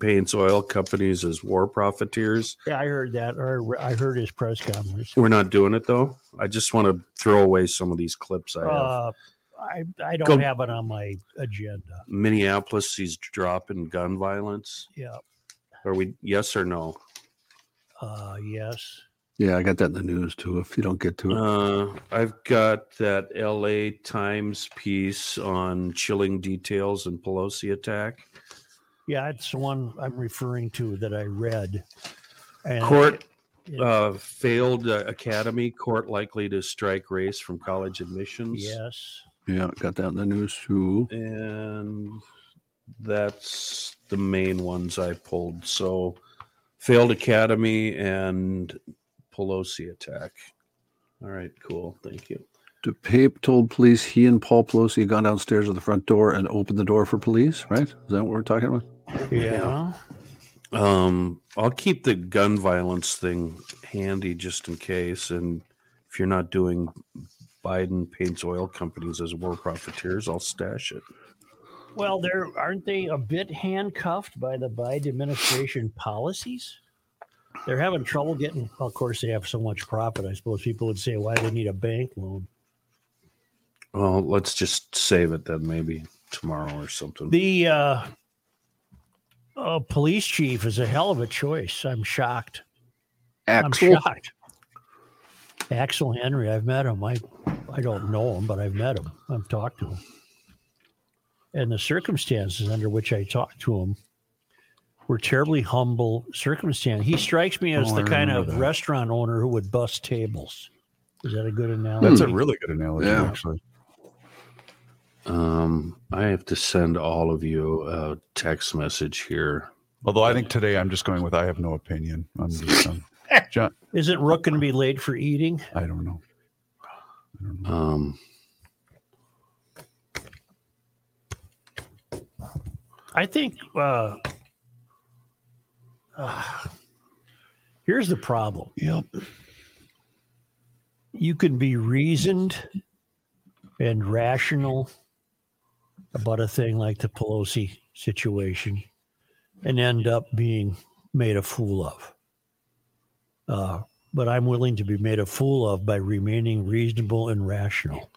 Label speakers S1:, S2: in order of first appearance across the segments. S1: paints oil companies as war profiteers.
S2: Yeah, I heard that, or I heard his press conference.
S1: We're not doing it though. I just want to throw away some of these clips I have.
S2: Uh, I, I don't
S1: Oh, Go-
S2: have it on my agenda.
S1: Minneapolis sees drop in gun violence.
S2: Yeah.
S1: Are we yes or no?
S2: Uh, yes.
S3: Yeah, I got that in the news too. If you don't get to it,
S1: Uh, I've got that L.A. Times piece on chilling details and Pelosi attack.
S2: Yeah, it's the one I'm referring to that I read. And
S1: Court
S2: it-
S1: uh, failed uh, academy court likely to strike race from college admissions.
S2: Yes.
S3: yeah, got that in the news too.
S1: and that's the main ones I pulled. So, failed academy and Pelosi attack. All right, cool. Thank you.
S3: DePape told police he and Paul Pelosi had gone downstairs to the front door and opened the door for police. Right? Is that what we're talking about?
S2: Yeah.
S1: Um, I'll keep the gun violence thing handy just in case. And if you're not doing Biden paints oil companies as war profiteers, I'll stash it.
S2: Well, they're aren't they a bit handcuffed by the Biden administration policies? They're having trouble getting. Of course, they have so much profit. I suppose people would say, "Why do they need a bank loan?"
S1: Well, let's just save it then, maybe tomorrow or something.
S2: The uh, uh, police chief is a hell of a choice. I'm shocked.
S3: Axel.
S2: I'm shocked. Axel Henry, I've met him. I, I don't know him, but I've met him. I've talked to him. And the circumstances under which I talked to him were terribly humble circumstance. He strikes me as
S3: Oh, I
S2: the kind
S3: remember
S2: of
S3: that.
S2: restaurant owner who would bust tables. Is that a good analogy?
S3: Hmm.
S4: That's a really good analogy,
S3: Yeah.
S4: actually.
S1: Um, I have to send all of you a text message here.
S4: Although I think today I'm just going with I have no opinion. I'm just, um, John,
S2: Isn't Rook going to be late for eating?
S4: I don't know. I don't know.
S1: Um,
S2: I think uh, uh, here's the problem.
S4: Yep.
S2: you can be reasoned and rational about a thing like the Pelosi situation and end up being made a fool of. Uh, but I'm willing to be made a fool of by remaining reasonable and rational.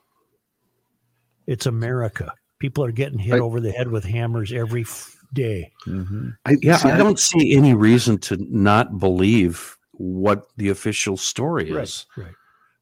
S2: It's America. People are getting hit
S3: I-
S2: over the head with hammers every f- day.
S4: Mhm.
S3: I,
S1: yeah,
S3: see,
S1: I don't see any reason to not believe what the official story
S2: Right.
S1: is.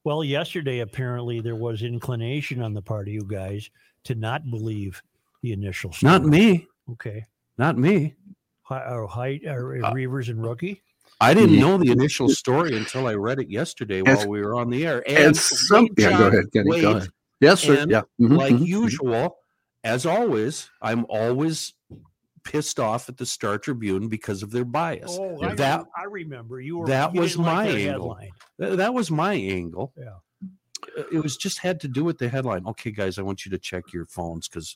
S2: Well, yesterday apparently there was inclination on the part of you guys to not believe the initial story.
S1: Not me.
S2: Okay.
S1: Not me.
S2: Hi- Or height, or
S1: Uh,
S2: Reavers and Rookie.
S1: I didn't
S3: Yeah.
S1: know the initial story until I read it yesterday
S3: It's-
S1: while we were on the air.
S3: And some,
S1: wait,
S3: yeah, go
S1: John,
S3: ahead, Kenny, go
S1: wait,
S3: ahead. Yes, sir.
S1: and
S3: yeah, mhm,
S1: Like
S3: mhm, mhm.
S1: usual, as always, I'm always pissed off at the Star Tribune because of their bias.
S2: Oh,
S1: I That- rem-
S2: I remember you
S1: were- that you was didn't like my their angle. Th- That was my angle.
S2: Yeah.
S1: Uh, It was just had to do with the headline. Okay, guys, I want you to check your phones because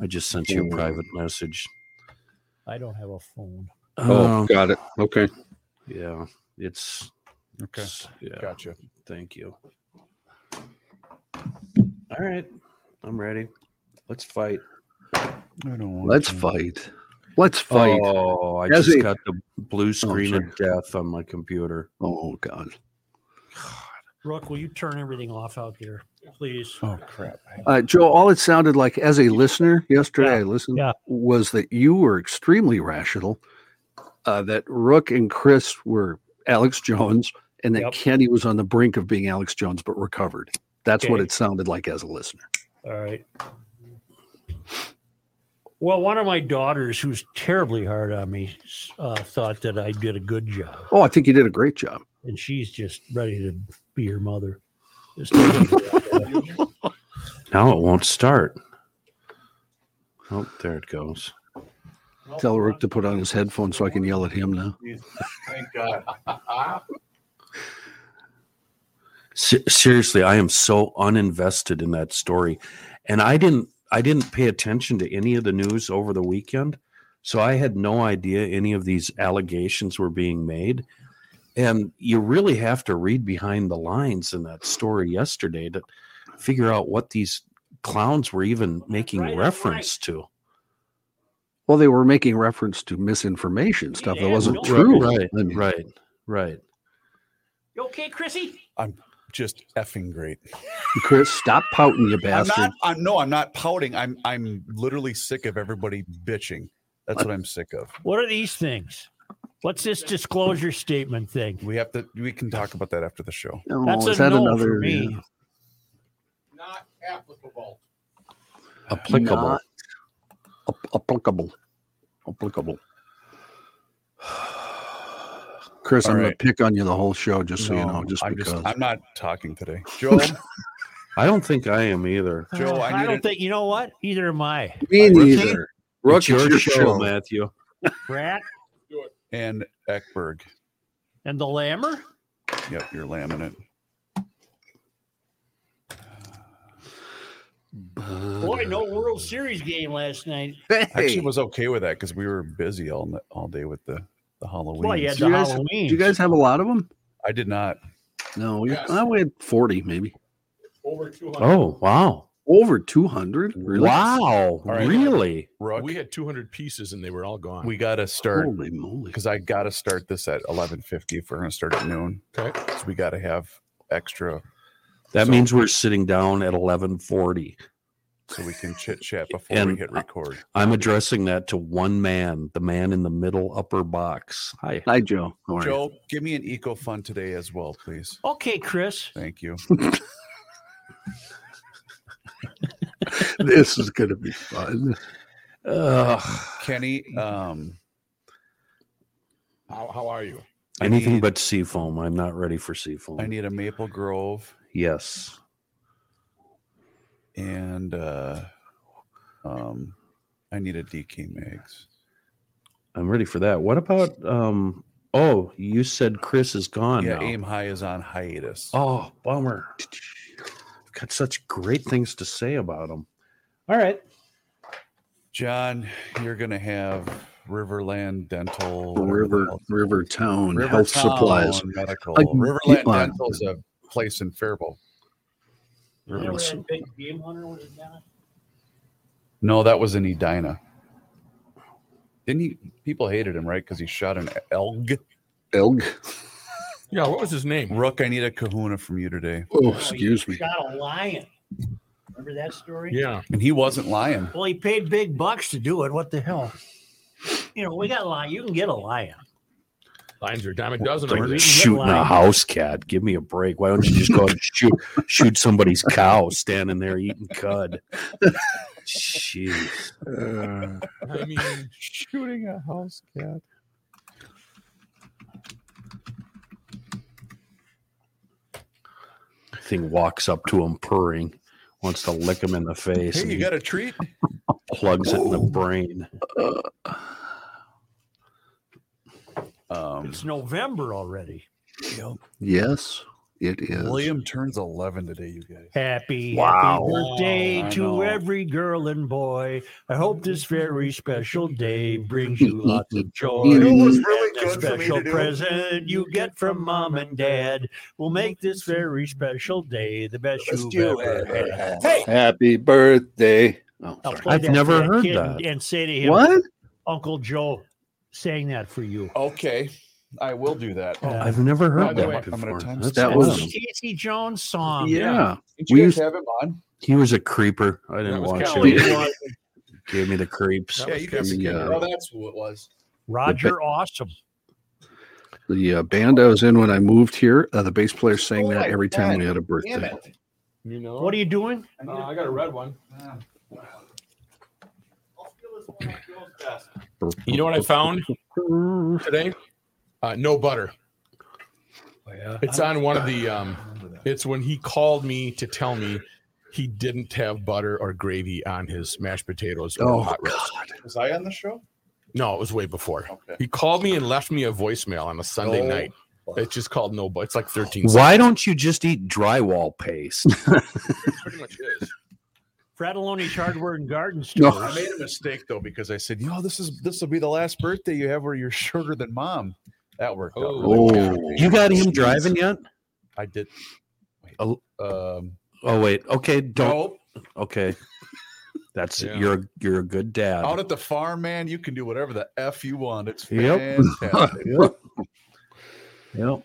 S1: I just sent you
S3: Mm.
S1: a private message.
S2: I don't have a phone.
S3: Oh,
S1: Um,
S3: got it. Okay.
S1: yeah, it's
S4: Okay.
S1: it's- yeah.
S4: Gotcha.
S1: Thank you. All right, I'm ready. Let's fight.
S4: I don't want
S3: Let's
S4: to.
S3: fight. Let's fight. Oh,
S1: Oh, I
S3: Jesse. Oh,
S1: just got the blue screen of death on my computer.
S3: God.
S2: Rook, will you turn everything off out there, please?
S4: Oh, crap.
S3: Uh, Joe, all it sounded like as a listener yesterday, I listened,
S2: yeah.
S3: was that you were extremely rational, uh, that Rook and Chris were Alex Jones, and that
S2: Yep.
S3: Kenny was on the brink of being Alex Jones but recovered. That's what
S2: Okay.
S3: it sounded like as a listener.
S2: All right. Well, one of my daughters, who's terribly hard on me, s- uh, thought that I did a good job,
S3: Oh, I think you did a great job.
S2: and she's just ready to be her mother. Just terrible.
S1: Now it won't start. Oh, there it goes.
S2: Oh,
S3: Tell Rook to put on his headphones so I can yell at him now.
S1: Se- seriously, I am so uninvested in that story, and I didn't I didn't pay attention to any of the news over the weekend, so I had no idea any of these allegations were being made. And you really have to read behind the lines in that story yesterday to figure out what these clowns were even making
S2: Right, right.
S1: reference to.
S3: Well, they were making reference to misinformation stuff that
S2: Yeah,
S3: wasn't
S2: no,
S3: true.
S1: Right,
S3: I mean,
S1: right, right.
S2: You okay, Chrissy?
S4: Just effing great.
S3: Chris, stop pouting, you
S4: I'm
S3: bastard.
S4: not. I'm no. I'm not pouting. I'm. I'm literally sick of everybody bitching. That's what I'm sick of.
S2: What are these things? What's this disclosure statement thing?
S4: We have to. We can talk about that after the show.
S3: Oh,
S2: That's a
S3: is that
S2: no
S3: another
S2: for me.
S3: yeah,
S5: not applicable.
S1: Applicable.
S3: not ap- applicable? Applicable. Chris,
S4: All
S3: I'm
S4: right.
S3: gonna pick on you the whole show, just so you
S4: No,
S3: know, just
S4: I'm
S3: because.
S4: I'm not talking today, Joe.
S1: I don't think I am either.
S3: uh,
S4: Joe, I
S2: I
S4: need
S2: don't
S4: it-
S2: think you know what. Either am I.
S3: Me
S1: Rookie?
S3: neither.
S1: What's
S3: Rookie,
S1: your,
S3: it's
S1: show, Matthew.
S2: Rat
S4: and Eckberg.
S2: and the lammer.
S4: Yep, you're laminate.
S2: Boy, no World Series game last night.
S4: I Actually,
S3: Hey,
S4: was okay with that because we were busy all n- all day with the the Halloween.
S2: Well, you had
S3: Do
S2: the
S3: you guys-
S2: Halloween.
S3: do you guys have a lot of them?
S4: I did not.
S3: No, we,
S5: Yes.
S3: I we had 40 maybe.
S5: Over 200.
S1: Oh, wow.
S3: Over 200? Really?
S1: Wow.
S4: right.
S1: Really?
S4: Rook,
S5: We had 200 pieces and they were all gone.
S4: we got to start
S3: Holy moly.
S4: because I got to start this at 11:50 if we're going to start at noon.
S5: Okay.
S4: So we got to have extra
S1: That
S4: So-
S1: means we're sitting down at 1140.
S4: so we can chit chat before we
S1: And-
S4: hit record.
S1: I'm addressing that to one man, the man in the middle upper box. Hi.
S3: Hi, Joe. How are
S4: Joe, give me an eco fund today as well, please.
S2: Okay, Chris.
S4: Thank you.
S3: you? This is going to be fun.
S1: Ugh,
S4: Kenny, um
S5: how, how are you?
S4: I
S1: anything
S4: need-
S1: but seafoam. I'm not ready for seafoam.
S4: I need a Maple Grove
S1: yes.
S4: and uh um I need a DK Mags.
S1: I'm ready for that. What about um oh, you said Chris is gone
S4: Yeah,
S1: now.
S4: Aim High is on hiatus.
S1: Oh, bummer. I've got such great things to say about him. All right.
S4: John, you're going to have Riverland Dental whatever the
S3: River,
S4: hell it's
S3: River Town
S4: River
S3: Health Supplies.
S4: Town Medical.
S3: I-
S4: Riverland
S3: yeah.
S4: Dental is a place in Faribault.
S2: Remember
S3: Yes.
S2: that big game hunter was in town?
S4: No, that was in Edina. Didn't he? People hated him, right? Because he shot an elg.
S3: Elg.
S5: Yeah, what was his name?
S4: Rook, I need a kahuna from you today.
S3: Oh,
S2: Oh, he
S3: excuse me.
S2: Shot a lion. Remember that story?
S5: Yeah.
S4: And he wasn't lying.
S2: Well, he paid big bucks to do it. What the hell? You know, we got a lion. You can get a lion.
S5: Lines are a dime a dozen.
S1: Like
S5: over there.
S1: shooting a
S2: line.
S1: house cat. Give me a break. Why don't you just go out and shoot shoot somebody's cow standing there eating cud? Jeez.
S3: Uh,
S5: I mean,
S4: Shooting a house cat.
S1: Thing walks up to him purring, wants to lick him in the face,
S4: Hey,
S1: and
S4: you
S1: he
S4: got a treat?
S1: plugs it in the brain.
S4: Um,
S2: It's November already.
S3: yes, it is.
S4: William turns 11 today, you guys.
S2: Happy,
S1: Wow.
S2: happy birthday
S4: I
S2: to
S4: know.
S2: every girl and boy. I hope this very special day brings you lots of joy.
S3: You know what's
S2: really good special present you get from mom and dad will make this very special day the best you've ever had.
S3: Happy birthday. Oh,
S2: Now
S3: sorry.
S2: play
S1: I've
S2: that for
S1: never
S2: that
S1: heard
S2: kid
S1: that.
S2: And say to him,
S3: What?
S2: Uncle Joe sang that for you.
S4: Okay, I will do that. Oh,
S2: Uh,
S1: I've never
S4: By
S1: heard
S4: the
S1: that
S4: way, I'm gonna
S1: before.
S4: time
S1: That's
S3: step
S2: that
S1: awesome.
S2: was
S3: was-
S2: a Casey Jones song.
S3: Yeah.
S4: Did
S3: you We guys used-
S4: have him on?
S1: He was a creeper. I
S5: That
S1: didn't
S5: was
S1: watch
S5: Cal-
S1: it.
S3: Yeah.
S1: Gave me the creeps.
S5: That
S4: Yeah,
S5: was
S4: you guys.
S3: Casey.
S4: Oh, that's who it was.
S2: Roger Awesome.
S3: The uh, band I was in when I moved here, uh, the bass player sang that every time we had a
S4: Damn
S3: birthday.
S4: it.
S5: you know,
S2: What are you doing?
S5: uh, I got a red one. You know what I found
S3: Oh,
S5: today? Uh, no butter.
S4: Oh,
S5: It's on one of the. Um, it's when he called me to tell me he didn't have butter or gravy on his mashed potatoes or
S3: Oh,
S5: hot roast.
S4: Was I on the show?
S5: No, it was way before.
S4: Okay.
S5: He called me and left me a voicemail on a Sunday
S4: Oh.
S5: night. It's just called no butter. It's like thirteen.
S1: Why don't you just eat drywall paste?
S5: seconds, pretty much is.
S2: Fratelloni's Hardware and Garden Store.
S3: No.
S4: I made a mistake though because I said, you know, this is this will be the last birthday you have where you're shorter than mom. That worked out. really
S3: Oh.
S4: well.
S1: You got him driving yet?
S4: I did. Wait,
S1: Oh.
S4: um,
S1: Oh wait. Okay, don't.
S4: no,
S1: Okay. That's
S5: Yeah.
S1: you're you're a good dad.
S4: Out at the farm, man, you can do whatever the f you want. It's
S1: Yep.
S4: fantastic.
S1: Yep. Yep.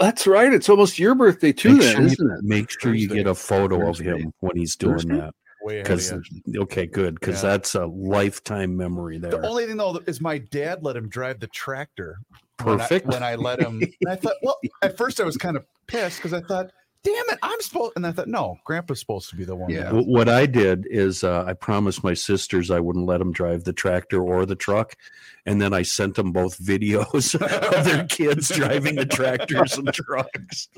S3: That's right. It's almost your birthday too,
S1: make,
S3: then,
S1: sure
S3: isn't
S1: you,
S3: it?
S1: make sure you get a photo of
S3: Thursday.
S1: him when he's doing
S3: Thursday?
S1: that.
S4: Way ahead of
S1: 'Cause
S4: the action.
S1: Okay, good, because
S4: Yeah.
S1: that's a lifetime memory there.
S4: The only thing though is my dad let him drive the tractor. when I-
S1: Perfect.
S4: When I, let him, and I thought, well, at first I was kind of pissed because I thought, damn it, I'm supposed, and I thought, no, Grandpa's supposed to be the one.
S3: Yeah.
S4: that-
S1: Wh- what I did is uh, I promised my sisters I wouldn't let them drive the tractor or the truck, and then I sent them both videos of their kids driving the tractors and trucks.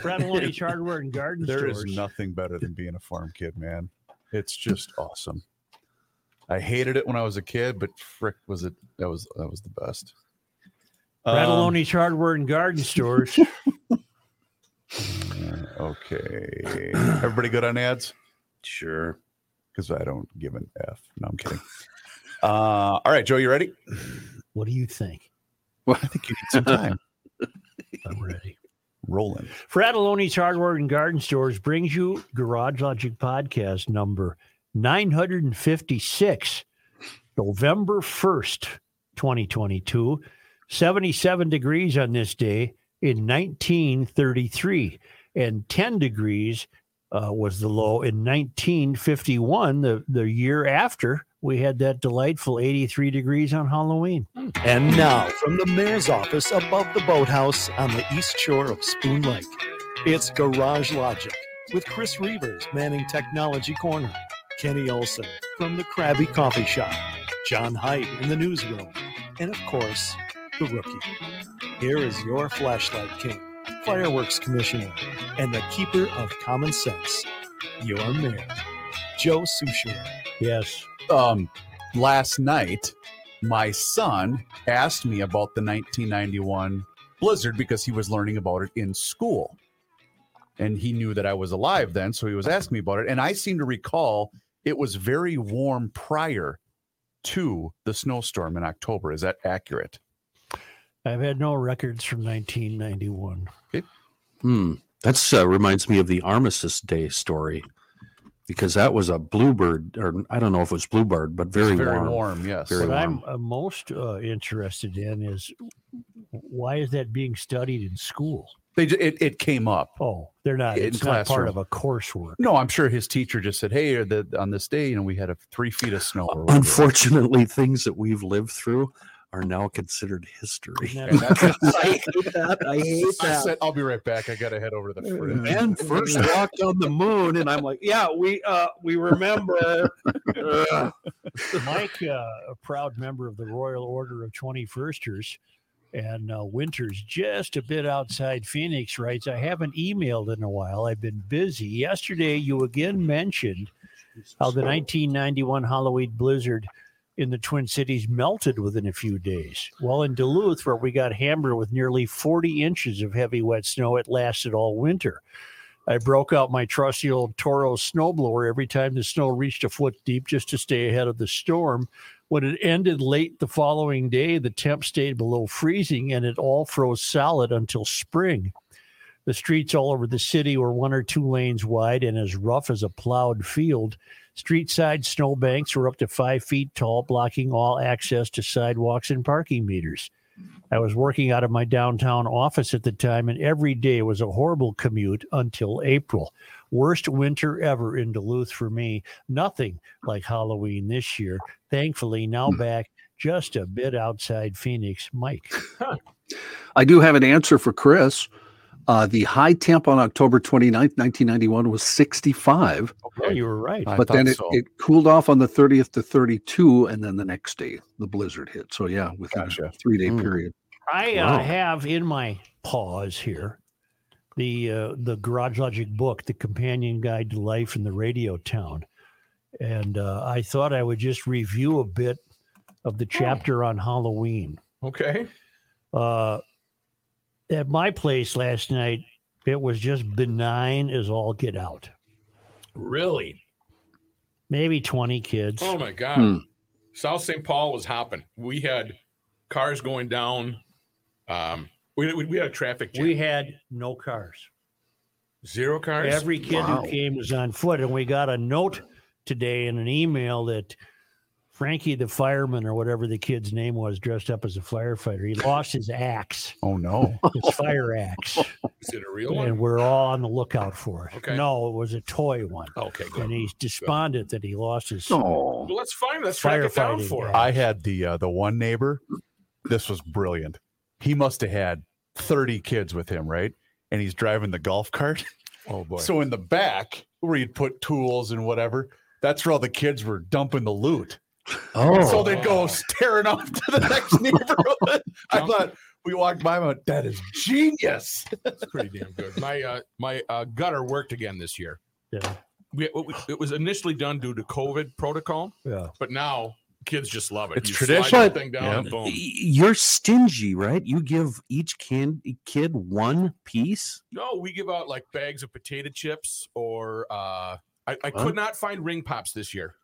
S2: Fratelloni's Hardware and Garden
S4: There is
S2: Stores.
S4: nothing better than being a farm kid, man. It's just awesome. I hated it when I was a kid, but frick, was it? That was that was the best. Um,
S2: Fratelloni's Hardware and Garden Stores.
S4: Um, okay, everybody good on ads?
S1: Sure.
S4: because I don't give an F. No, I'm kidding. Uh, all right, Joe, you ready?
S2: what do you think?
S4: I think you need some time.
S2: I'm ready.
S4: Rolling.
S2: Fratelloni's Hardware and Garden Stores brings you Garage Logic Podcast number 956, November 1st, 2022. 77 degrees on this day in 1933, and 10 degrees uh, was the low in 1951, the, the year after we had that delightful 83 degrees on Halloween.
S6: And now, from the mayor's office above the boathouse on the east shore of Spoon Lake, it's Garage Logic with Chris Reavers manning Technology Corner, Kenny Olson from the Krabby Coffee Shop, John Height in the newsroom, and of course, the rookie. Here is your flashlight king, fireworks commissioner, and the keeper of common sense, your mayor, Joe Sushiro.
S2: Yes.
S4: Um, last night, my son asked me about the 1991 blizzard because he was learning about it in school. And he knew that I was alive then, so he was asking me about it. And I seem to recall it was very warm prior to the snowstorm in October. Is that accurate?
S2: I've had no records from 1991.
S1: Hmm. That's uh, reminds me of the Armistice Day story, because that was a bluebird, or I don't know if it was bluebird, but very,
S4: It's very
S1: warm.
S4: warm. yes.
S1: Very
S2: what
S1: warm.
S2: I'm uh, most uh, interested in is why is that being studied in school?
S4: They ju- it, it came up.
S2: Oh, they're not.
S4: In
S2: it's not part
S4: classroom.
S2: of a coursework.
S4: No, I'm sure his teacher just said, "Hey, or the, on this day, you know, we had a three feet of snow." Or whatever."
S1: Unfortunately, things that we've lived through are now considered history.
S2: Isn't
S4: And
S2: that-
S4: that's-
S6: I hate that. I hate
S4: I said, "I'll be right back. I gotta head over to the fridge."
S1: Man first walked on the moon, and I'm like, yeah, we uh, we remember. Ugh.
S2: Mike, uh, a proud member of the Royal Order of 21sters, and uh, Winters, just a bit outside Phoenix, writes, I haven't emailed in a while. I've been busy. Yesterday, you again mentioned how the 1991 Halloween blizzard in the Twin Cities melted within a few days. While in Duluth, where we got hammered with nearly 40 inches of heavy, wet snow, it lasted all winter. I broke out my trusty old Toro snowblower every time the snow reached a foot deep just to stay ahead of the storm. When it ended late the following day, the temp stayed below freezing and it all froze solid until spring. The streets all over the city were one or two lanes wide and as rough as a plowed field. Street side snowbanks were up to five feet tall, blocking all access to sidewalks and parking meters. I was working out of my downtown office at the time, and every day was a horrible commute until April. Worst winter ever in Duluth for me. Nothing like Halloween this year. Thankfully, now back just a bit outside Phoenix. Mike,
S3: I do have an answer for Chris. Uh, the high temp on October 29th, 1991 was 65,
S2: oh,
S4: Okay.
S2: you were right.
S4: I
S3: but then
S4: thought
S3: it,
S4: so.
S3: it cooled off on the 30th to 32, and then the next day the blizzard hit. So, yeah, within
S4: Gotcha.
S3: a three day
S1: Hmm.
S3: period.
S2: I
S1: Wow.
S2: uh, have in my paws here the uh, the Garage Logic book, the companion guide to life in the radio town, and uh, I thought I would just review a bit of the chapter on Halloween.
S5: Okay.
S2: Uh, at my place last night, it was just benign as all get out.
S5: Really?
S2: Maybe twenty kids.
S5: Oh my God.
S3: Hmm.
S5: South St. Paul was hopping. We had cars going down. Um, we, we, we had a traffic jam.
S2: we had no cars.
S5: Zero cars.
S2: Every kid
S3: Wow.
S2: who came was on foot, and we got a note today in an email that Frankie the fireman or whatever the kid's name was, dressed up as a firefighter, he lost his axe,
S4: Oh no.
S2: his fire axe,
S5: Is it a real
S2: and
S5: one?
S2: we're all on the lookout for it.
S5: Okay.
S2: No, it was a toy one,
S5: Okay, good.
S2: and he's despondent that he lost his.
S3: Oh,
S5: Well, let's find. Let's track it down
S2: Firefighting,
S5: for him.
S2: yeah.
S4: I had the uh, the one neighbor. This was brilliant. He must have had 30 kids with him, right? And he's driving the golf cart.
S5: Oh boy.
S4: So in the back where you'd put tools and whatever, that's where all the kids were dumping the loot.
S1: Oh,
S4: So they'd go staring off to the next neighborhood. I
S5: Dump-
S4: thought we walked by and went, that is genius.
S5: That's pretty damn good. My uh, my uh, gutter worked again this year.
S2: Yeah.
S5: We, it was initially done due to COVID protocol,
S2: Yeah.
S5: but now kids just love it.
S4: It's
S5: You slide
S4: tradition.
S5: the Thing down,
S4: Yeah.
S5: and boom.
S1: you're stingy, right? You give each can- kid one piece.
S5: No, we give out like bags of potato chips or uh I, I
S1: Huh?
S5: could not find ring pops this year.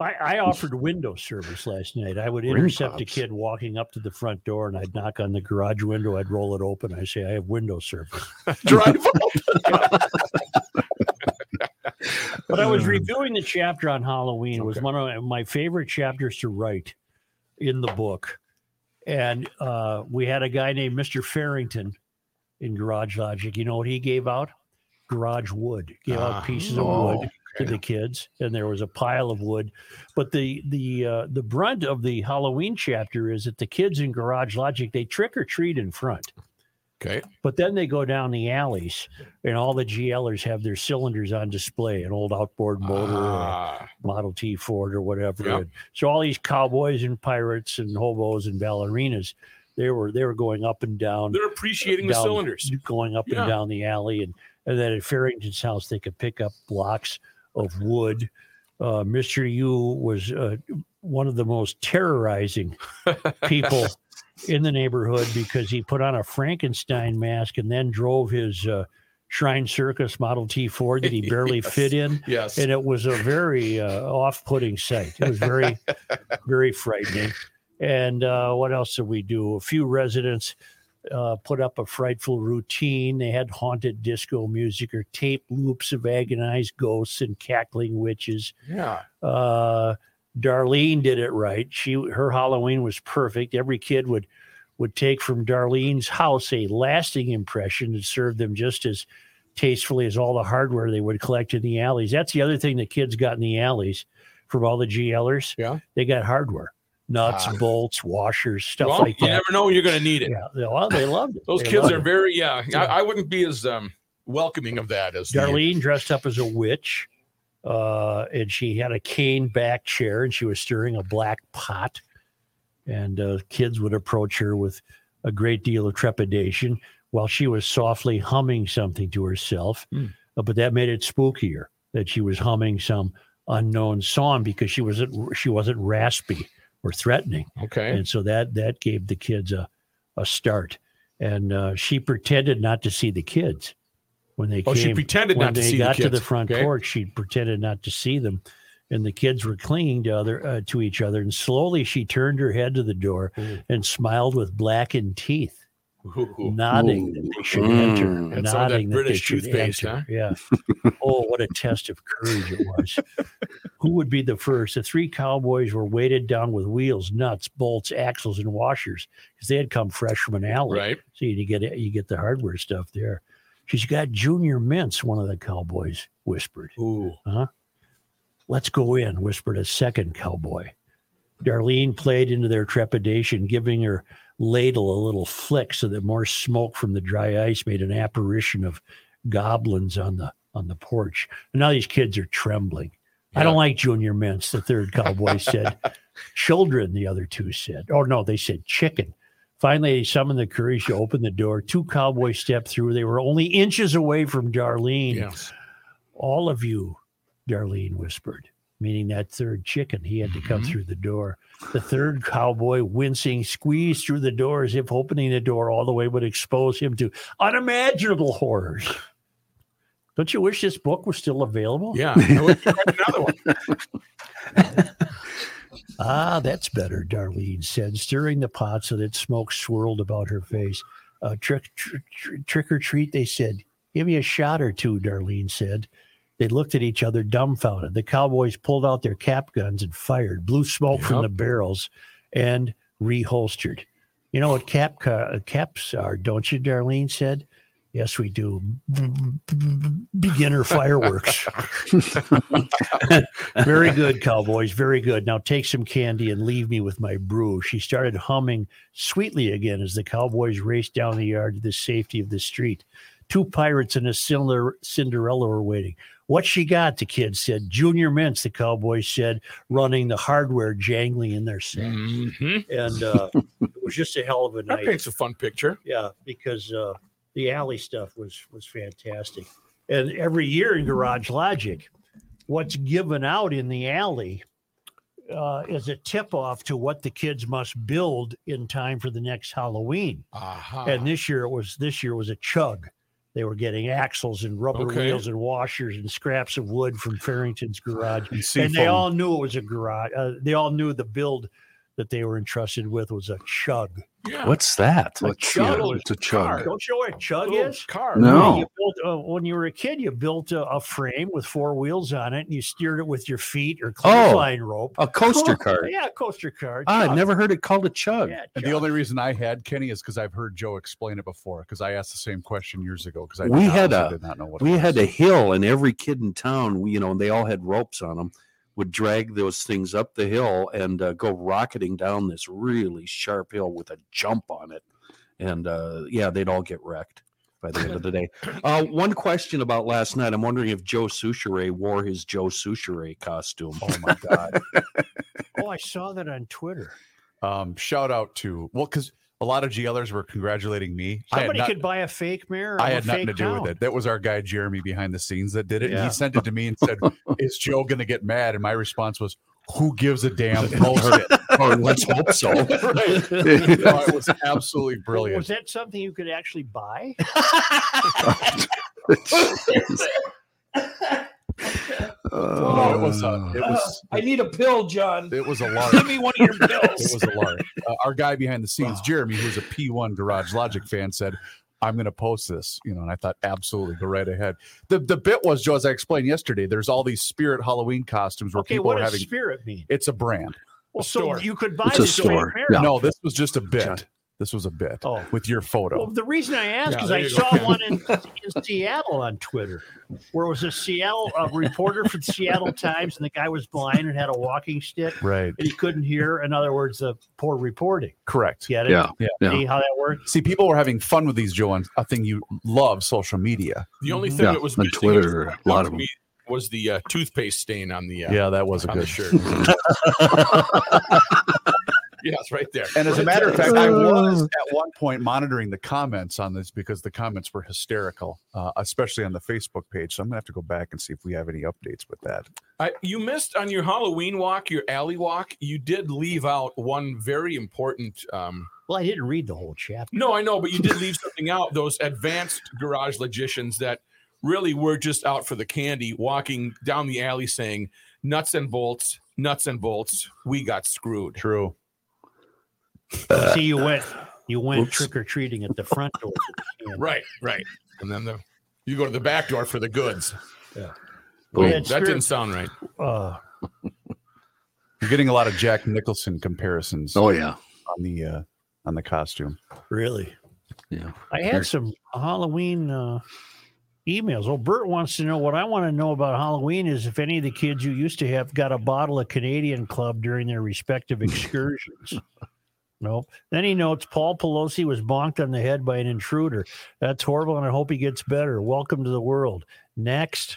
S2: I, I offered window service last night. I would
S1: Ring
S2: intercept a
S1: pops.
S2: kid walking up to the front door and I'd knock on the garage window. I'd roll it open. I say, I have window service.
S4: Drive up.
S2: But I was reviewing the chapter on Halloween. It was
S5: Um, Okay.
S2: one of my favorite chapters to write in the book. And uh, we had a guy named Mr. Farrington in Garage Logic. You know what he gave out? Garage wood. Gave
S5: Ah,
S2: out pieces
S4: oh,
S2: of wood to the kids, and there was a pile of wood. But the the uh, the brunt of the Halloween chapter is that the kids in Garage Logic they trick or treat in front.
S5: Okay.
S2: But then they go down the alleys, and all the GLers have their cylinders on display, an old outboard motor, or a
S5: Ah,
S2: Model T Ford or whatever.
S5: Yeah.
S2: And so all these cowboys and pirates and hobos and ballerinas, they were they were going up and down,
S5: they're appreciating the
S2: down-
S5: cylinders.
S2: going up
S5: Yeah.
S2: and down the alley, and and then at Farrington's house they could pick up blocks of wood. Uh, Mister U was uh, one of the most terrorizing people in the neighborhood because he put on a Frankenstein mask and then drove his uh, Shrine Circus Model T Ford that he barely
S5: Yes.
S2: fit in
S5: Yes.
S2: and it was a very uh, off-putting sight. It was very, very frightening. And uh, what else did we do? A few residents uh, put up a frightful routine. They had haunted disco music or tape loops of agonized ghosts and cackling witches.
S5: yeah.
S2: Uh, Darlene did it right. She her Halloween was perfect. Every kid would would take from Darlene's house a lasting impression and serve them just as tastefully as all the hardware they would collect in the alleys. That's the other thing the kids got in the alleys from all the GLers.
S5: Yeah.
S2: They got hardware. Nuts,
S5: Ah.
S2: bolts, washers, stuff
S5: Well,
S2: like
S5: you
S2: that.
S5: never know when you're gonna need it.
S2: Yeah, they, well, they loved it.
S5: Those
S2: They
S5: kids
S2: loved
S5: are
S2: it.
S5: very yeah.
S2: Yeah.
S5: I, I wouldn't be as um welcoming of that as the-
S2: Darlene dressed up as a witch, uh, and she had a cane back chair, and she was stirring a black pot. And uh, kids would approach her with a great deal of trepidation while she was softly humming something to herself.
S5: Hmm.
S2: Uh, but that made it spookier that she was humming some unknown song because she wasn't she wasn't raspy or threatening
S5: okay.
S2: and so that that gave the kids a, a start and uh, she pretended not to see the kids when they
S5: Oh, she
S2: came
S5: pretended
S2: when
S5: not to
S2: they
S5: see
S2: got
S5: the
S2: to
S5: kids.
S2: the front
S5: okay?
S2: porch she pretended not to see them and the kids were clinging to other uh, to each other and slowly she turned her head to the door
S5: Ooh.
S2: and smiled with blackened teeth
S5: Mm. Ooh.
S2: nodding that they should
S1: Mm.
S2: enter
S5: That's all that
S2: nodding they
S5: British
S2: should
S5: toothpaste,
S2: enter. yeah oh what a test of courage it was who would be the first the three cowboys were weighted down with wheels nuts bolts axles and washers because they had come fresh from an alley
S5: Right.
S2: so you get it you get the hardware stuff there she's got junior mints one of the cowboys whispered
S5: Ooh.
S2: Let's go in, whispered a second cowboy. Darlene played into their trepidation, giving her ladle a little flick so that more smoke from the dry ice made an apparition of goblins on the on the porch. And now these kids are trembling. I don't like junior mints, the third cowboy said. Children, the other two said. Oh no, they said chicken. Finally, they summoned the courage to open the door. Two cowboys stepped through. They were only inches away from Darlene.
S5: Yes.
S2: All of you, Darlene whispered, meaning that third chicken. He had to come
S5: Mhm.
S2: through the door. The third cowboy, wincing, squeezed through the door as if opening the door all the way would expose him to unimaginable horrors. Don't you wish this book was still available?
S5: Yeah. I would- Another one.
S2: Ah, that's better, Darlene said, stirring the pot so that smoke swirled about her face. Uh, trick, tr- tr- trick or treat, they said. Give me a shot or two, Darlene said. They looked at each other dumbfounded. The cowboys pulled out their cap guns and fired, blew smoke from
S5: Yep.
S2: the barrels, and reholstered. You know what cap ca- caps are, don't you? Darlene said. Yes, we do. Beginner fireworks. Very good, cowboys. Very good. Now take some candy and leave me with my brew. She started humming sweetly again as the cowboys raced down the yard to the safety of the street. Two pirates and a Cinder- Cinderella were waiting. What she got, the kid said. Junior mints, the cowboys said, running the hardware jangling in their sack.
S5: Mhm.
S2: And uh, it was just a hell of a
S5: That
S2: night.
S5: paints a fun picture.
S2: Yeah, because uh, the alley stuff was was fantastic. And every year in Garage Logic, what's given out in the alley uh, is a tip off to what the kids must build in time for the next Halloween.
S5: Aha.
S2: And this year it was this year was a chug. They were getting axles and rubber
S5: Okay.
S2: wheels and washers and scraps of wood from Farrington's garage
S4: And
S2: and they
S4: seafoam.
S2: all knew it was a garage. Uh, they all knew the build that they were entrusted with was a chug.
S5: yeah.
S1: What's that?
S3: Well,
S5: chug
S3: yeah,
S5: is
S3: it's a chug.
S5: car.
S2: Don't you know what a chug
S5: Little
S2: is?
S5: car.
S4: Oh.
S3: No.
S2: You built, uh, when you were a kid, you built a, a frame with four wheels on it, and you steered it with your feet
S4: Oh.
S2: or clothesline rope.
S1: A coaster cart.
S2: Yeah, coaster car.
S1: Ah, I've
S2: chug.
S1: never heard it called a chug.
S2: Yeah,
S4: And
S2: chug.
S4: the only reason I had Kenny is because I've heard Joe explain it before. Because I asked the same question years ago. Because I
S1: We had
S4: honestly
S1: a-
S4: did not know what it
S1: we
S4: was.
S1: had a hill and every kid in town we, you know they all had ropes on them would drag those things up the hill and uh, go rocketing down this really sharp hill with a jump on it and uh, yeah they'd all get wrecked by the end of the day uh, one question about last night i'm wondering if joe souchere wore his joe souchere costume
S4: Oh my god!
S2: Oh, I saw that on Twitter.
S4: um, shout out to well, because a lot of GLers were congratulating me. I had
S2: Somebody
S4: not-
S2: could buy a fake mirror.
S4: I
S2: of a
S4: had nothing to
S2: fake
S4: do
S2: town.
S4: with it. That was our guy Jeremy behind the scenes that did it.
S2: Yeah.
S4: He sent it to me and said, "Is Joe going to get mad?" And my response was, "Who gives a damn?" Post it.
S1: or Oh, let's hope so
S4: right. No, it was absolutely
S2: Was
S4: brilliant.
S2: that something you could actually buy?
S3: Jeez.
S4: Oh, No, it was
S3: Uh,
S4: a, it was
S7: I need a pill, John.
S4: it was a large.
S7: Give me one of your
S4: It
S7: pills.
S4: was a large. Uh, our guy behind the scenes, Jeremy, who's a P1 Garage Logic fan, said, "I'm going to post this," you know, and I thought, absolutely, go right ahead. The the bit was, Joe, as I explained yesterday, there's all these spirit Halloween costumes where
S2: Okay,
S4: people
S2: what
S4: are
S2: does
S4: having.
S2: spirit mean?
S4: it's a brand.
S2: Well, so
S5: store.
S2: you could buy
S3: It's a
S2: this fake
S3: store.
S2: mirror.
S3: Yeah.
S4: No, this was just a bit.
S1: John.
S4: This was a bit
S2: Oh.
S4: with your photo.
S2: Well, the reason I asked
S5: Yeah,
S2: is
S5: there
S2: I
S5: you go.
S2: saw one in, in Seattle on Twitter, where it was a Seattle a reporter for the Seattle Times, and the guy was blind and had a walking stick,
S4: right.
S2: and he couldn't hear. In other words, the poor reporting.
S4: Correct.
S2: Get it?
S3: yeah. yeah.
S2: See how that worked?
S4: See, people were having fun with these, Joe, on a thing you love, social media.
S5: The only thing
S3: Yeah,
S5: that was
S3: on
S5: missing was-
S3: Twitter, a lot of them.
S5: was the uh, toothpaste stain on the uh,
S4: Yeah, that was a
S5: on the
S4: good.
S5: shirt. yes, right there.
S4: And as a
S5: Right
S4: matter of
S5: there.
S4: fact, I was at one point monitoring the comments on this because the comments were hysterical, uh, especially on the Facebook page. So I'm gonna have to go back and see if we have any updates with that.
S5: I, you missed on your Halloween walk, your alley walk. You did leave out one very important. Um,
S2: Well, I didn't read the whole chapter.
S5: no, I know, but you did leave something out. Those advanced garage logicians that really were just out for the candy, walking down the alley saying, "Nuts and bolts, nuts and bolts. We got screwed."
S4: True.
S2: See, you went you went
S1: Oops.
S2: trick or treating at the front door.
S5: Right, right. And then the you go to the back door for the goods.
S2: We
S1: Boom.
S2: had
S5: That
S2: spirit-
S5: didn't sound right.
S2: uh,
S4: You're getting a lot of Jack Nicholson comparisons
S3: Oh yeah.
S4: on the uh, on the costume.
S2: Really?
S3: Yeah.
S2: I
S3: Here.
S2: had some Halloween uh, emails. Oh, Bert wants to know what I want to know about Halloween is if any of the kids you used to have got a bottle of Canadian Club during their respective excursions. nope. Then he notes Paul Pelosi was bonked on the head by an intruder. That's horrible, and I hope he gets better. Welcome to the world. Next.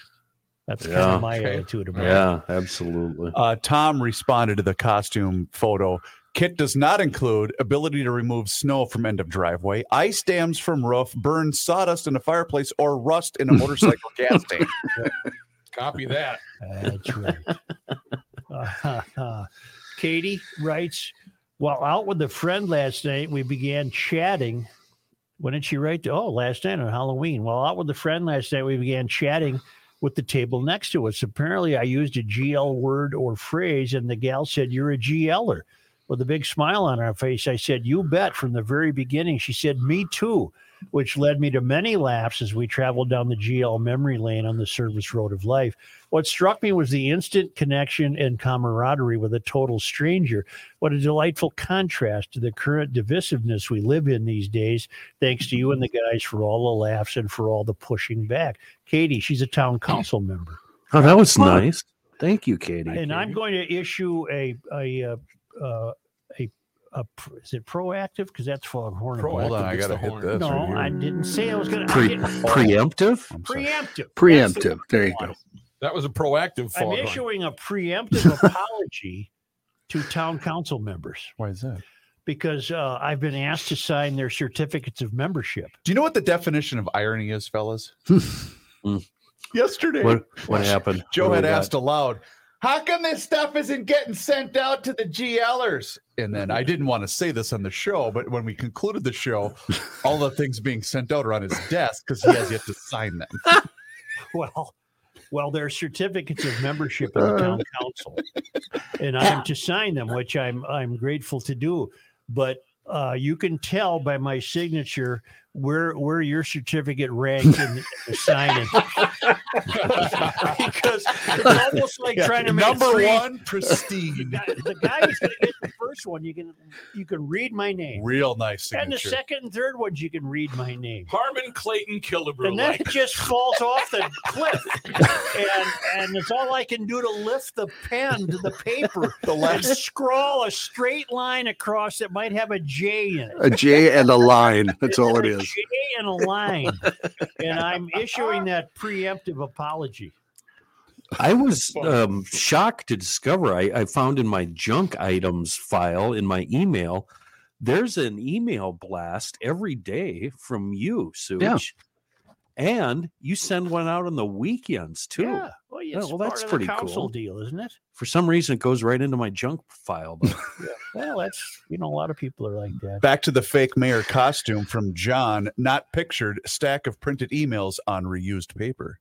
S2: That's kind
S1: Yeah.
S2: of my
S5: Okay.
S2: attitude about it.
S1: yeah absolutely
S4: Uh, Tom responded to the costume photo. Kit does not include ability to remove snow from end of driveway, ice dams from roof, burn sawdust in a fireplace, or rust in a motorcycle gas tank.
S5: Copy that.
S2: That's right. Katie writes, while out with a friend last night, we began chatting. When did she write? Oh, last night on Halloween. While out with a friend last night, we began chatting with the table next to us. Apparently, I used a GL word or phrase, and the gal said, You're a GLer. With a big smile on her face, I said, You bet from the very beginning. She said, Me too. which led me to many laughs as we traveled down the GL memory lane on the service road of life. What struck me was the instant connection and camaraderie with a total stranger. What a delightful contrast to the current divisiveness we live in these days. Thanks to you and the guys for all the laughs and for all the pushing back. Katie, she's a town council member.
S1: Oh, that was nice. Thank you, Katie.
S2: And I'm going to issue a a uh, uh, a, a pr- is it proactive? Because that's foghorn.
S5: Pro-
S2: Black.
S5: Hold on, I
S4: It's
S5: gotta
S4: the
S5: hit
S4: horn.
S5: this.
S2: No,
S5: right here.
S2: I didn't say I was going to.
S1: Pre-
S3: Oh,
S1: preemptive.
S4: I'm sorry.
S2: preemptive.
S3: Preemptive. There you go.
S5: That was a proactive
S2: I'm
S5: fall.
S2: issuing a preemptive apology to town council members
S4: Why is that?
S2: because uh, I've been asked to sign their certificates of membership.
S4: Do you know what the definition of irony is, fellas?
S3: Hmm.
S1: Mm.
S4: Yesterday,
S1: What what happened?
S4: Joe
S1: What
S4: had
S1: do we got?
S4: asked aloud, "How come this stuff isn't getting sent out to the GLers?" And then I didn't want to say this on the show, but when we concluded the show, all the things being sent out are on his desk because he has yet to sign them.
S2: Well, well, they're certificates of membership in the town council, and I am to sign them, which I'm I'm grateful to do. But uh, you can tell by my signature where where your certificate ranked in the signing, because it's almost like trying to make
S4: Number
S2: three-
S4: one, pristine,
S2: guy- The guy who's going to get the first one, you can you can read my name,
S4: real nice
S2: and the
S4: signature.
S2: second and third ones, you can read my name.
S7: Harmon Clayton Killebrew.
S2: And then
S7: Like,
S2: it just falls off the cliff. And and it's all I can do to lift the pen to the paper
S4: The
S2: and
S4: last
S2: scrawl a straight line across that might have a J in it.
S3: A J and a line. That's all it
S2: A
S3: is.
S2: J and a line. And I'm issuing that preemptive apology.
S1: I was um, shocked to discover I, I found in my junk items file in my email. There's an email blast every day from you, Suge.
S3: Yeah.
S1: And you send one out on the weekends too.
S2: Yeah. Well, it's
S1: well,
S2: part
S1: that's
S2: of
S1: pretty
S2: the council
S1: cool.
S2: deal, isn't it?
S1: For some reason, it goes right into my junk file. But
S2: Well, that's you know, a lot of people are like that.
S4: back to the fake mayor costume from John, not pictured stack of printed emails on reused paper.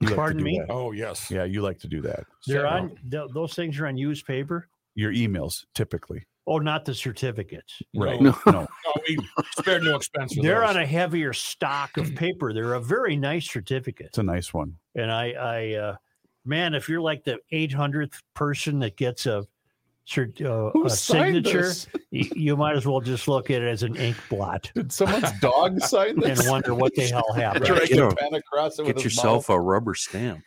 S4: You like to
S2: Pardon
S4: do
S2: me?
S4: that.
S5: Oh yes.
S4: Yeah, you like to do that.
S2: They're
S5: So-
S2: on th- those things are on used paper.
S4: Your emails typically.
S2: Oh, not the certificates.
S5: Right.
S3: No.
S4: No.
S5: No, we spared no expense. For
S2: They're
S5: those.
S2: on a heavier stock of paper. They're a very nice certificate.
S4: It's a nice one.
S2: And I, I, uh, man, if you're like the 800th person that gets a, cert, uh,
S4: Who
S2: a
S4: signed
S2: signature,
S4: this?
S2: y- you might as well just look at it as an ink blot
S4: Did someone's dog sign
S2: and
S4: this?
S2: wonder what the hell happened.
S1: Right.
S4: Drag
S1: Get
S4: the
S1: a-
S4: pen across it with
S1: get
S4: his
S1: yourself
S4: mouth?
S1: a rubber stamp.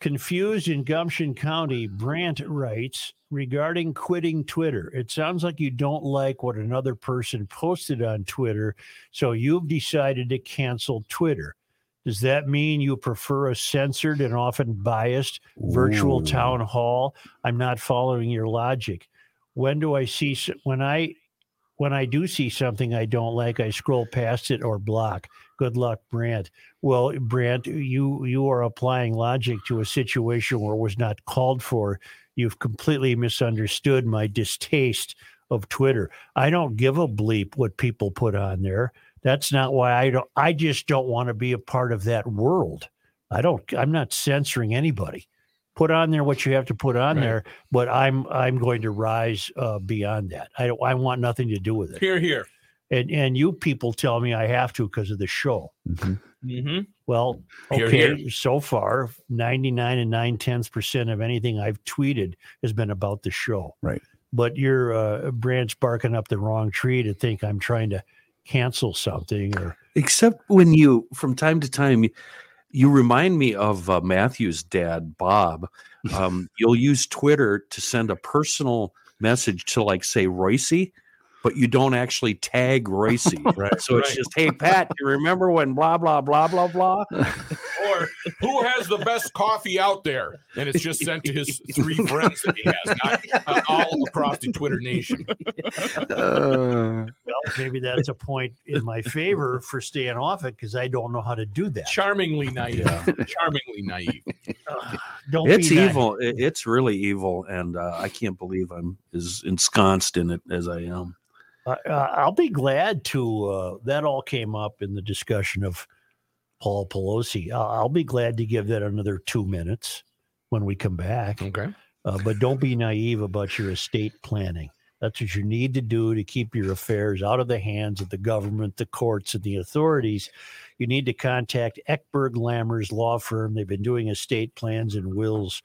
S2: Confused in Gumption County, Brandt writes regarding quitting Twitter. It sounds like you don't like what another person posted on Twitter, so you've decided to cancel Twitter. Does that mean you prefer a censored and often biased virtual
S1: Ooh.
S2: town hall? I'm not following your logic. When do I see s- when I when I do see something I don't like, I scroll past it or block. Good luck, Brandt. Well, Brandt, you you are applying logic to a situation where it was not called for. You've completely misunderstood my distaste of Twitter. I don't give a bleep what people put on there. That's not why I don't I just don't want to be a part of that world. I don't I'm not censoring anybody. Put on there what you have to put on
S5: Right.
S2: there, but I'm I'm going to rise uh, beyond that. I don't I want nothing to do with it.
S5: here here.
S2: And and you people tell me I have to because of the show.
S7: mm-hmm.
S2: Well,
S5: Here,
S2: okay, so far, 99 and 9 tenths percent of anything I've tweeted has been about the show.
S4: Right.
S2: But you're uh, branch barking up the wrong tree to think I'm trying to cancel something or
S1: Except when you, from time to time, you- you remind me of uh, Matthew's dad, Bob. Um, you'll use Twitter to send a personal message to, like, say, Royce, but you don't actually tag Royce.
S4: Right.
S1: So it's
S5: Right.
S1: just, hey, Pat, you remember when blah, blah, blah, blah, blah?
S5: Or who has the best coffee out there? And it's just sent to his three friends that he has, not uh, all across the Twitter nation.
S3: Uh,
S2: well, maybe that's a point in my favor for staying off it because I don't know how to do that.
S5: Charmingly naive. Charmingly naive.
S2: Don't
S1: It's
S2: be that-
S1: evil. I- It's really evil. And uh, I can't believe I'm as ensconced in it as I am.
S2: I- I- I'll be glad to. Uh, that all came up in the discussion of Paul Pelosi. I'll, I'll be glad to give that another two minutes when we come back.
S5: Okay.
S2: Uh, but don't be naive about your estate planning. That's what you need to do to keep your affairs out of the hands of the government, the courts, and the authorities. You need to contact Eckberg Lammers Law Firm. They've been doing estate plans and wills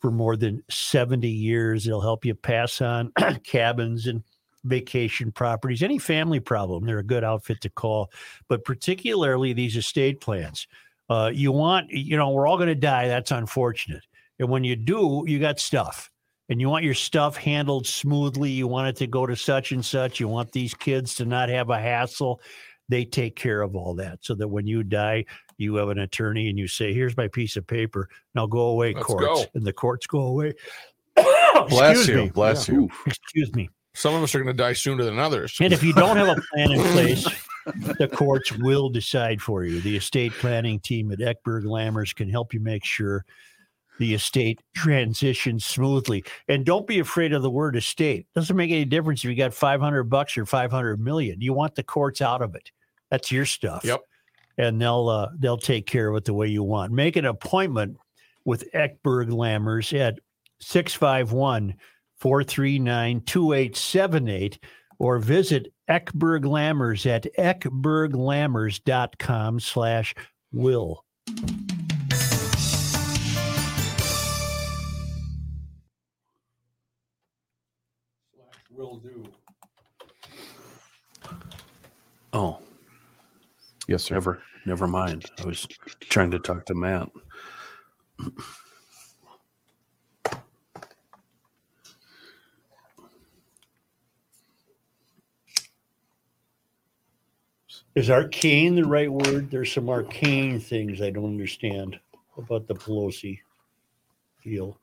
S2: for more than 70 years. They'll help you pass on cabins and vacation properties, any family problem. They're a good outfit to call, but particularly these estate plans. Uh, you want, you know, we're all going to die. That's unfortunate. And when you do, you got stuff and you want your stuff handled smoothly. You want it to go to such and such. You want these kids to not have a hassle. They take care of all that so that when you die, you have an attorney and you say, Here's my piece of paper. Now go away,
S5: Let's
S2: courts.
S5: go.
S2: And the courts go away.
S5: Bless
S2: Excuse
S5: you.
S2: me.
S5: Bless you.
S2: Excuse me.
S5: Some of us are going to die sooner than others.
S2: And if you don't have a plan in place, the courts will decide for you. The estate planning team at Eckberg Lammers can help you make sure the estate transitions smoothly. And don't be afraid of the word estate. Doesn't make any difference if you got 500 bucks or 500 million. You want the courts out of it. That's your stuff.
S5: Yep.
S2: And they'll uh, they'll take care of it the way you want. Make an appointment with Eckberg Lammers at 651 439 2878 or visit Eckberg Lammers at eckberglammers.com slash will.
S1: Oh,
S4: Yes, sir.
S1: never, never mind. I was trying to talk to Matt.
S2: Is arcane the right word? There's some arcane things I don't understand about the Pelosi deal.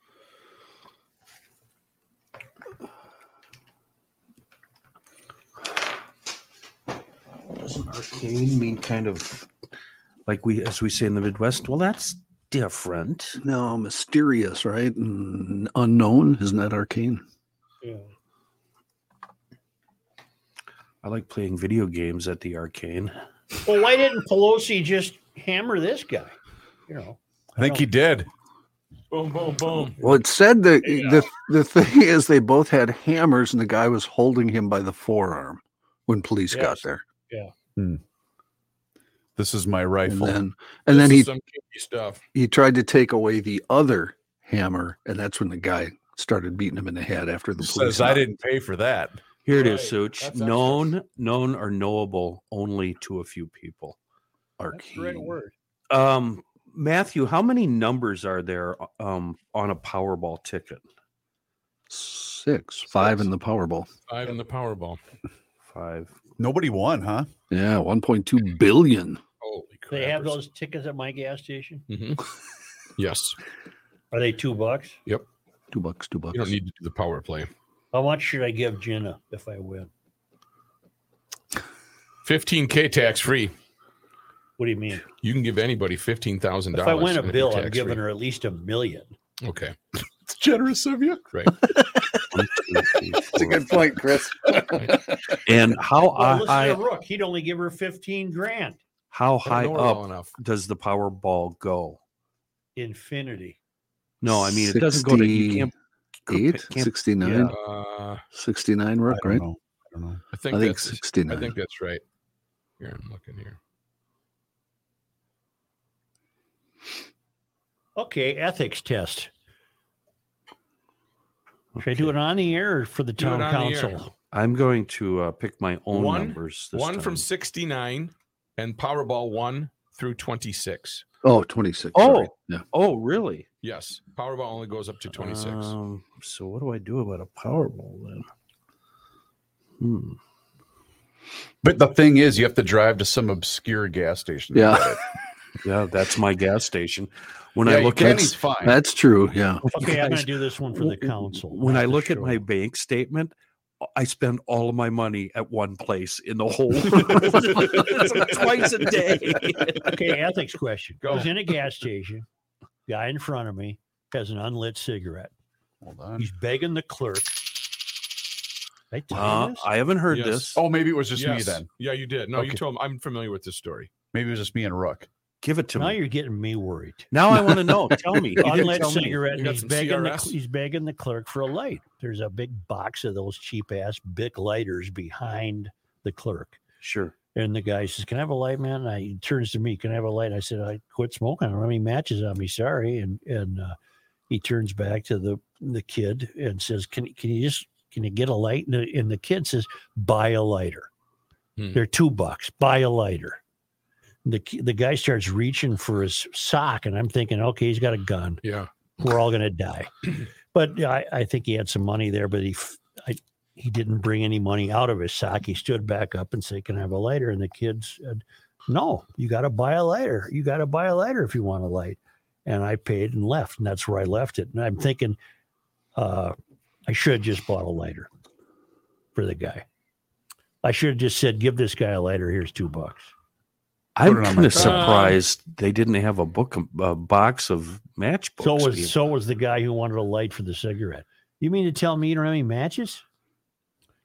S1: Doesn't arcane mean kind of like we, as we say in the Midwest? Well, that's different.
S3: No, mysterious, right? And unknown. Isn't that arcane?
S2: Yeah.
S1: I like playing video games at the arcane.
S2: Well, why didn't Pelosi just hammer this guy? You know,
S4: I think he did.
S7: Boom, boom, boom.
S3: Well, it said that the the thing is they both had hammers, and the guy was holding him by the forearm when police got
S2: Yes.
S3: there.
S4: This is my
S3: And
S4: rifle.
S3: then, and
S5: This
S3: then
S5: is
S3: he
S5: some kinky stuff.
S3: he tried to take away the other hammer, and that's when the guy started beating him in the head after the police.
S4: Says I
S3: knocked-
S4: didn't pay for that.
S1: Here it is,
S5: Right.
S1: Such.
S5: That's
S1: Known, known, or knowable only to a few people.
S2: that's the right
S1: Arcane.
S2: word.
S1: Um, Matthew, how many numbers are there um, on a Powerball ticket?
S3: Six, five in the Powerball.
S5: Five in the Powerball.
S1: Five.
S4: Nobody won, huh?
S3: Yeah, one point two billion.
S5: Holy crap.
S2: They have those tickets at my gas station.
S5: Yes.
S2: Are they two bucks?
S3: Two bucks, two bucks.
S5: You don't need to do the power play.
S2: How much should I give Jenna if I win?
S5: 15K tax free.
S2: What do you mean?
S5: You can give anybody $15,000.
S2: If I win a bill, I'm giving her at least a million.
S5: Okay.
S4: It's generous of you.
S5: Right.
S1: One, two, three, four,
S3: point, Chris.
S1: five. And how
S2: Well, listen
S1: I,
S2: to Rook. He'd only give her 15 grand.
S1: how
S5: I
S1: high
S5: don't know her well
S1: up
S5: enough.
S1: does the Powerball go?
S2: Infinity.
S1: No, I mean it doesn't go to you can't,
S3: Eight,
S1: can't-
S3: 69,
S1: yeah.
S5: Uh,
S3: 69,
S4: I
S3: Rook,
S4: don't
S3: right?
S4: know. I don't know.
S5: I think
S3: I think
S5: that's,
S3: 69.
S5: I think that's right. Here, I'm looking here.
S2: Okay, ethics test. Should I do it on the air or for the
S5: Do it
S2: town
S5: on the air.
S2: council?
S1: I'm going to uh, pick my own
S5: One-
S1: numbers. This
S5: One from
S1: time.
S5: 69 and Powerball 1 through 26.
S3: Oh, 26.
S1: Oh.
S3: sorry. yeah.
S1: Oh, really?
S5: Yes. Powerball only goes up to 26.
S1: Um, so what do I do about a Powerball then? Hmm.
S4: But the thing is, you have to drive to some obscure gas station. to
S3: Yeah.
S4: get it.
S1: Yeah, that's my gas station. When
S4: Yeah,
S1: I look at
S4: Kenny's fine.
S3: That's true. Yeah.
S2: Okay, I'm going
S1: Guys,
S2: to do this one for the
S1: w-
S2: council.
S1: when I
S2: not the
S1: look at my
S2: show.
S1: bank statement, I spend all of my money at one place in the whole world twice a day.
S2: okay ethics question.
S5: Go.
S2: I was in a gas station. Guy in front of me has an unlit cigarette.
S4: Hold on.
S2: He's begging the clerk. Did I tell you
S1: Uh,
S2: this?
S1: I haven't heard
S5: Yes.
S1: this.
S4: Oh, maybe it was just me
S5: Yes.
S4: then.
S5: Yeah, you did. No, you
S4: Okay.
S5: told him. I'm familiar with this story.
S4: Maybe it was just me and Rook.
S1: Give it to
S2: now
S1: me.
S2: you're getting me worried.
S1: Now I want to know. Tell me. You didn't
S2: Unlit
S1: tell me.
S2: cigarette.
S5: You
S2: And
S5: got
S2: he's
S5: some
S2: begging the
S5: CRS?
S2: he's begging the clerk for a light. There's a big box of those cheap ass Bic lighters behind the clerk.
S1: Sure.
S2: And the guy says, "Can I have a light, man?" And I, he turns to me, "Can I have a light?" I said, "I quit smoking. I don't have any matches on me. Sorry." And and uh, he turns back to the the kid and says, "Can can you just can you get a light?" And the, and the kid says, "Buy a lighter.
S5: Hmm.
S2: They're two bucks. Buy a lighter." The ki- the guy starts reaching for his sock, and I'm thinking, "Okay, he's got a gun.
S5: Yeah.
S2: We're all gonna die." But I, I think he had some money there, but he f- he didn't bring any money out of his sock. He stood back up and said, Can I have a lighter? And the kid said, No, you got to buy a lighter. You got to buy a lighter if you want a light. And I paid and left. And that's where I left it. And I'm thinking, uh, I should have just bought a lighter for the guy. I should have just said, Give this guy a lighter. Here's two bucks.
S1: I'm
S4: it on my
S1: kind
S4: phone.
S1: of surprised they didn't have a book, a box of matchbooks.
S2: So was
S1: Ian.
S2: so was the guy who wanted a light for the cigarette. You mean to tell me you don't have any matches?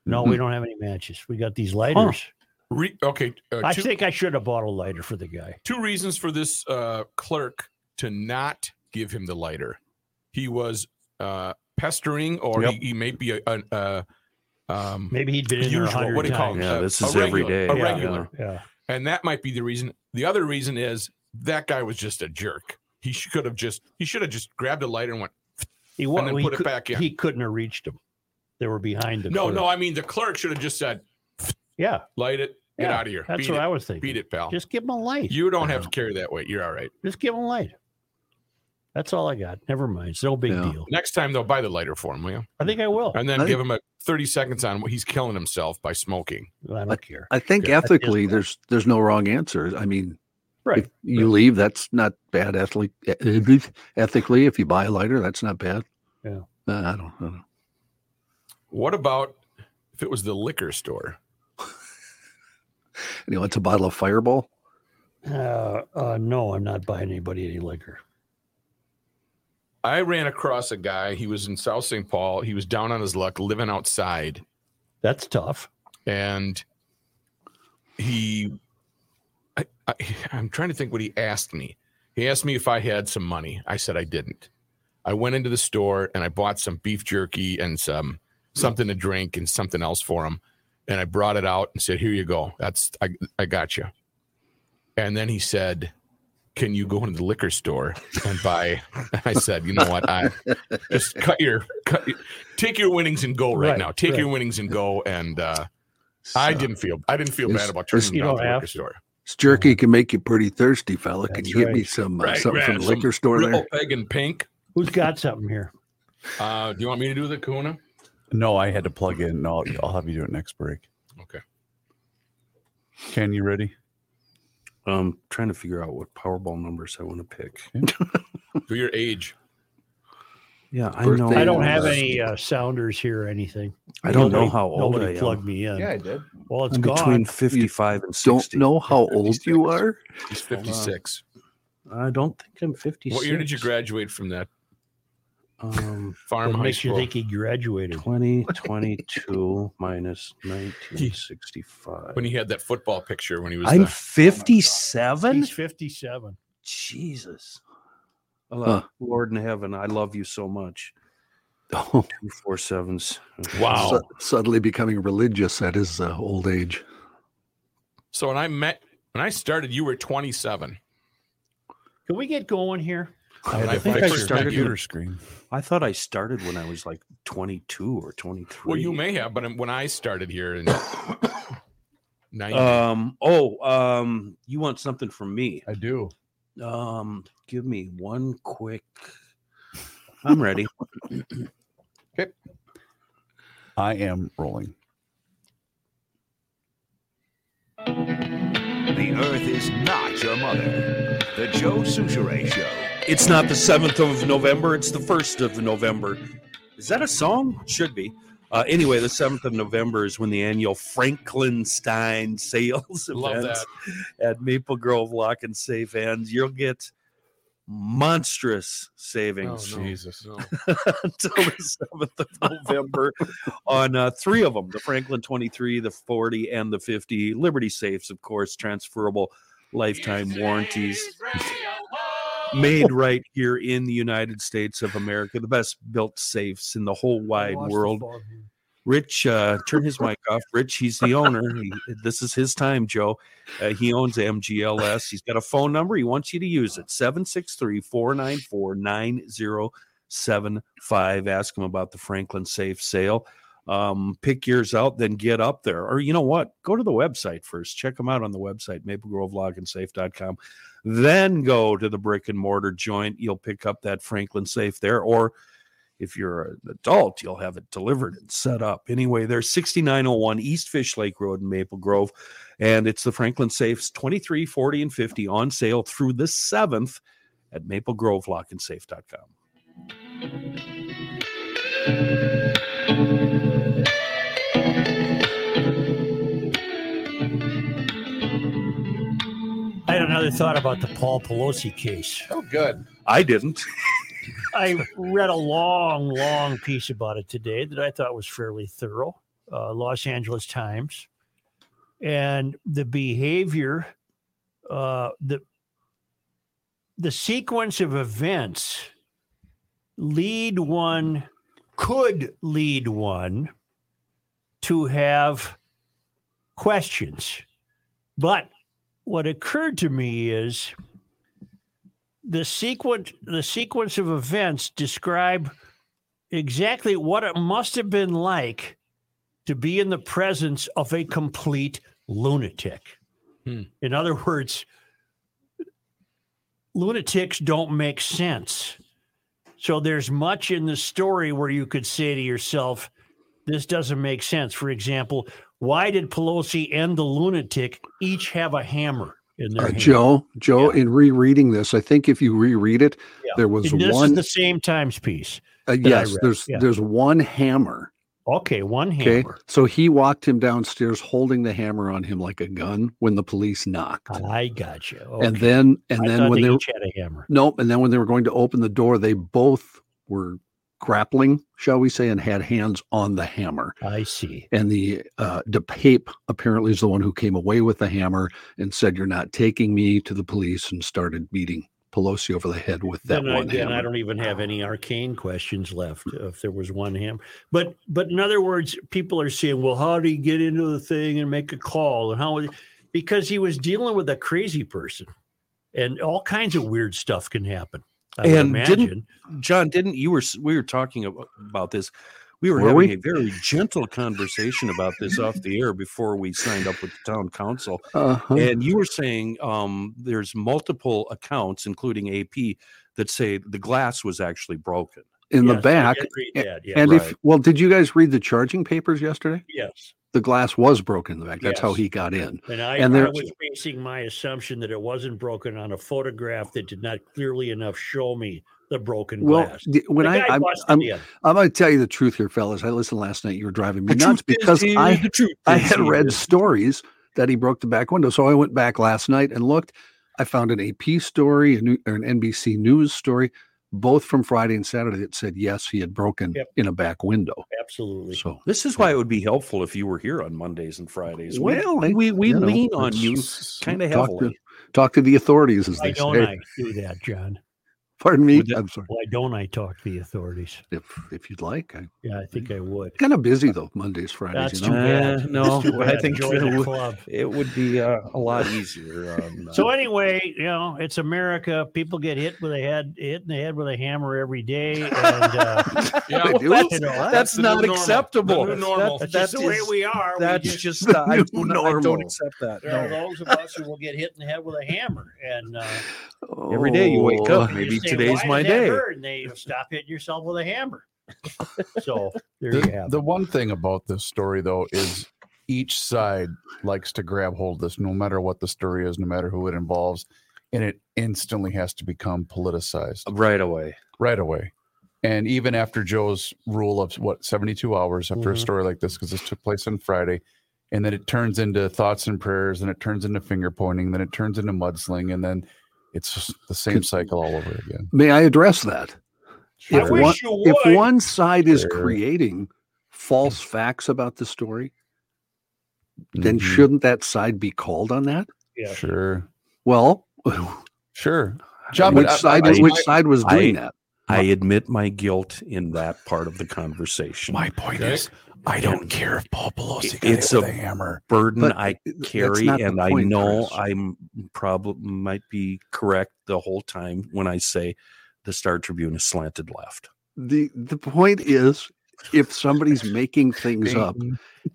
S2: No, we don't have any matches. We got these lighters.
S5: Re- okay. Uh,
S2: I
S5: two,
S2: think I should have bought a lighter for the guy.
S5: two reasons for this uh, clerk to not give him the lighter. He was uh, pestering, or
S1: Yep.
S5: he, he may be a, an uh, um,
S2: Maybe he'd been in there a
S5: usual.
S2: hundred
S5: What do you call
S2: times.
S5: them?
S1: Yeah, this is
S5: a
S1: every
S5: regular,
S1: day,
S5: A
S1: yeah.
S5: regular.
S2: Yeah,
S5: And that might be the reason. The other reason is that guy was just a jerk. He sh- could have just he should have just grabbed a lighter and went.
S2: he wa-
S5: And then
S2: he
S5: put it
S2: cou-
S5: back in.
S2: He couldn't have reached them. They were behind him.
S5: No, no, I mean the clerk should have just said,
S2: yeah,
S5: "Light it, get
S2: Yeah,
S5: out of here,
S2: that's
S5: beat
S2: what
S5: it,
S2: I was thinking.
S5: beat it, pal."
S2: Just give him a light.
S5: You don't have to carry that weight. You're all right.
S2: Just give him a light. That's all I got. Never mind. It's no big
S3: Yeah.
S2: deal.
S5: Next time they'll buy the lighter for him, will you?
S2: I think I will.
S5: And then
S3: I-
S5: give him a 30 seconds on what he's killing himself by smoking.
S2: I don't care.
S3: I think
S5: Yeah,
S3: ethically, there's there's no wrong answer. I mean,
S2: Right.
S3: if you leave, that's not bad. Ethically, ethically, if you buy a lighter, that's not bad.
S2: Yeah.
S3: Uh, I don't, I don't know.
S5: What about if it was the liquor store?
S3: You know, it's a bottle of Fireball.
S2: Uh, uh, no, I'm not buying anybody any liquor.
S5: I ran across a guy. He was in South St. Paul. He was down on his luck, living outside,
S2: That's tough.
S5: and he. I, I, I'm trying to think what he asked me. He asked me if I had some money. I said I didn't. I went into the store and I bought some beef jerky and some something to drink and something else for him. And I brought it out and said, "Here you go. That's I I got you." And then he said, "Can you go into the liquor store and buy?" I said, "You know what? I just cut your cut, your- take your winnings and go right,
S2: Right,
S5: now. Take
S2: right.
S5: your winnings and go." And uh, I
S3: So,
S5: didn't feel I didn't feel
S3: It's-
S5: bad about
S3: it's-
S5: turning
S2: You
S5: down
S2: don't
S5: the
S2: have
S5: liquor
S2: to.
S5: store.
S3: This jerky can make you pretty thirsty, fella.
S2: Uh-huh.
S3: Can
S2: That's
S3: you get me
S2: right.
S3: some uh,
S5: Right,
S3: something
S5: right,
S3: from the
S5: some
S3: liquor store
S5: Ripple
S3: there?
S5: peg and pink.
S2: Who's got something here?
S5: Uh, do you want me to do the Kuna?
S4: No, I had to plug in. No, I'll, I'll have you do it next break.
S5: Okay.
S4: Ken, you ready?
S1: I'm Um, trying to figure out what Powerball numbers I want to pick.
S5: Do your age.
S1: Yeah, I
S3: Birthday
S1: know.
S2: I don't
S3: Yeah.
S2: have any uh, sounders here or anything.
S1: I don't know
S2: Nobody-
S1: how old
S2: Nobody
S1: I am.
S2: plugged me in.
S4: I did.
S2: Well, it's
S1: I'm
S2: gone.
S1: between 55 and 60.
S3: Don't know how old you
S5: 56.
S3: are.
S5: He's 56.
S1: I don't think I'm 56.
S5: What year did you graduate from that
S1: Um,
S5: farm
S2: What
S5: high
S2: makes you
S5: school?
S2: think he graduated?
S1: 2022 minus 1965.
S5: when he had that football picture when he was
S1: I'm
S5: the-
S1: 57?
S2: He's 57.
S1: Jesus. Oh,
S3: Huh.
S1: Lord in heaven, I love you so much.
S3: Oh,
S1: Two four sevens.
S2: Oh.
S5: wow.
S3: su-
S5: So,
S3: suddenly becoming religious at his uh, old age.
S5: when I met when I started, you were 27.
S2: Can we get going here?
S4: I
S5: And
S4: had
S5: I
S4: to
S5: think
S1: I
S4: fix your
S1: started
S4: computer
S1: in-
S4: screen.
S1: I thought I started when I was like 22 or 23.
S5: Well, you may have, but when I started here in 90,
S1: Um, oh, um, you want something from me?
S4: I do.
S1: Um, give me one quick. I'm ready.
S4: I am rolling.
S8: The Earth is not your mother. The Joe Souchere Show.
S1: It's not the 7th of November, it's the 1st of November. Is that a song? Should be. Uh, anyway, the 7th of November is when the annual Frankenstein sales
S5: love
S1: event
S5: that.
S1: at Maple Grove Lock and Safe ends. You'll get
S5: Oh,
S1: monstrous savings
S5: Jesus.
S1: until the 7th of November on uh, three of them the Franklin 23, the 40, and the 50. Liberty Safes, of course, transferable lifetime warranties. Made right here in the United States of America, the best built safes in the whole wide
S2: Watch the
S1: world.
S2: fog.
S1: Rich, uh, turn his mic off. Rich, he's the owner. He- this is his time, Joe. Uh, he owns MGLS. He's got a phone number. He wants you to use it 763 494 9075. Ask him about the Franklin Safe sale. Um, pick yours out, then get up there. Or you know what? Go to the website first. Check them out on the website, maplegrovelogandsafe.com. Then go to the brick and mortar joint. You'll pick up that Franklin Safe there. Or if you're an adult, you'll have it delivered and set up. Anyway, there's 6901 East Fish Lake Road in Maple Grove, and it's the Franklin Safes 23, 40, and 50 on sale through the 7th at maplegrovelockandsafe.com.
S2: I had another thought about the Paul Pelosi case.
S5: Oh, good.
S1: I didn't.
S2: I read a long, long piece about it today that I thought was fairly thorough. Uh, Los Angeles Times, and the behavior, uh, the the sequence of events lead one could lead one to have questions, but what occurred to me is the sequence the sequence of events describe exactly what it must have been like to be in the presence of a complete lunatic.
S5: Hmm.
S2: In other words, lunatics don't make sense. So there's much in the story where you could say to yourself, this doesn't make sense. For example, why did Pelosi and the lunatic each have a hammer in their
S3: Uh,
S2: hand?
S3: Joe, Joe, in rereading this, I think if you reread it,
S2: Yeah.
S3: there was
S2: And this
S3: one.
S2: is the same times piece.
S3: uh,
S2: I
S3: yes,
S2: read,
S3: there's
S2: yeah.
S3: there's one hammer.
S2: Okay, one hammer.
S3: Okay, so he walked him downstairs holding the hammer on him like a gun when the police knocked,
S2: I got you.
S3: and then and
S2: Ah, I
S3: then
S2: thought
S3: when
S2: they,
S3: they were
S2: each had a hammer.
S3: nope, and then when they were going to open the door, they both were grappling, shall we say, and had hands on the hammer.
S2: I see.
S3: and the uh, the pape apparently is the one who came away with the hammer and said, "You're not taking me to the police," and started beating Pelosi over the head with that
S2: Then I,
S3: one
S2: then I
S3: hammer.
S2: don't even have any arcane questions left if there was one hammer. But but in other words, people are saying, well, how did he get into the thing and make a call? And how? Because he was dealing with a crazy person, and all kinds of weird stuff can happen. I would
S1: And didn't-
S2: imagine.
S1: John, didn't you were we were talking ab- about this? We were,
S3: Were
S1: having
S3: we?
S1: a very gentle conversation about this off the air before we signed up with the town council.
S3: Uh-huh.
S1: And you were saying um, there's multiple accounts, including AP, that say the glass was actually broken.
S3: in the
S2: Yes, I
S3: back.
S2: did read
S3: a-
S2: that, yeah.
S3: And if
S1: right.
S3: well, did you guys read the charging papers yesterday?
S2: yes,
S3: The glass was broken in the back. That's how
S2: Yes.
S3: he got in.
S2: and I,
S3: And
S2: I
S3: there-
S2: was basing my assumption that it wasn't broken on a photograph that did not clearly enough show me the broken
S3: Well,
S2: glass.
S3: the- when
S2: The
S3: I
S2: guy
S3: I'm,
S2: busted
S3: I'm,
S2: in.
S3: I'm going to tell you the truth here, fellas. I listened last night. You were driving me nuts because I I had read stories that he broke the back window. So I went back last night and looked. I found an AP story a new- or an NBC News story, both from Friday and Saturday, that said yes, he had broken
S2: Yep.
S3: in a back window.
S2: Absolutely.
S3: So,
S1: This is why it would be helpful if you were here on Mondays and Fridays. We-
S3: Well, I-
S1: we, we
S3: you know,
S1: lean on
S3: it's-
S1: you kind of
S3: talk to-
S1: heavily.
S3: Talk to the authorities, as
S2: Why
S3: they
S2: don't
S3: say.
S2: I do that, John?
S3: Pardon me.
S1: Would that-
S3: I'm sorry.
S2: Why don't I talk to the authorities?
S3: If if you'd like, I'm
S2: Yeah, I think I would.
S3: kind of busy though Mondays, Fridays.
S2: That's
S3: you
S2: too
S3: know.
S2: bad.
S1: Uh, no,
S2: That's too
S1: I
S2: bad.
S1: think
S2: Join
S1: it
S2: the
S1: would-
S2: club.
S1: It would be uh, a lot easier. On, uh,
S2: So anyway, you know, it's America. People get hit with a head, hit in the head with a hammer every day, and uh,
S5: Yeah,
S3: They
S5: well,
S3: do?
S5: that's,
S2: you know,
S5: that's
S1: that's
S5: the new
S1: not
S5: normal.
S1: acceptable.
S5: The new normal.
S1: That-
S2: that's
S1: that
S2: just the way
S1: is-
S2: we are. We
S1: That's
S2: just-
S1: just uh, I,
S3: new
S1: do not, I don't
S3: normal.
S1: accept that.
S2: there are
S1: No.
S2: those of us who will get hit in the head with a hammer, and uh,
S1: Every day you wake up,
S3: Oh,
S2: you
S1: maybe
S2: say,
S1: today's
S2: "Why
S1: my
S2: did that
S1: day.
S2: hurt?" And they stop hitting yourself with a hammer. so there you
S4: The,
S2: have. it.
S4: the one thing about this story, though, is each side likes to grab hold of this, no matter what the story is, no matter who it involves, and it instantly has to become politicized
S1: Right away.
S4: right away. And even after Joe's rule of what 72 hours after a
S2: Mhm.
S1: Mm-hmm.
S4: story like this, because this took place on Friday, and then it turns into thoughts and prayers, and it turns into finger pointing, then it turns into mudsling, and then it's just the same
S3: Could-
S4: cycle all over again.
S3: May I address that?
S2: I
S3: If
S2: wish
S3: one-
S2: you would.
S3: if one side is
S4: Sure.
S3: creating false facts about the story, then
S4: Mhm.
S3: shouldn't that side be called on that?
S2: Yeah.
S4: sure.
S3: Well,
S4: Sure.
S1: I
S4: John,
S1: mean,
S3: which
S4: but I-
S3: side
S1: I-
S3: which side was
S1: I-
S3: doing that?
S1: I admit my guilt in that part of the conversation.
S4: My point
S5: Okay.
S4: is, I don't care if Paul Pelosi
S1: It's
S4: gets with
S1: a-
S4: a hammer.
S1: burden
S3: But
S1: I
S3: that's
S1: carry,
S3: not the
S1: and I
S3: point,
S1: know
S3: Chris.
S1: I'm probably might be correct the whole time when I say the Star Tribune is slanted left.
S3: The the point is if somebody's making things up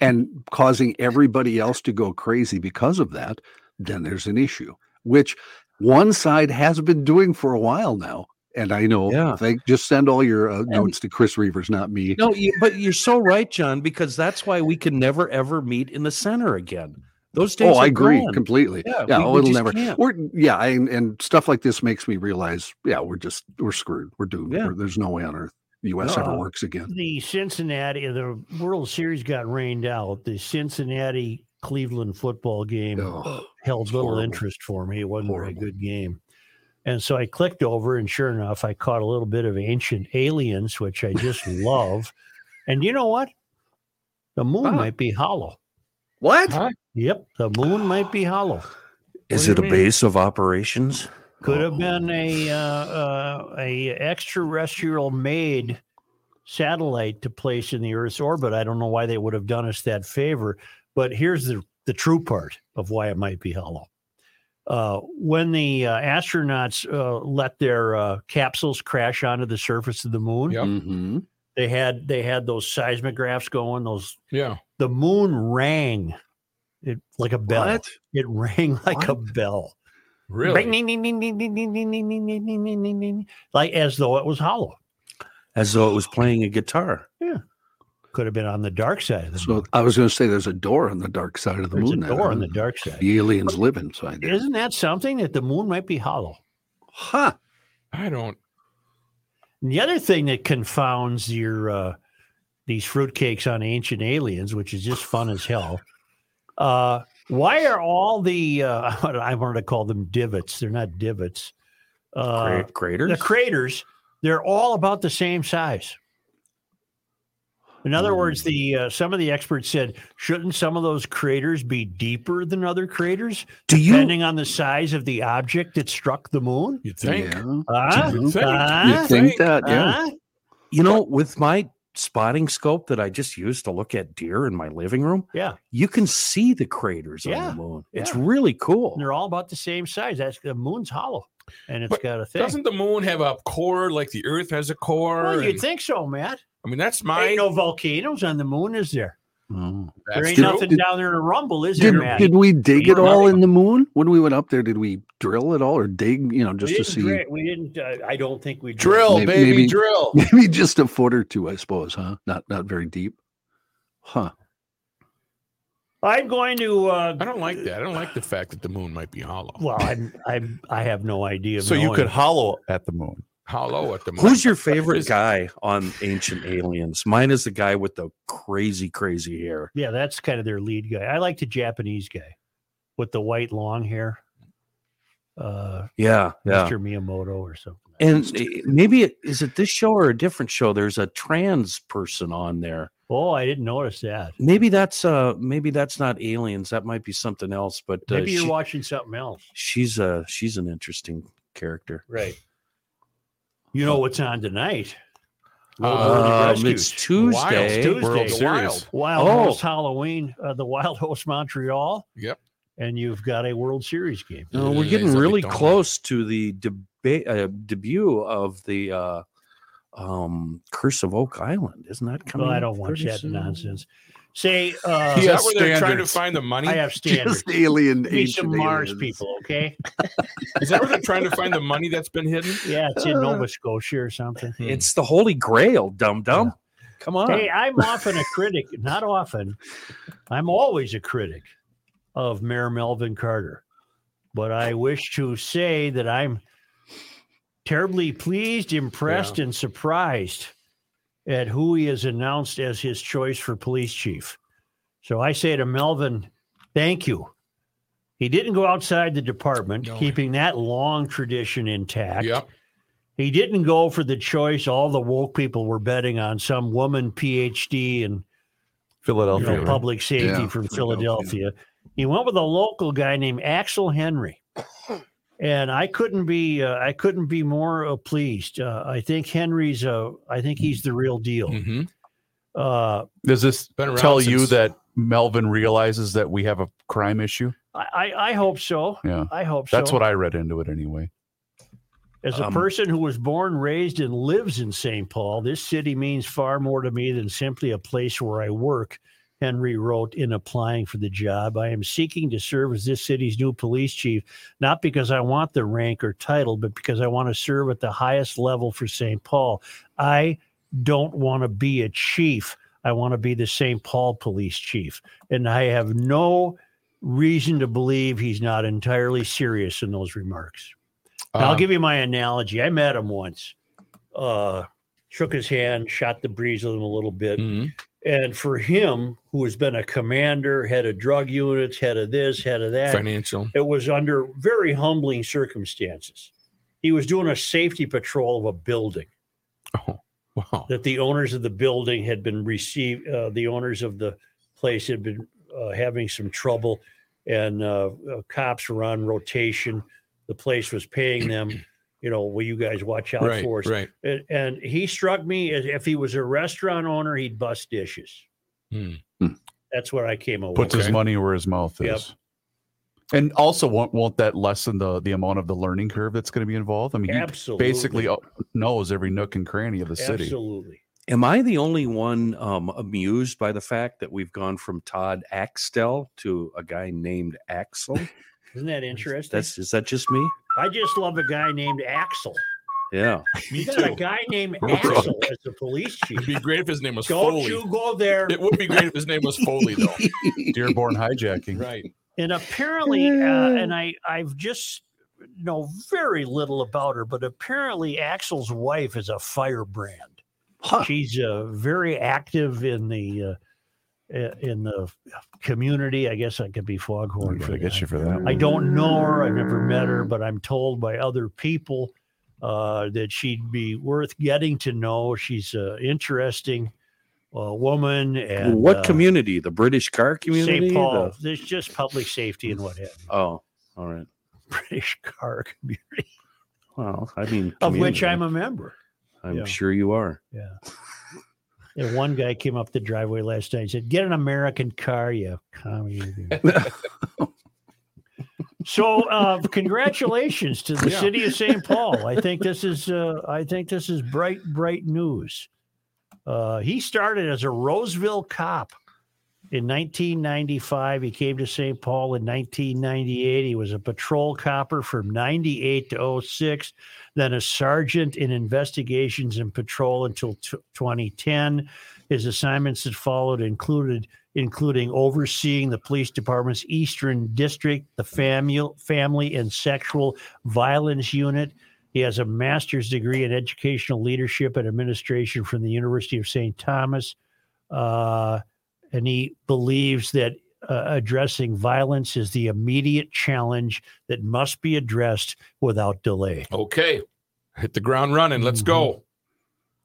S3: and causing everybody else to go crazy because of that, then there's an issue, which one side has been doing for a while now. And I know,
S1: Yeah.
S3: they just send all your uh, notes to Chris Reavers, not me.
S1: No, you, but you're so right, John, because that's why we can never ever meet in the center again. Those days.
S3: oh, I
S1: are
S3: agree
S1: gone.
S3: completely.
S1: Yeah,
S3: Yeah,
S1: we-
S3: oh,
S1: we
S3: it'll
S1: just
S3: never.
S1: can't.
S3: We're yeah, I, and stuff like this makes me realize, yeah, we're just we're screwed. We're doomed.
S1: Yeah.
S3: We're- there's no way on earth the U.S. ever
S1: No.
S3: works again.
S2: The Cincinnati, the World Series got rained out. The Cincinnati Cleveland football game
S1: Mm-hmm.
S3: Oh,
S2: held
S3: it's
S2: little
S3: horrible.
S2: interest for me. It wasn't a very
S3: Horrible.
S2: good game. And so I clicked over, and sure enough, I caught a little bit of Ancient Aliens, which I just love. And you know what? The moon
S3: Wow.
S2: might be hollow.
S3: what?
S2: Yep, the moon might be hollow.
S1: Is
S5: What
S1: it
S5: do
S1: a
S5: you mean?
S1: base of operations?
S2: Could
S3: Oh.
S2: have been a uh, uh, a extraterrestrial made satellite to place in the Earth's orbit. I don't know why they would have done us that favor, but here's the the true part of why it might be hollow. Uh, when the uh, astronauts uh, let their uh, capsules crash onto the surface of the moon,
S5: Yep.
S3: Mm-hmm.
S2: they had they had those seismographs going. Those
S5: Yeah.
S2: the moon rang, it like a bell.
S3: What?
S2: It rang like a bell. Ring,
S5: Really?
S2: ding, ding, ding, ding, ding, ding, ding, ding, ding, ding, ding, ding, ding, ding. Like as though it was hollow.
S1: As though it was playing a guitar.
S2: Could have been on the dark side of the
S3: So
S2: moon.
S3: I was going to say there's a door on the dark side of the
S2: There's
S3: moon.
S2: a
S3: then,
S2: door on
S3: huh?
S2: the dark side.
S3: The aliens live inside there.
S2: Isn't that something that the moon might be hollow?
S3: Huh.
S5: I don't.
S2: And the other thing that confounds your uh, these fruitcakes on ancient aliens, which is just fun as hell. Uh, why are all the uh, I wanted to call them divots? They're not divots. Uh,
S1: Cra- craters.
S2: the craters they're all about the same size in other
S3: Hmm.
S2: words the uh, some of the experts said shouldn't some of those craters be deeper than other craters
S1: Do you?
S2: depending on the size of the object that struck the moon Uh-huh.
S5: You think?
S3: Yeah.
S2: Huh?
S5: You think?
S2: Huh?
S3: You think that? Yeah.
S2: Huh?
S1: You know, with my spotting scope that I just used to look at deer in my living room,
S2: yeah
S1: you can see the craters
S2: Yeah,
S1: on the moon. It's
S2: yeah.
S1: really cool.
S2: And they're all about the same size that's the moon's hollow and it's
S5: But
S2: got a thing
S5: Doesn't the moon have a core like the Earth has a core?
S2: well you'd
S5: and-
S2: think so matt
S5: I mean, that's
S2: there
S5: my.
S2: ain't no volcanoes on the moon is there
S3: Oh.
S2: there
S5: That's
S2: ain't
S5: true.
S2: nothing
S3: Did-
S2: down there to rumble is there
S3: Did,
S2: matt
S3: did we dig it
S2: Ain't
S3: all
S2: nothing.
S3: in the moon when we went up there? Did we drill it all or dig? You know, just
S2: we
S3: to
S2: didn't
S3: see.
S2: dra- we didn't uh, i don't think we did.
S5: Drill,
S3: Maybe-
S5: baby,
S3: maybe-
S5: drill.
S3: Maybe just a foot or two, I suppose, huh? Not not very deep. Huh.
S2: I'm going to. Uh,
S5: I don't like that. I don't like the fact that the moon might be hollow.
S2: well, I'm, I'm. I have no idea.
S4: So you could
S2: knowing.
S4: hollow at the moon.
S5: hollow at the moment.
S1: Who's your favorite
S5: Is-
S1: guy on Ancient Aliens? Mine is the guy with the crazy, crazy hair.
S2: Yeah, that's kind of their lead guy. I like the Japanese guy with the white long hair, uh,
S1: Yeah, yeah.
S2: Mr. Miyamoto or something.
S1: And uh, maybe it is it this show or a different show? There's a trans person on there.
S2: oh, I didn't notice that.
S1: Maybe that's uh maybe that's not aliens. That might be something else. But uh,
S2: Maybe you're
S1: she-
S2: watching something else.
S1: she's uh she's an interesting character.
S2: Right. You know what's on tonight? Oh,
S5: Uh,
S1: Um, it's
S5: Wild
S1: Tuesday.
S2: Tuesday.
S5: World
S2: Tuesday.
S5: Wild.
S2: Wild
S1: Oh.
S2: Host Halloween, uh, the Wild Host Montreal.
S5: Yep.
S2: And you've got a World Series game.
S1: No, we're
S5: Yeah,
S1: getting
S5: so they
S1: really
S5: don't-
S1: close to the debate uh, debut of the uh, um, Curse of Oak Island. Isn't that coming?
S2: Well, I
S1: up
S2: don't watch
S1: pretty
S2: that
S1: soon?
S2: nonsense. Say, uh,
S5: Is
S4: Yeah.
S5: that where they're trying to
S4: Standards.
S5: find the money?
S2: I have standards.
S3: Just alien
S2: Be some
S3: ancient
S2: Mars
S3: aliens.
S2: people, okay?
S5: Is that where they're trying to find the money that's been hidden?
S2: Yeah, it's in Nova Scotia or something.
S1: It's the Holy Grail, dum dum. Come on.
S2: Hey, I'm often a critic, not often, I'm always a critic of Mayor Melvin Carter. But I wish to say that I'm terribly pleased, impressed, and surprised at who he has announced as his choice for police chief. So I say to Melvin, thank you. He didn't go outside the department,
S5: No.
S2: keeping that long tradition intact.
S5: Yep.
S2: He didn't go for the choice all the woke people were betting on some woman PhD in you know,
S4: Philadelphia.
S2: public safety
S3: Yeah,
S2: from
S3: Philadelphia.
S2: Philadelphia. He went with a local guy named Axel Henry. and I couldn't be uh, I couldn't be more uh, pleased. Uh, I think Henry's uh, I think he's the real
S4: Hmm.
S2: deal.
S5: Mhm.
S2: Uh,
S4: Does this
S5: Been around
S4: tell you
S5: since-
S4: that Melvin realizes that we have a crime issue?
S2: I, I I hope so.
S4: Yeah.
S2: I hope so.
S4: That's what I read into it anyway.
S2: As a
S1: Um,
S2: person who was born, raised, and lives in St. Paul, this city means far more to me than simply a place where I work. Henry wrote in applying for the job. I am seeking to serve as this city's new police chief, not because I want the rank or title, but because I want to serve at the highest level for St. Paul. I don't want to be a chief. I want to be the St. Paul police chief. And I have no reason to believe he's not entirely serious in those remarks. Now, I'll
S5: Um,
S2: give you my analogy. I met him once, uh, shook his hand, shot the breeze with him a little bit.
S5: mhm.
S2: And for him, who has been a commander, head of drug units, head of this, head of that,
S5: Financial.
S2: it was under very humbling circumstances. He was doing a safety patrol of a building
S5: Oh, wow.
S2: that the owners of the building had been received. Uh, the owners of the place had been uh, having some trouble, and uh, uh, cops were on rotation. The place was paying them. You know, will you guys watch out
S5: Right,
S2: for us?
S5: right.
S2: And, and he struck me as if he was a restaurant owner, he'd bust dishes.
S5: Hmm.
S3: Hmm.
S2: That's what I came away.
S4: Puts
S2: with.
S4: his
S5: Okay.
S4: money where his mouth is.
S2: Yep.
S4: And also, won't, won't that lessen the, the amount of the learning curve that's going to be involved? I mean, he
S2: Absolutely.
S4: basically uh, knows every nook and cranny of the city.
S2: Absolutely.
S1: Am I the only one um, amused by the fact that we've gone from Todd Axtell to a guy named Axel?
S2: Isn't that interesting?
S1: That's is that just me?
S2: I just love a guy named Axel.
S1: Yeah.
S2: You got a guy named Axel as the police
S5: It'd
S2: chief.
S5: be great if his name was
S2: Don't
S5: Foley.
S2: you go there.
S5: It would be great if his name was Foley, though.
S4: Dearborn hijacking.
S5: right.
S2: and apparently uh, and i i've just know very little about her but apparently axel's wife is a firebrand
S3: Huh.
S2: she's uh, very active in the uh, i- in the community i guess i could be foghorn
S4: I
S2: for
S4: get
S2: that.
S4: you for that.
S2: i don't know her i've never met her but i'm told by other people uh, that she'd be worth getting to know she's an interesting uh, woman and
S1: what
S2: uh,
S1: community? The British car community?
S2: St.
S1: The-
S2: Paul. There's just public safety and what have you.
S1: oh, all right.
S2: British car community,
S1: Well, I mean,
S2: of which
S1: community.
S2: I'm a member.
S1: I'm
S2: yeah.
S1: sure you are.
S2: Yeah. And one guy came up the driveway last night and said, Get an American car, you commie. so uh, congratulations to the
S5: Yeah.
S2: city of St. Paul. I think this is uh, I think this is bright, bright news. Uh, he started as a Roseville cop. In 1995, he came to St. Paul. In 1998, he was a patrol copper from 98 to 06, then a sergeant in investigations and patrol until t- 2010. His assignments that followed included including overseeing the police department's Eastern District, the family, family and sexual violence unit. He has a master's degree in educational leadership and administration from the University of St. Thomas. Uh, and he believes that uh, addressing violence is the immediate challenge that must be addressed without delay.
S5: Okay. Hit the ground running. Let's go.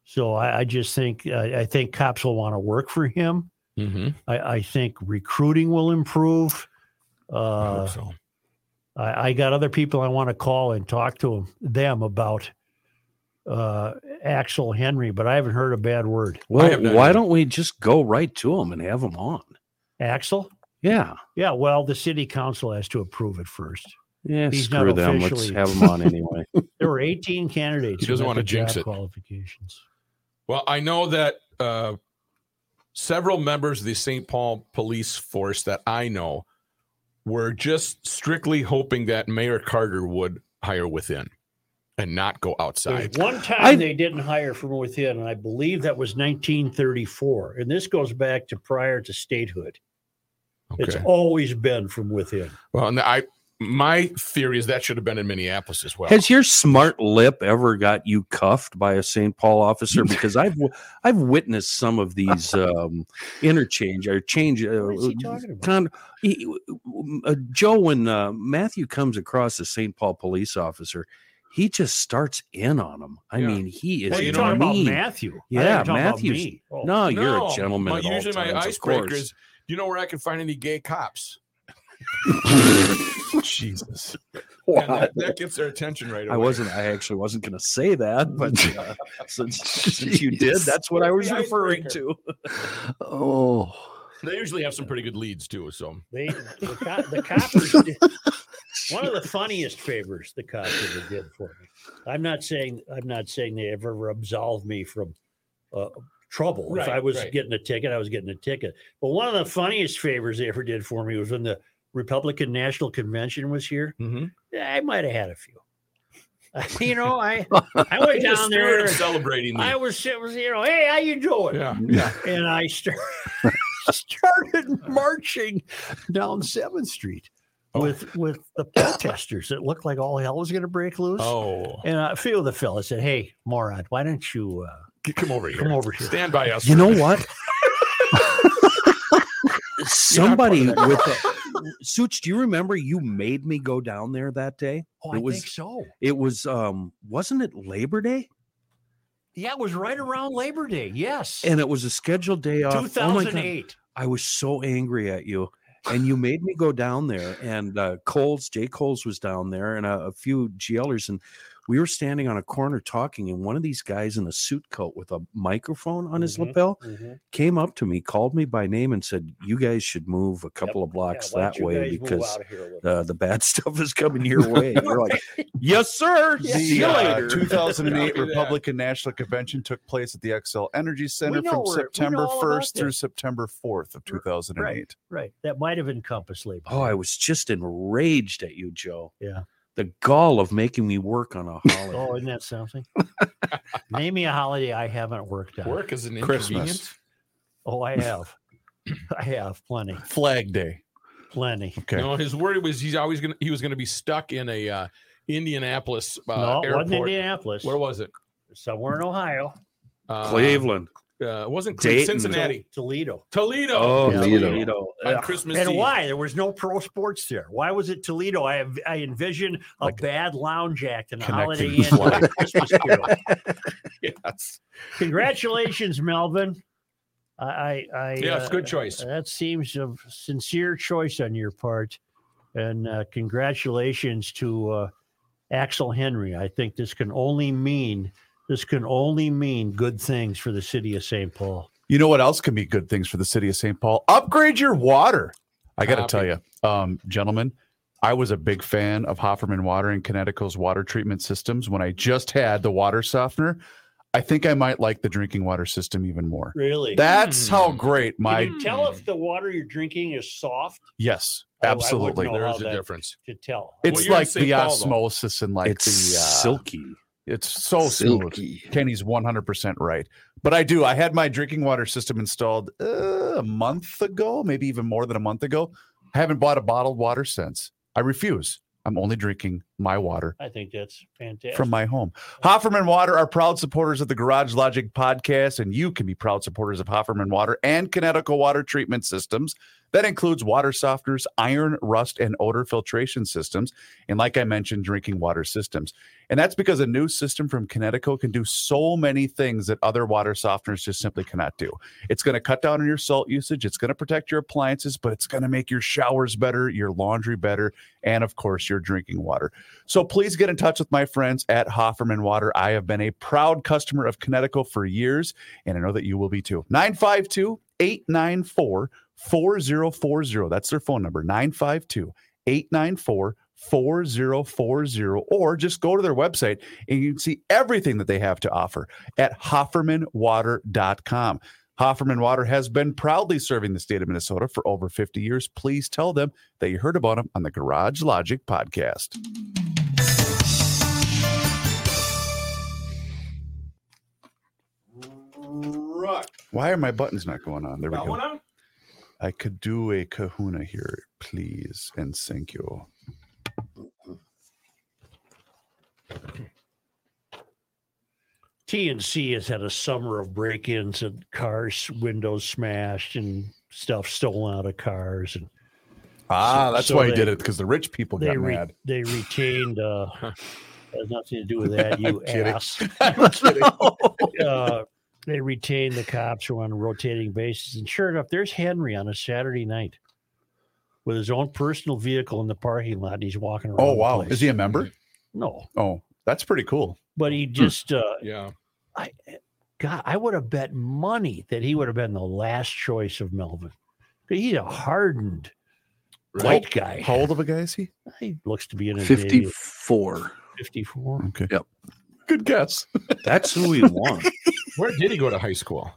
S2: So I, I just think uh, I I think cops will want to work for him.
S5: Mm-hmm.
S2: I, I think recruiting will improve. Uh,
S5: so.
S2: I, I got other people I want to call and talk to 'em- them about uh, Axel Henry, but I haven't heard a bad word.
S1: Well,
S5: have no
S1: why
S5: idea.
S1: don't we just go right to them and have them on?
S2: Axel?
S1: Yeah.
S2: Yeah, well, the city council has to approve it first.
S1: Yeah,
S2: He's not
S1: screw them. Let's
S2: officially-
S1: have them on anyway.
S2: There were 18 candidates.
S5: He
S2: who
S5: doesn't
S2: met
S5: wanna
S2: the job
S5: jinx it.
S2: Qualifications.
S5: Well, I know that uh, several members of the St. Paul police force that I know were just strictly hoping that Mayor Carter would hire within and not go
S2: There's
S5: outside.
S2: one time
S1: I-
S2: they didn't hire from within, and I believe that was 1934. And this goes back to prior to statehood. It's
S5: Okay.
S2: always been from within.
S5: Well, and I my theory is that should have been in Minneapolis as well.
S1: Has your smart lip ever got you cuffed by a St. Paul officer? Because I've I've witnessed some of these um, interchange or change. Uh,
S2: What is he talking about?
S1: con- he- uh, Joe, when uh, Matthew comes across a St. Paul police officer, he just starts in on him. I
S5: Yeah.
S1: mean, he is
S2: Well, you're
S5: you know
S2: talking about
S1: mean.
S2: Matthew. I
S1: Yeah,
S2: thought you were talking about
S1: Matthew's-
S2: me. Oh,
S1: No, you're a
S5: No,
S1: gentleman.
S5: my-
S1: at all
S5: usually my
S1: times, of
S5: icebreaker
S1: course.
S5: is, do you know where I can find any gay cops? Jesus.
S3: Wow.
S5: And that, that gets their attention right away.
S1: I wasn't. I actually wasn't going to say that, but uh, since, since you did,
S3: Jeez.
S1: that's what I was
S5: The
S1: referring
S5: icebreaker.
S1: to.
S3: Oh,
S5: They usually have some pretty good leads too. So
S2: They the, co- the coppers. Did, one of the funniest favors the cops ever did for me. I'm not saying I'm not saying they ever absolved me from uh, trouble. if
S5: Right,
S2: I was
S5: right.
S2: getting a ticket, I was getting a ticket. But one of the funniest favors they ever did for me was when the Republican National Convention was here. Yeah, I might have had a few. you know, I I went
S5: In the
S2: down
S5: spirit
S2: there.
S5: of celebrating.
S2: I
S5: the-
S2: was, it was, you know, hey, how you doing?
S5: yeah.
S2: and I star- started marching down Seventh Street
S5: Oh.
S2: with with the protesters. It looked like all hell was going to break loose.
S5: Oh,
S2: And a few of the fellas said, "Hey, moron, why don't you uh,
S5: come over here.
S2: come over here?"
S5: Stand by us.
S1: You
S5: for
S1: know
S5: this.
S1: what? Somebody with a, Such, do you remember you made me go down there that day?
S2: Oh,
S1: It
S2: I
S1: was-
S2: think so.
S1: It was um wasn't it Labor Day?
S2: Yeah, it was right around Labor Day. Yes,
S1: And it was a scheduled day off.
S2: two
S1: Oh my God.
S2: thousand eight.
S1: I was so angry at you. And you made me go down there, and uh, Coles, Jay Coles was down there, and a, a few GLers, and we were standing on a corner talking. And one of these guys in a suit coat with a microphone on his
S3: Mm-hmm.
S2: Mhm.
S1: lapel came up to me, called me by name, and said, "You guys should move a couple of blocks that way because uh, the bad stuff is coming your way." And you're like, "Yes, sir.
S2: Yeah.
S1: See you
S4: The uh,
S1: later."
S4: 2008
S5: Copy that.
S4: Republican National Convention took place at the XL Energy Center
S2: know
S4: from
S2: where- we know
S4: September
S2: all about
S4: 1st through
S2: this.
S4: September 4th of 2008.
S2: right, that might have encompassed Labor.
S1: Oh, I was just enraged at you, Joe.
S2: Yeah.
S1: The gall of making me work on a holiday.
S2: Oh, isn't that something? Name me a holiday I haven't worked on.
S5: Work is an
S4: Christmas.
S5: inconvenience.
S2: Oh, I have. I have plenty,
S4: Flag Day.
S2: plenty.
S4: Okay.
S5: No, his worry was he's always gonna he was gonna be stuck in a uh, Indianapolis uh,
S2: no, it wasn't
S5: airport.
S2: Indianapolis.
S5: Where was it?
S2: Somewhere in Ohio.
S5: Uh,
S1: Cleveland.
S5: Uh, it wasn't Cleveland,
S1: Dayton.
S5: Cincinnati.
S2: Toledo.
S5: Toledo.
S1: Oh,
S3: Yeah,
S1: Toledo.
S3: Toledo.
S5: On
S1: Ugh.
S5: Christmas
S2: And
S5: Eve.
S2: why? There was no pro sports there. Why was it Toledo? I I envision a
S4: Like-
S2: bad lounge act and a holiday
S4: Connecting
S2: inn with a Christmas carol.
S5: Yes.
S2: Congratulations, Melvin. I, I, I uh,
S5: Yes, good choice.
S2: That seems a sincere choice on your part, and uh, congratulations to uh, Axel Henry. I think this can only mean this can only mean good things for the city of St. Paul.
S4: You know what else can be good things for the city of St. Paul? Upgrade your water. I got to
S5: Copy.
S4: tell you, um, gentlemen, I was a big fan of Hofferman Water and Connecticut's water treatment systems when I just had the water softener. I think I might like the drinking water system even more.
S2: Really?
S4: That's
S5: Hmm.
S4: how great my
S2: can you tell if the water you're drinking is soft
S4: yes,
S2: Oh, I wouldn't
S4: absolutely.
S2: know.
S5: There
S2: how
S5: is a
S2: that-
S5: difference.
S2: to tell.
S5: Well,
S4: It's
S5: you're in
S4: like
S5: St.
S4: the
S5: Paul, though.
S4: osmosis and like
S1: it's
S4: the uh,
S1: silky.
S4: It's so smooth.
S3: silky.
S4: Kenny's 100% right. But I do. I had my drinking water system installed uh, a month ago, maybe even more than a month ago. I haven't bought a bottled water since. I refuse. I'm only drinking my water
S2: I think that's fantastic.
S4: from my home. Hofferman Water are proud supporters of the Garage Logic podcast, and you can be proud supporters of Hofferman Water and Connecticut Water Treatment Systems. That includes water softeners, iron, rust, and odor filtration systems. And like I mentioned, drinking water systems. And that's because a new system from Connecticut can do so many things that other water softeners just simply cannot do. It's going to cut down on your salt usage, it's going to protect your appliances, but it's going to make your showers better, your laundry better, and of course, your drinking water. So please get in touch with my friends at Hofferman Water. I have been a proud customer of Connecticut for years, and I know that you will be too. 952 894 4040. That's their phone number 952 894 4040. Or just go to their website and you can see everything that they have to offer at HoffermanWater.com. Hofferman Water has been proudly serving the state of Minnesota for over 50 years. Please tell them that you heard about them on the Garage Logic podcast.
S5: Right.
S4: Why are my buttons not going on? There we
S5: Got one
S4: go.
S5: on?
S4: I could do a kahuna here, please, and thank you.
S2: TNC has had a summer of break-ins and cars, windows smashed, and stuff stolen out of cars, and
S4: Ah,
S2: that's So why he they- did
S4: it because the rich people
S2: they re- they retained. Uh, has nothing to do with that, you
S4: kidding.
S2: ass. uh, they retained the cops who are on a rotating basis, and sure enough, there's Henry on a Saturday night. with his own personal vehicle in the parking lot and he's walking around.
S4: Oh
S2: the
S4: wow,
S2: place.
S4: is he a member?
S2: No,
S4: Oh, that's pretty cool.
S2: but
S4: Hmm.
S2: he just uh,
S5: Yeah.
S2: I eh, God, I would have bet money that he would have been the last choice of Melvin. He's a hardened
S5: Right.
S2: white guy.
S4: How old of a guy is he?
S2: He looks to be in his 50.
S3: 54.
S2: 54.
S4: Okay.
S5: Good guess.
S1: That's who we want.
S5: Where did he go to high school?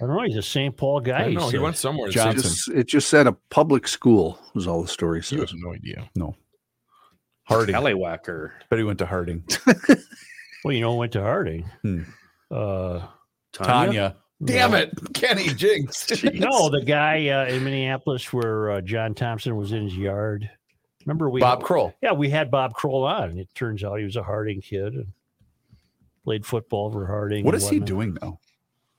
S2: I don't know. He's a St. Paul guy.
S5: I don't know. He
S2: said.
S5: went somewhere. in
S4: Johnson.
S5: St.
S3: Just, it just said a public school was all the story
S5: Paul. You have
S3: says.
S5: no idea.
S4: Harding.
S1: Alleywacker.
S4: But he went to Harding.
S2: Well, you know, went to Harding.
S4: Hmm.
S2: Uh,
S4: Tanya.
S5: Damn it, Kenny Jinx.
S2: No, the guy uh, in Minneapolis where uh, John Thompson was in his yard. Remember we
S4: Bob Kroll.
S2: yeah we had Bob Kroll on. It turns out he was a Harding kid and played football for Harding.
S4: What
S2: and
S4: is he
S2: whatnot.
S4: doing now?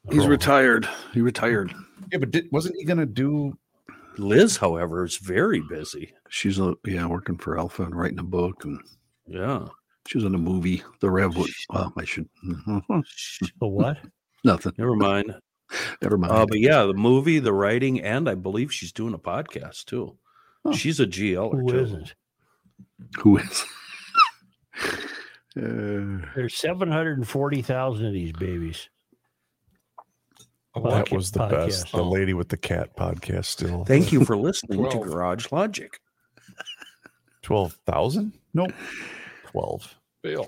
S3: He's
S2: Kroll.
S3: retired. He retired.
S4: Yeah, but did, wasn't he going to do?
S1: Liz, however, is very busy.
S3: She's a, yeah working for Alpha and writing a book, and
S1: Yeah.
S3: she was in a movie, The Rev. Well, I should mm-hmm,
S2: The what?
S3: nothing.
S1: Never mind.
S3: Never mind.
S1: Uh, but yeah, the movie, the writing, and I believe she's doing a podcast too.
S3: Huh.
S1: She's a GL.
S2: Who
S1: too.
S2: isn't?
S3: Who is? uh,
S2: There's seven hundred and forty thousand of these babies.
S4: that
S2: Podca-
S4: was the best.
S2: podcast.
S4: The lady with the cat podcast still.
S1: Thank you for listening to
S5: Twelve.
S1: Garage Logic.
S4: Twelve thousand? Nope. Twelve.
S5: Bill,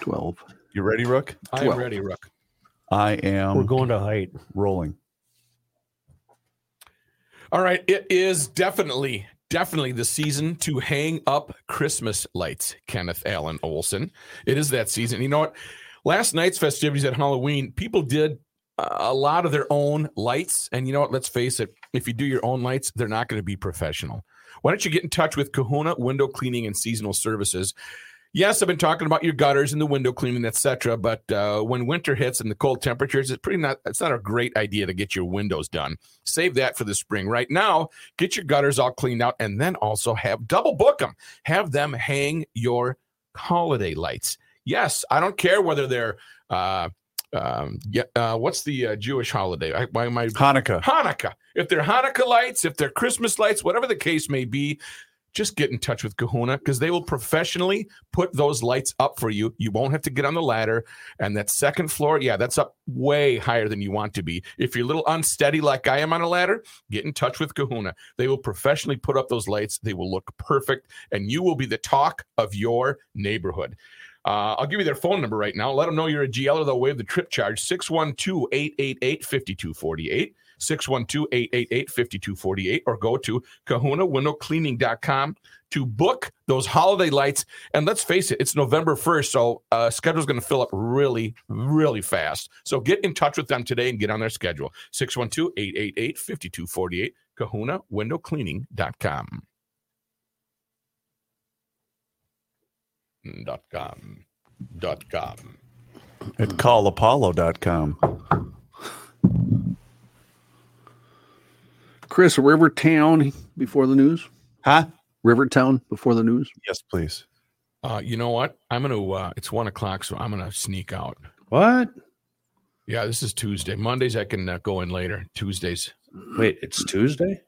S3: Twelve.
S4: You ready, Rook?
S5: I am
S3: Twelve.
S5: ready, Rook.
S4: I
S2: We're
S4: am
S2: going to height.
S4: rolling.
S5: All right. It is definitely, definitely the season to hang up Christmas lights, Kenneth Allen Olson. It is that season. You know what? Last night's festivities at Halloween, people did uh, a lot of their own lights. And you know what? Let's face it, if you do your own lights, they're not going to be professional. Why don't you get in touch with Kahuna Window Cleaning and Seasonal Services? Yes, I've been talking about your gutters and the window cleaning, etc. But uh, when winter hits and the cold temperatures, it's pretty not. It's not a great idea to get your windows done. Save that for the spring. Right now, get your gutters all cleaned out and then also have double book them. Have them hang your holiday lights. Yes, I don't care whether they're uh um yeah uh what's the uh, Jewish holiday? I, why am I
S4: Hanukkah.
S5: Hanukkah. If they're Hanukkah lights, if they're Christmas lights, whatever the case may be, just get in touch with Kahuna because they will professionally put those lights up for you. You won't have to get on the ladder. And that second floor, yeah, that's up way higher than you want to be. If you're a little unsteady like I am on a ladder, get in touch with Kahuna. They will professionally put up those lights. They will look perfect and you will be the talk of your neighborhood. Uh, I'll give you their phone number right now. Let them know you're a GL or they'll waive the trip charge 612 888 5248. 612-888-5248 or go to kahunawindowcleaning.com to book those holiday lights and let's face it it's november 1st so uh, schedule's going to fill up really really fast so get in touch with them today and get on their schedule 612-888-5248 kahunawindowcleaning.com dot com dot com
S4: At callapollo.com.
S3: Chris, Rivertown before the news.
S4: Huh?
S3: Rivertown before the news.
S4: Yes, please.
S5: uh, you know what i'm going to uh, it's one o'clock so i'm going to sneak out
S1: What?
S5: Yeah, this is Tuesday. Mondays I can uh, go in later. Tuesdays.
S1: Wait, it's Tuesday?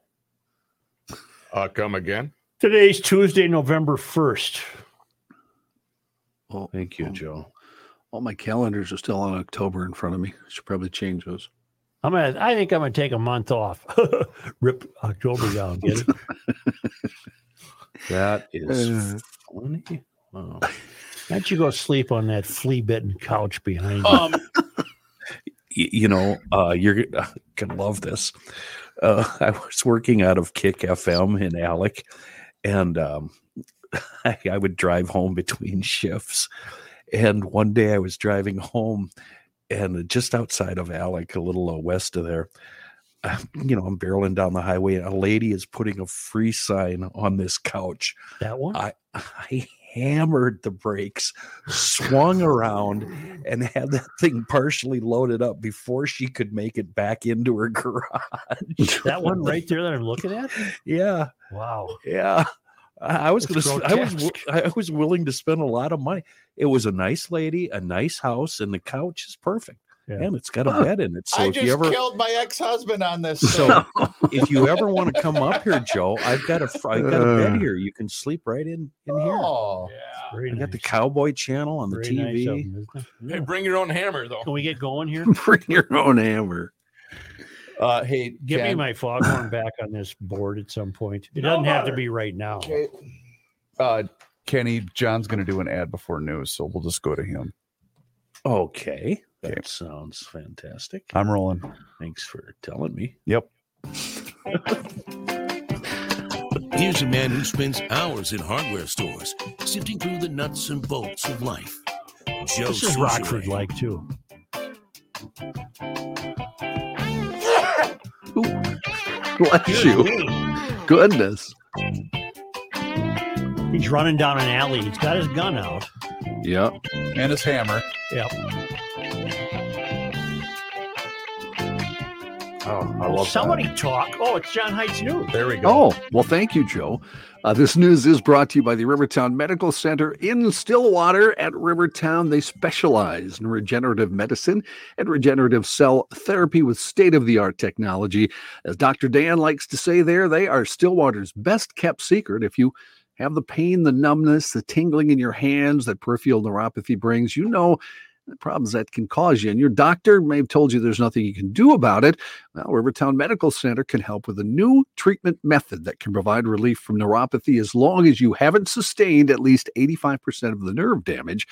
S5: Uh, come again.
S2: Today's Tuesday, November first.
S3: Oh,
S1: Thank you,
S3: oh,
S1: Joe.
S3: All my calendars are still on October in front of me. I should probably change those.
S2: I'm gonna. I think I'm gonna take a month off. Rip October down. Get it?
S1: That is
S3: Uh.
S1: funny. Wow.
S2: Why don't you go sleep on that flea-bitten couch behind you?
S5: Um,
S1: y- you know, uh, you're gonna love this. Uh, I was working out of Kick FM in Alec, and um, I, I would drive home between shifts. And one day I was driving home, and just outside of Alec, a little uh, west of there, uh, you know, I'm barreling down the highway, and a lady is putting a free sign on this couch.
S2: that one.
S1: I I hammered the brakes, swung around, and had that thing partially loaded up before she could make it back into her garage.
S2: that one right there that I'm looking at.
S1: yeah,
S2: Wow.
S1: yeah. I I was
S2: That's
S1: gonna. s- I was. wi- I was willing to spend a lot of money. It was a nice lady, a nice house, and the couch is perfect.
S2: Yeah.
S1: and it's got a bed in it. So
S4: I
S1: if
S4: just
S1: you ever
S4: killed my ex-husband on this.
S1: so if you ever want to come up here, Joe, I've got a fr- I've got a
S3: Uh.
S1: bed here. You can sleep right in in here.
S4: Oh.
S7: Yeah.
S2: Very
S1: I got the
S2: nice.
S1: Cowboy Channel on the
S2: Very nice of
S1: TV.
S2: 'em, isn't it?
S7: Hey, bring your own hammer though.
S2: Can we get going here?
S3: Bring your own hammer.
S4: Uh, hey,
S2: Give me
S4: Ken.
S2: my foghorn back on this board at some point. It doesn't have to be right now.
S4: Okay. Uh, Kenny, John's going to do an ad before news, so we'll just go to him.
S1: Okay, that
S4: Okay. Uh,
S1: sounds fantastic.
S4: I'm rolling.
S1: Thanks for telling me.
S4: Yep.
S9: Here's a man who spends hours in hardware stores sifting through the nuts and bolts of life. Joe
S2: This is
S9: Souchere.
S2: Rockford like too.
S3: Bless you. Goodness.
S2: He's running down an alley. He's got his gun out.
S3: Yeah.
S4: And his hammer.
S1: Oh, I love
S2: Somebody talk. Oh, it's John Heights News.
S4: There we go.
S3: Oh, well, thank you, Joe. Uh, this news is brought to you by the Rivertown Medical Center in Stillwater at Rivertown. They specialize in regenerative medicine and regenerative cell therapy with state of the art technology. As Dr. Dan likes to say there, they are Stillwater's best kept secret. If you have the pain, the numbness, the tingling in your hands that peripheral neuropathy brings, you know the problems that can cause you. And your doctor may have told you there's nothing you can do about it. Well, Rivertown Medical Center can help with a new treatment method that can provide relief from neuropathy as long as you haven't sustained at least 85% of the nerve damage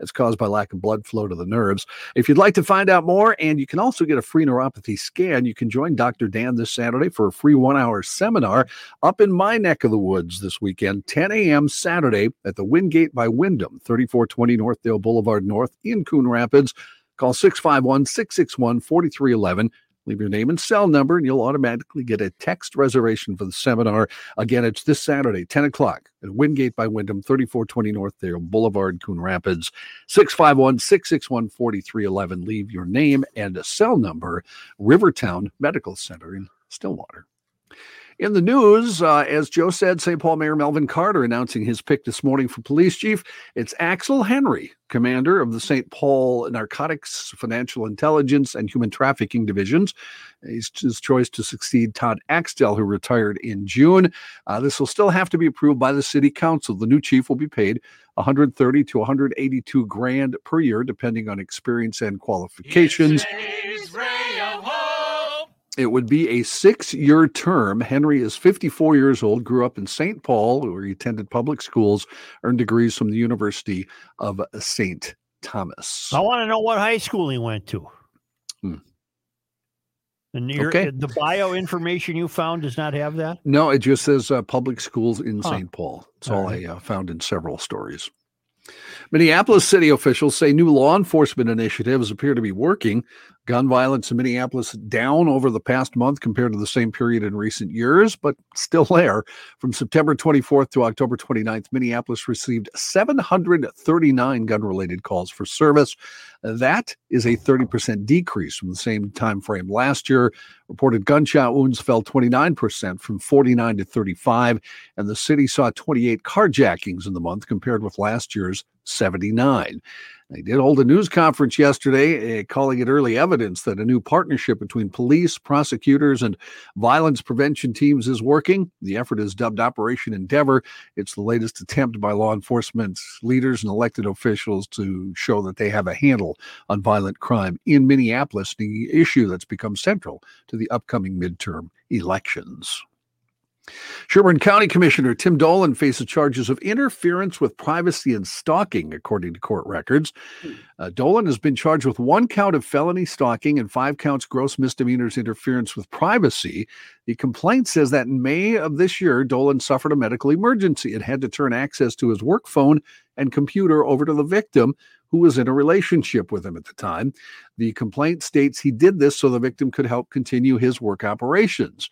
S3: that's caused by lack of blood flow to the nerves. If you'd like to find out more, and you can also get a free neuropathy scan, you can join Dr. Dan this Saturday for a free one hour seminar up in my neck of the woods this weekend, 10 a.m. Saturday at the Wingate by Wyndham, 3420 Northdale Boulevard North in Coon Rapids. Call 651 661 4311. Leave your name and cell number, and you'll automatically get a text reservation for the seminar. Again, it's this Saturday, 10 o'clock at Wingate by Wyndham, 3420 North Dale Boulevard, Coon Rapids, 651 661 4311. Leave your name and a cell number, Rivertown Medical Center in Stillwater. In the news, uh, as Joe said, St. Paul Mayor Melvin Carter announcing his pick this morning for police chief. It's Axel Henry, commander of the St. Paul Narcotics, Financial Intelligence, and Human Trafficking Divisions. He's his choice to succeed Todd Axtell, who retired in June. Uh, this will still have to be approved by the city council. The new chief will be paid 130 to 182 grand per year, depending on experience and qualifications. It would be a six year term. Henry is 54 years old, grew up in St. Paul, where he attended public schools, earned degrees from the University of St. Thomas.
S2: I want to know what high school he went to.
S3: Hmm.
S2: And your,
S3: Okay.
S2: the bio information you found does not have that.
S3: No, it just says uh, public schools in
S2: Huh.
S3: St. Paul. It's all,
S2: All right.
S3: I uh, found in several stories. Minneapolis city officials say new law enforcement initiatives appear to be working. Gun violence in Minneapolis down over the past month compared to the same period in recent years, but still there. From September 24th to October 29th, Minneapolis received 739 gun related calls for service. That is a 30% decrease from the same time frame last year. Reported gunshot wounds fell 29% from 49 to 35, and the city saw 28 carjackings in the month compared with last year's 79. They did hold a news conference yesterday, eh, calling it early evidence that a new partnership between police, prosecutors, and violence prevention teams is working. The effort is dubbed Operation Endeavor. It's the latest attempt by law enforcement leaders and elected officials to show that they have a handle on violent crime in Minneapolis, the issue that's become central to the upcoming midterm elections. Sherburne County Commissioner Tim Dolan faces charges of interference with privacy and stalking, according to court records. Uh, Dolan has been charged with one count of felony stalking and five counts gross misdemeanors interference with privacy. The complaint says that in May of this year, Dolan suffered a medical emergency and had to turn access to his work phone and computer over to the victim, who was in a relationship with him at the time. The complaint states he did this so the victim could help continue his work operations.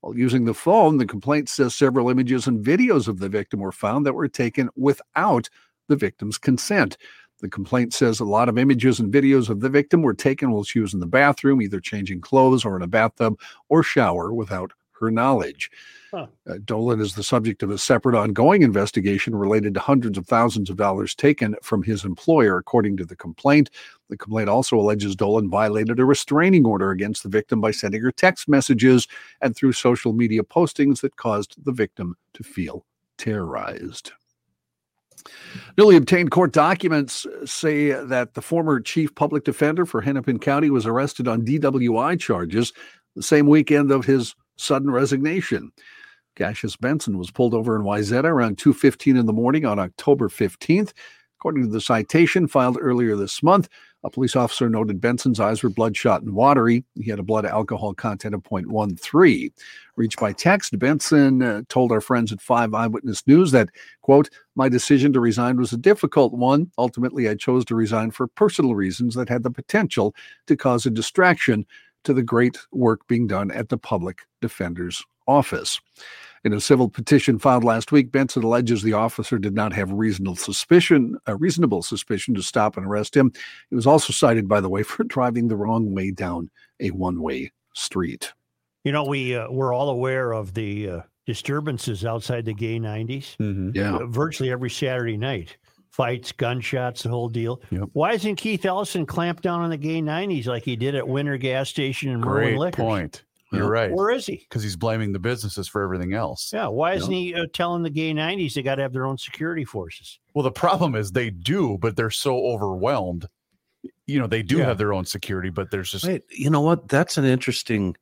S3: While using the phone, the complaint says several images and videos of the victim were found that were taken without the victim's consent. The complaint says a lot of images and videos of the victim were taken while she was in the bathroom, either changing clothes or in a bathtub or shower without her knowledge.
S2: Huh.
S3: Uh, Dolan is the subject of a separate ongoing investigation related to hundreds of thousands of dollars taken from his employer, according to the complaint. The complaint also alleges Dolan violated a restraining order against the victim by sending her text messages and through social media postings that caused the victim to feel terrorized. Newly obtained court documents say that the former chief public defender for Hennepin County was arrested on DWI charges the same weekend of his sudden resignation. Cassius Benson was pulled over in Wyzetta around 2:15 in the morning on October 15th. According to the citation filed earlier this month, a police officer noted Benson's eyes were bloodshot and watery. He had a blood alcohol content of 0.13. Reached by text, Benson uh, told our friends at 5 Eyewitness News that, quote, my decision to resign was a difficult one. Ultimately, I chose to resign for personal reasons that had the potential to cause a distraction to the great work being done at the public defender's office. In a civil petition filed last week, Benson alleges the officer did not have reasonable suspicion, a reasonable suspicion to stop and arrest him. He was also cited, by the way, for driving the wrong way down a one-way street.
S2: You know, we uh, we're all aware of the uh, disturbances outside the gay 90s.
S4: Mm-hmm.
S3: Yeah.
S2: Uh, virtually every Saturday night. Fights, gunshots, the whole deal.
S3: Yep.
S2: Why isn't Keith Ellison clamped down on the gay 90s like he did at Winter Gas Station in Merlin
S4: Great
S2: Liquors?
S4: point. You're right.
S2: Where is he?
S4: Because he's blaming the businesses for everything else.
S2: Yeah, why isn't he uh, telling the gay 90s they got to have their own security forces?
S4: Well, the problem is they do, but they're so overwhelmed. You know, they do
S5: Yeah.
S4: have their own security, but there's just
S1: Wait, you know what? That's an interesting.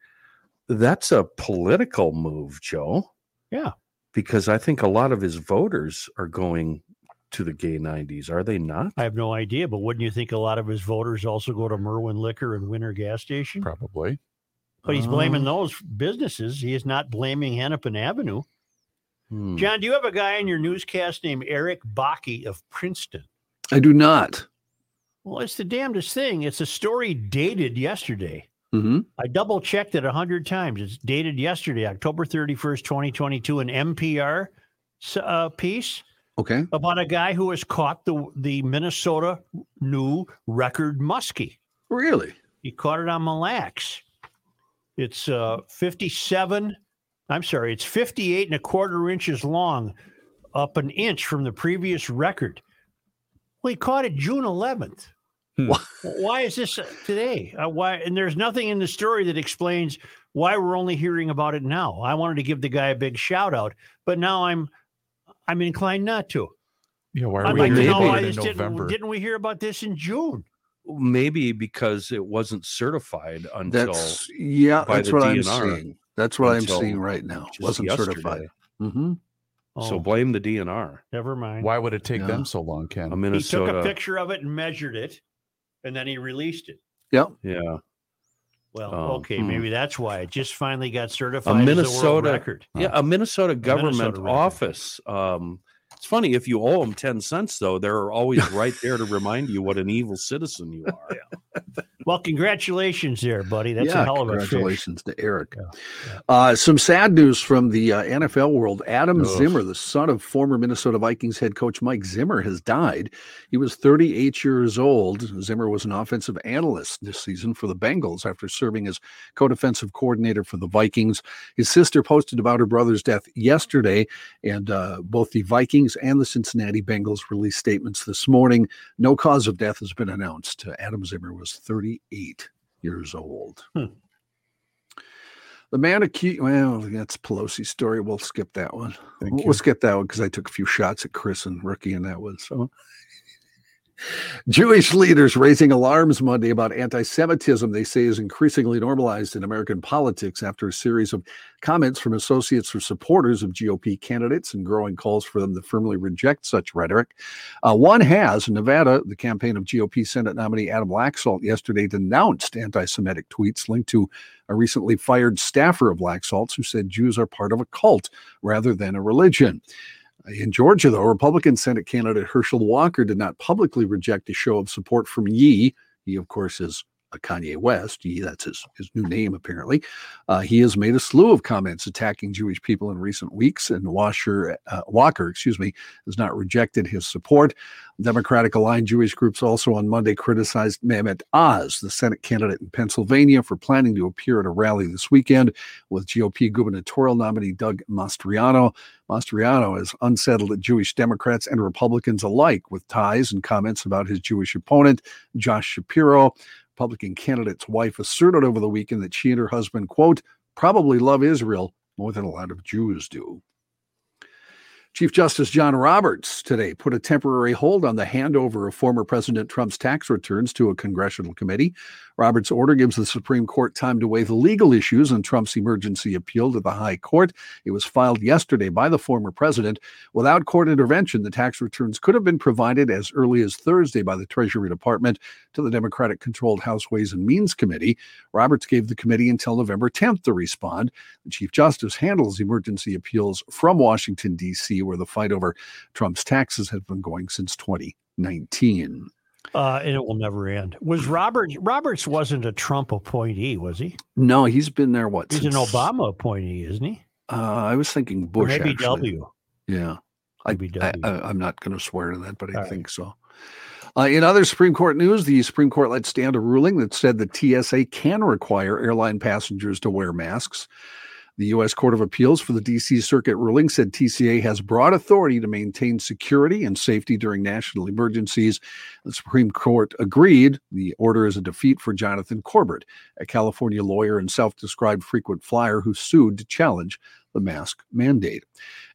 S1: That's a political move, Joe.
S2: Yeah.
S1: because I think a lot of his voters are going to the gay '90s. Are they not?
S2: I have no idea, but wouldn't you think a lot of his voters also go to Merwin Liquor and Winter Gas Station?
S4: probably.
S2: But he's blaming those businesses. He is not blaming Hennepin Avenue.
S1: Hmm.
S2: John, do you have a guy in your newscast named Eric Bakke of Princeton?
S3: I do not.
S2: Well, it's the damnedest thing. It's a story dated yesterday.
S3: hmm
S2: I double checked it a hundred times. It's dated yesterday, October 31st, 2022, an NPR s- uh, piece
S3: Okay.
S2: about a guy who has caught the, the Minnesota new record muskie.
S3: Really?
S2: He caught it on Mille Lacs. It's uh, 57. I'm sorry, it's 58 and a quarter inches long, up an inch from the previous record. Well, he caught it June 11th.
S4: Hmm.
S2: Wh- Why is this uh, today? Uh, why? And there's nothing in the story that explains why we're only hearing about it now. I wanted to give the guy a big shout out, but now I'm I'm inclined not to.
S4: Yeah, why
S2: I'd
S1: we
S2: like to
S1: hearing
S2: know
S1: about
S2: why
S1: it
S2: this didn't, didn't we hear about this in June?
S1: Maybe because it wasn't certified until
S3: That's yeah.
S1: by
S3: That's
S1: the
S3: what I'm
S1: DNR
S3: seeing. That's what I'm
S1: until
S3: seeing right now.
S1: just
S3: Wasn't
S1: yesterday.
S3: certified. hmm
S1: So
S2: Oh.
S1: blame the DNR.
S2: Never mind.
S4: Why would it take
S3: Yeah.
S4: them so long, Ken?
S1: A
S2: He took a
S1: Minnesota.
S2: picture of it and measured it, and then he released it.
S1: Yeah.
S2: Well,
S1: Oh,
S2: okay,
S1: hmm.
S2: maybe that's why it just finally got certified as a world
S1: Minnesota-
S2: record.
S1: Yeah, a Minnesota government
S2: record.
S1: office. Um, it's funny if you owe them ten cents, though. They're always right there to remind you what an evil citizen you are.
S2: Well, congratulations there, buddy. That's a hell of a fish.
S3: congratulations to Eric. Uh, some sad news from the uh, NFL world. Adam
S2: Oh.
S4: Ugh.
S3: Zimmer, the son of former Minnesota Vikings head coach Mike Zimmer, has died. He was 38 years old. Zimmer was an offensive analyst this season for the Bengals after serving as co-defensive coordinator for the Vikings. His sister posted about her brother's death yesterday, and uh, both the Vikings and the Cincinnati Bengals released statements this morning. No cause of death has been announced. Uh, Adam Zimmer was 38 years old. The man accused, well, that's Pelosi's story. We'll skip that one.
S4: Thank
S3: We'll
S4: you.
S3: skip that one because I took a few shots at Chris and Rookie in that one. So, Jewish leaders raising alarms Monday about anti Semitism they say is increasingly normalized in American politics after a series of comments from associates or supporters of GOP candidates and growing calls for them to firmly reject such rhetoric. Uh, one has, in Nevada, the campaign of GOP Senate nominee Adam Laxalt yesterday denounced anti Semitic tweets linked to a recently fired staffer of Laxalt who said Jews are part of a cult rather than a religion. In Georgia, though, Republican Senate candidate Herschel Walker did not publicly reject a show of support from Yee. He, of course, is uh, Kanye West, he, that's his, his new name apparently, uh, he has made a slew of comments attacking Jewish people in recent weeks, and Washer, uh, Walker, excuse me, has not rejected his support. Democratic aligned Jewish groups also on Monday criticized Mehmet Oz, the Senate candidate in Pennsylvania, for planning to appear at a rally this weekend with GOP gubernatorial nominee Doug Mastriano. Mastriano has unsettled Jewish Democrats and Republicans alike with ties and comments about his Jewish opponent, Josh Shapiro. Republican candidate's wife asserted over the weekend that she and her husband, quote, probably love Israel more than a lot of Jews do. Chief Justice John Roberts today put a temporary hold on the handover of former President Trump's tax returns to a congressional committee. Roberts' order gives the Supreme Court time to weigh the legal issues in Trump's emergency appeal to the High Court. It was filed yesterday by the former president. Without court intervention, the tax returns could have been provided as early as Thursday by the Treasury Department to the Democratic controlled House Ways and Means Committee. Roberts gave the committee until November 10th to respond. The Chief Justice handles emergency appeals from Washington, D.C where the fight over Trump's taxes has been going since 2019.
S2: Uh, and it will never end. Was Robert Roberts wasn't a Trump appointee, was he?
S3: No, he's been there. What?
S2: He's
S3: since,
S2: an Obama appointee, isn't he?
S3: Uh, I was thinking Bush.
S2: Or maybe
S3: actually.
S2: W.
S3: Yeah, I,
S2: Maybe
S3: I,
S2: W.
S3: I, am not going to swear to that, but I
S2: All right.
S3: think so. Uh, in other Supreme Court news, the Supreme Court let stand a ruling that said the TSA can require airline passengers to wear masks. The U.S. Court of Appeals for the D.C. Circuit ruling said TCA has broad authority to maintain security and safety during national emergencies. The Supreme Court agreed. The order is a defeat for Jonathan Corbett, a California lawyer and self described frequent flyer who sued to challenge the mask mandate.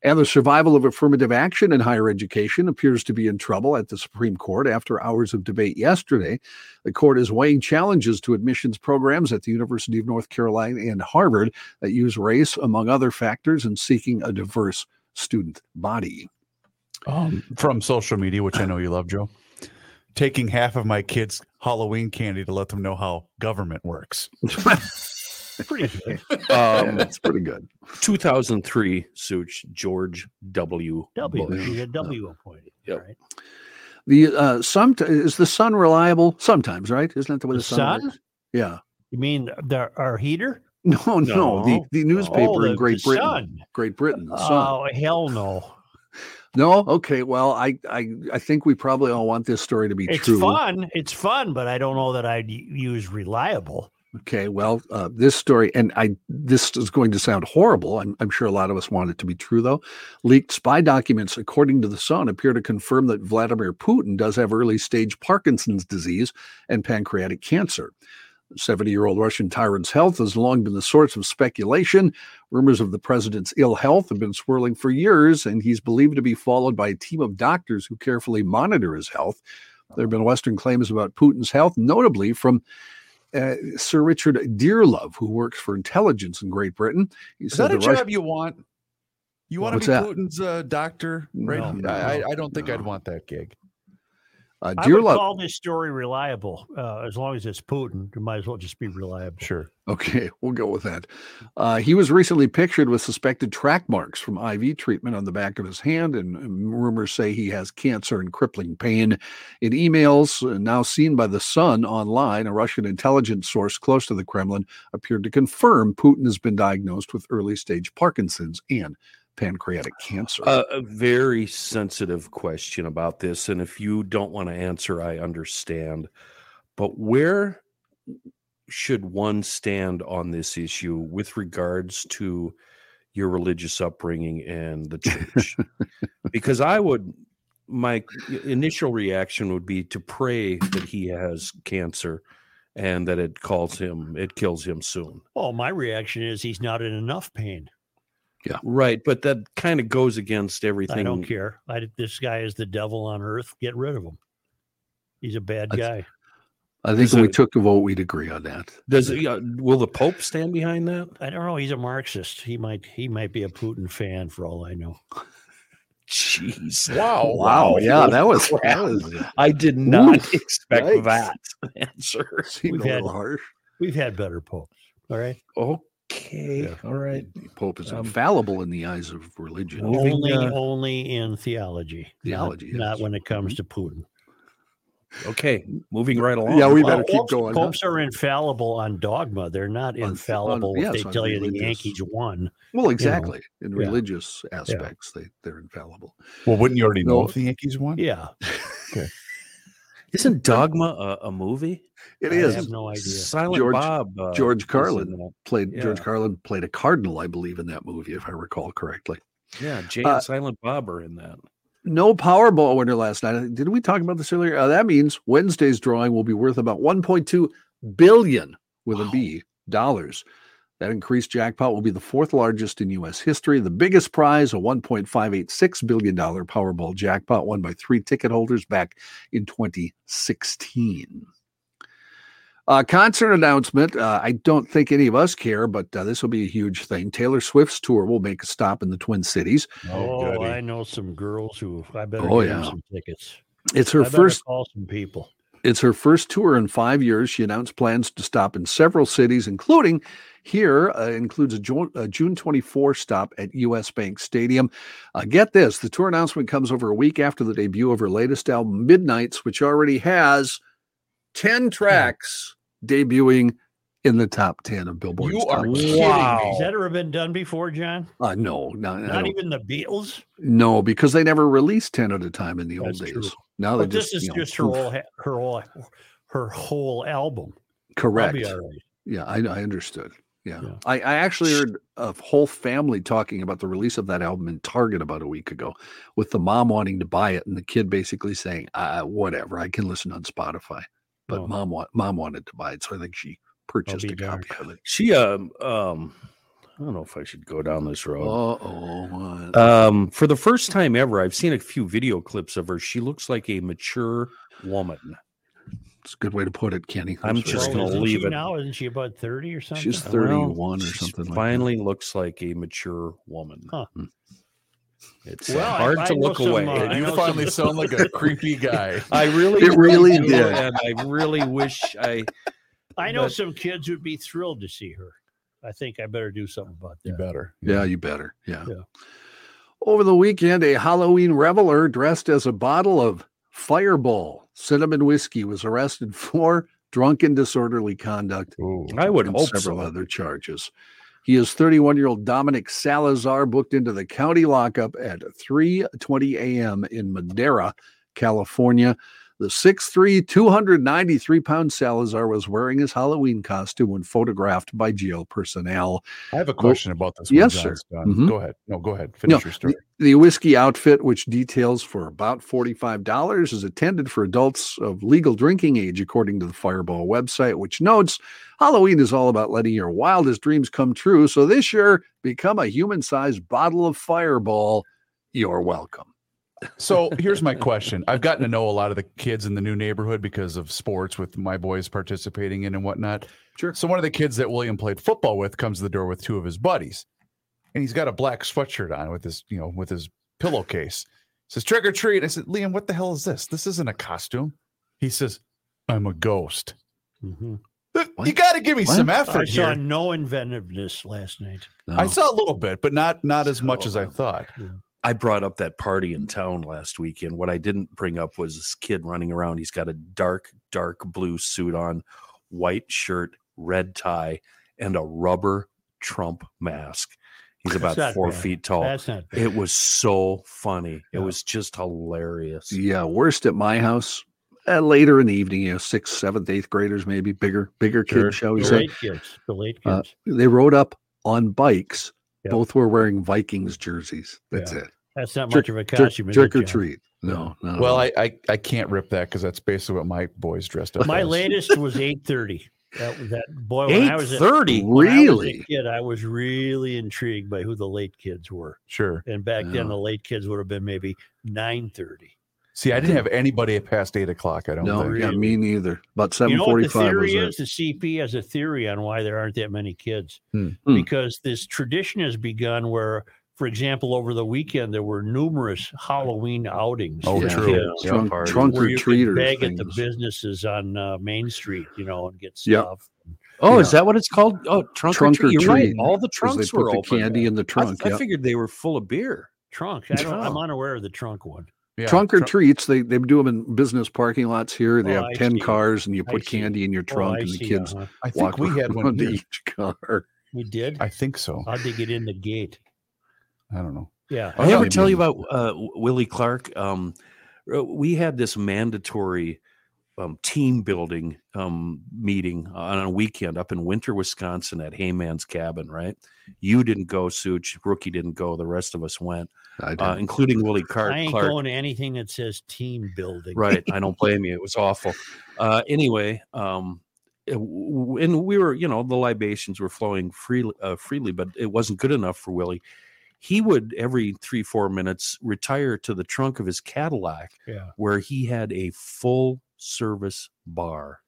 S3: And the survival of affirmative action in higher education appears to be in trouble at the Supreme Court after hours of debate yesterday. The court is weighing challenges to admissions programs at the University of North Carolina and Harvard that use race, among other factors, in seeking a diverse student body.
S4: um, from social media, which I know you love, Joe. Taking half of my kids' Halloween candy to let them know how government works.
S1: uh,
S2: Pretty good. Oh.
S3: Yeah,
S1: Um,
S3: that's pretty good.
S1: 2003 Such George W.
S2: W.
S1: Bush.
S2: He's a W appointee.
S1: Yep.
S2: Right?
S3: The uh, some is the sun reliable sometimes, right? Isn't that the way
S2: The
S3: the, sun?
S2: sun?
S3: works? Yeah.
S2: You mean the, our heater?
S3: No, no, The,
S1: No.
S3: the newspaper
S2: Oh, the-
S3: in Great
S2: the
S3: Britain.
S2: Sun.
S3: Great Britain. The sun.
S2: Oh hell no!
S3: No, okay. Well, I, I I think we probably all want this story to be
S2: It's
S3: true.
S2: fun. It's fun, but I don't know that I'd u- use reliable.
S3: Okay. Well, uh, this story, and I this is going to sound horrible. I'm I'm sure a lot of us want it to be true though. Leaked spy documents, according to the Sun, appear to confirm that Vladimir Putin does have early stage Parkinson's disease and pancreatic cancer. 70 year old Russian tyrant's health has long been the source of speculation. Rumors of the president's ill health have been swirling for years, and he's believed to be followed by a team of doctors who carefully monitor his health. There have been Western claims about Putin's health, notably from uh, Sir Richard Dearlove, who works for intelligence in Great Britain. He
S4: Is that a
S3: the
S4: job
S3: Russian-
S4: you want? You want to
S3: What's
S4: be
S3: that?
S4: Putin's uh, doctor, right?
S3: No, no,
S4: I, I- I don't think I'd
S3: no.
S4: want that gig.
S3: uh,
S2: I would
S3: Dearlove.
S2: call this story reliable uh, as long as it's Putin. It might as well just be reliable.
S4: Sure.
S3: Okay, we'll go with that. Uh, he was recently pictured with suspected track marks from IV treatment on the back of his hand, and um, rumors say he has cancer and crippling pain. In emails uh, now seen by The Sun online, a Russian intelligence source close to the Kremlin appeared to confirm Putin has been diagnosed with early stage Parkinson's and pancreatic cancer.
S1: Uh, a very sensitive question about this, and if you don't want to answer, I understand. But where should one stand on this issue with regards to your religious upbringing and the church? because I would, my initial reaction would be to pray that he has cancer and that it calls him, it kills him soon.
S2: Well, Oh, my reaction is he's not in enough pain.
S1: Right, but that kind of goes against everything.
S2: I don't care. I, this guy is the devil on earth. Get rid of him. He's a bad
S3: I-
S2: guy.
S3: I think
S1: is
S3: when we
S1: it-
S3: took a vote, we'd agree on that.
S1: Does uh, will the Pope stand behind that?
S2: I don't know. He's a Marxist. He might he might be a Putin fan for all I know.
S1: Jeez,
S5: Wow.
S1: Oh,
S3: Wow, yeah, that was that was
S1: I did not
S3: Oof,
S1: expect
S3: yikes.
S1: that answer.
S3: seemed a
S2: We've had-
S3: little harsh. Oh,
S2: We've had better popes. All right.
S1: Okay,
S3: Yeah.
S1: all right.
S3: The Pope is
S1: Um,
S3: infallible in the eyes of religion.
S1: Moving,
S2: only
S1: uh,
S2: only in theology. not-
S3: Theology,
S2: Not,
S3: yes. Mm-hmm.
S2: when it comes to Putin.
S1: Okay, moving right along.
S3: Yeah, we better
S2: Well,
S3: keep
S2: popes-
S3: going. huh?
S2: Popes are infallible on dogma. They're not
S3: on-
S2: infallible
S3: yes,
S2: if they
S3: on
S2: tell you the
S3: religious-
S2: Yankees won.
S3: Well, exactly. In
S2: yeah.
S3: religious aspects, they, they're infallible.
S4: Well, wouldn't you already know
S3: No.
S4: if the Yankees won?
S2: Yeah,
S1: Isn't Dogma a, a movie?
S3: It
S2: I
S3: is.
S2: have no idea.
S1: Silent
S3: George-
S1: Bob. uh, was
S3: George
S1: in
S3: Carlin.
S1: that.
S3: Played George
S1: Yeah.
S3: Carlin played a cardinal, I believe, in that movie, if I recall correctly.
S1: Yeah, Jay
S3: Uh,
S1: and Silent Bob are in that.
S3: No Powerball winner last night. Did we talk about this earlier? Uh, that means Wednesday's drawing will be worth about 1.2 billion with a B dollars. That increased jackpot will be the fourth largest in U.S. history. The biggest prize, a 1.586 billion dollar Powerball jackpot, won by three ticket holders back in 2016. Uh, concert announcement. Uh, I don't think any of us care, but uh, this will be a huge thing. Taylor Swift's tour will make a stop in the Twin Cities.
S2: Oh,
S4: goody.
S2: I know some girls who I better
S3: Oh,
S2: get them
S3: yeah.
S2: some tickets.
S3: It's her
S2: I better
S3: first
S2: call some people.
S3: It's her first tour in five years. She announced plans to stop in several cities, including here, uh, includes a, jo- a June 24 stop at US Bank Stadium. Uh, get this the tour announcement comes over a week after the debut of her latest album, Midnights, which already has 10 tracks debuting in the top 10 of Billboard's
S5: You
S3: top.
S5: are kidding
S2: Has
S5: me.
S2: that ever been done before, John?
S3: Uh, no, not, I
S2: Not
S3: don't-
S2: even the Beatles.
S3: no, because they never released 10 at a time in the old
S2: That's
S3: days.
S2: true.
S3: Now
S2: But
S3: Oh, they
S2: this
S3: just,
S2: is
S3: you know,
S2: just her
S3: poof.
S2: whole, ha- her whole, her whole album. I'll
S3: correct.
S2: be all right.
S3: Yeah, I, I understood. Yeah.
S2: Yeah.
S3: I, I actually heard a whole family talking about the release of that album in Target about a week ago, with the mom wanting to buy it and the kid basically saying, uh, "Whatever, I can listen on Spotify." But
S2: Oh.
S3: mom wa- mom wanted to buy it, so I think she purchased
S2: be
S3: a copy of it.
S1: She um um, I don't know if I should go down this
S3: Uh
S1: road.
S3: oh,
S1: Um, for the first time ever, I've seen a few video clips of her. She looks like a mature woman.
S3: it's a good way to put it, Kenny.
S1: I'm
S3: That's
S1: just
S3: right.
S1: gonna
S2: isn't
S1: leave
S2: she
S1: it.
S2: now. Isn't she about thirty or something?
S3: She's
S1: Well,
S3: 31 or
S1: she
S3: something. like that. Hmm.
S1: Finally, looks like a mature woman.
S2: Huh.
S1: It's
S2: Well, I-
S1: hard
S2: I
S1: to
S2: know
S1: look
S2: some,
S1: away.
S2: uh,
S1: And
S2: I
S1: you-
S4: You
S2: know
S4: finally
S2: some-
S4: sound like a creepy guy.
S1: I really,
S3: It really
S1: do,
S3: did.
S1: and I really wish I.
S2: I know
S1: but-
S2: some kids would be thrilled to see her. I think I better do something about
S4: You
S2: that.
S4: better.
S3: Yeah, you better. Yeah.
S2: Yeah.
S3: Over the weekend, a Halloween reveler dressed as a bottle of Fireball cinnamon whiskey was arrested for drunken disorderly conduct
S1: I would
S3: and
S1: hope
S3: several
S1: so.
S3: other charges. He is 31 year old Dominic Salazar, booked into the county lockup at 3:20 a.m. in Madera, California. The 6'3, 293 pound Salazar was wearing his Halloween costume when photographed by jail personnel.
S4: I have a question about this.
S3: yes,
S4: John
S3: sir.
S4: Scott.
S3: Mhm.
S4: Go ahead. No, go ahead. Finish
S3: No,
S4: your story.
S3: The whiskey outfit, which details for about $45, is intended for adults of legal drinking age, according to the Fireball website, which notes Halloween is all about letting your wildest dreams come true. So this year, become a human sized bottle of Fireball. You're welcome.
S4: So here's my question. I've gotten to know a lot of the kids in the new neighborhood because of sports with my boys participating in and whatnot.
S3: Sure.
S4: So one of the kids that William played football with comes to the door with two of his buddies, and he's got a black sweatshirt on with his, you know, with his pillowcase. Says trick or treat. I said, Liam, what the hell is this? This isn't a costume. He says, I'm a ghost.
S2: Mhm.
S4: You
S3: What?
S4: got to give me
S3: What?
S4: some
S2: I
S4: effort
S2: saw
S4: here.
S2: no inventiveness last night.
S3: No.
S4: I saw a little bit, but not not as much as I
S3: So-
S4: thought.
S1: I brought up that party in town last weekend. What I didn't bring up was this kid running around. He's got a dark, dark blue suit on, white shirt, red tie, and a rubber Trump mask. He's about
S2: not
S1: four
S2: bad.
S1: feet
S3: Oh,
S1: tall.
S2: That's not bad.
S1: it was so funny. It
S2: Yeah.
S1: was just hilarious.
S3: Yeah, worst at my house. Uh, later in the evening, you know, sixth, seventh, eighth graders, maybe bigger, bigger
S1: Sure.
S3: kids, shall we
S2: the
S3: say?
S2: late kids. The late
S3: Uh,
S2: kids.
S3: They rode up on bikes.
S2: Yeah.
S3: Both were wearing Vikings jerseys. That's
S2: Yeah.
S3: it.
S2: That's not
S3: trick-
S2: much of a
S3: Trick-
S2: costume. is
S3: trick
S2: it,
S3: or
S2: John?
S3: treat. No, no.
S4: Well,
S3: no.
S4: I, I I can't rip that because that's basically what my boys dressed up.
S2: My
S4: as.
S2: latest was eight thirty. That that
S3: Oh,
S2: boy. When I
S1: Eight
S2: was a,
S1: thirty.
S2: when I was a
S3: really.
S2: kid, I was really intrigued by who the late kids were.
S4: Sure.
S2: And back
S3: Yeah.
S2: then, the late kids would have been maybe nine thirty.
S4: See, I didn't have anybody past eight o'clock. I don't
S3: No,
S4: think.
S3: yeah, me neither. About
S2: You
S3: seven
S2: know what the
S3: forty-five was
S2: theory
S3: it.
S2: is? The CP has a theory on why there aren't that many kids
S4: Hmm.
S3: Hmm.
S2: because this tradition has begun where, for example, over the weekend there were numerous Halloween outings.
S4: Oh,
S2: for
S3: Yeah.
S4: true.
S2: kids
S1: Yeah,
S3: Trunk,
S1: party.
S3: trunk
S2: where
S3: or
S2: you could
S3: treat or
S2: beg at
S3: things.
S2: the businesses on uh, Main Street, you know, and get
S3: Yep.
S2: stuff.
S1: Oh,
S3: Yeah.
S1: is that what it's called? Oh, trunk,
S3: Trunk
S1: or treat.
S3: or
S1: You're right.
S3: treat,
S1: All the
S3: 'cause they
S1: trunks
S3: put
S1: were
S3: the
S1: open.
S3: candy in the
S1: I-
S3: trunk.
S1: I,
S3: yeah.
S1: figured they were full of beer.
S2: Trunk. I don't, I'm
S3: Oh.
S2: unaware of the trunk one.
S4: Yeah.
S3: trunk or treats, they they do them in business parking lots here. They
S2: Oh,
S3: have
S2: I
S3: 10
S2: see.
S3: cars and you
S2: I
S3: put
S2: see.
S3: candy in your trunk
S2: I
S3: and the
S2: see,
S3: kids
S2: uh-huh.
S4: I
S3: walk
S4: think we had one.
S3: around to
S4: here.
S3: each car.
S2: We did.
S4: I think so.
S2: How'd they get in the gate?
S4: I don't know.
S2: Yeah.
S3: Oh,
S1: I ever
S4: Yeah.
S1: tell you about uh, Willie Clark? Um, uh, we had this mandatory um, team building um, meeting on a weekend up in Winter, Wisconsin, at Hayman's Cabin. Right? You didn't go, Such. Rookie didn't go. The rest of us went,
S3: I did.
S1: uh, including Willie Clark.
S2: I ain't
S1: Clark.
S2: going to anything that says team building.
S1: Right. I don't blame you. It was awful. Uh, anyway, um, it- w- and we were, you know, the libations were flowing freely, uh, freely, but it wasn't good enough for Willie. He would every three, four minutes retire to the trunk of his Cadillac
S2: Yeah.
S1: where he had a full service bar.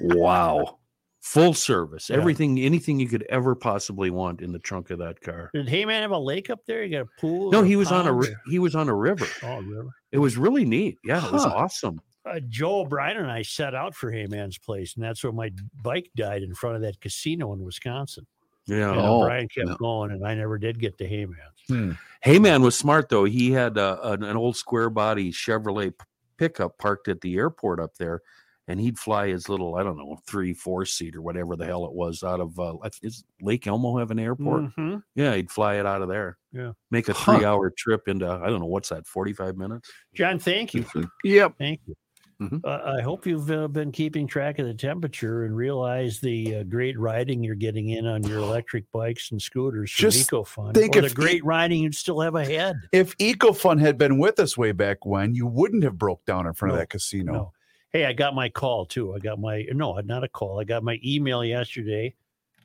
S1: wow. Full service,
S2: Yeah.
S1: everything, anything you could ever possibly want in the trunk of that car.
S2: Did Heyman have a lake up there? You got a pool?
S1: No,
S2: or a
S1: he was on a
S2: pond?
S1: ri- he was on a river.
S2: Oh, river.
S1: It was really neat. Yeah, it was
S3: Huh.
S1: awesome.
S2: Uh, Joe O'Brien and I set out for Heyman's place, and that's where my bike died in front of that casino in Wisconsin.
S1: Yeah.
S2: And
S3: Oh,
S2: O'Brien kept
S3: no.
S2: going, and I never did get to Heyman's.
S1: Heyman was smart though. He had uh, an, an old square body Chevrolet p- pickup parked at the airport up there, and he'd fly his little I don't know three four seat or whatever the hell it was out of uh, I th- is Lake Elmo have an airport?
S2: Mhm.
S1: Yeah, he'd fly it out of there.
S2: Yeah.
S1: make a
S3: Huh.
S1: three hour trip into I don't know what's that forty five minutes.
S2: John, thank you.
S3: Yep.
S2: Thank you.
S4: Mm-hmm.
S3: Mhm.
S2: Uh, I hope you've uh, been keeping track of the temperature and realize the uh, great riding you're getting in on your electric bikes and scooters from
S4: Just
S2: EcoFund.
S4: think
S2: or the
S4: if-
S2: great riding you'd still have ahead.
S4: If EcoFun had been with us way back when, you wouldn't have broke down in front of
S2: No,
S4: that casino.
S2: No. Hey, I got my call too. I got my no, not a call. I got my email yesterday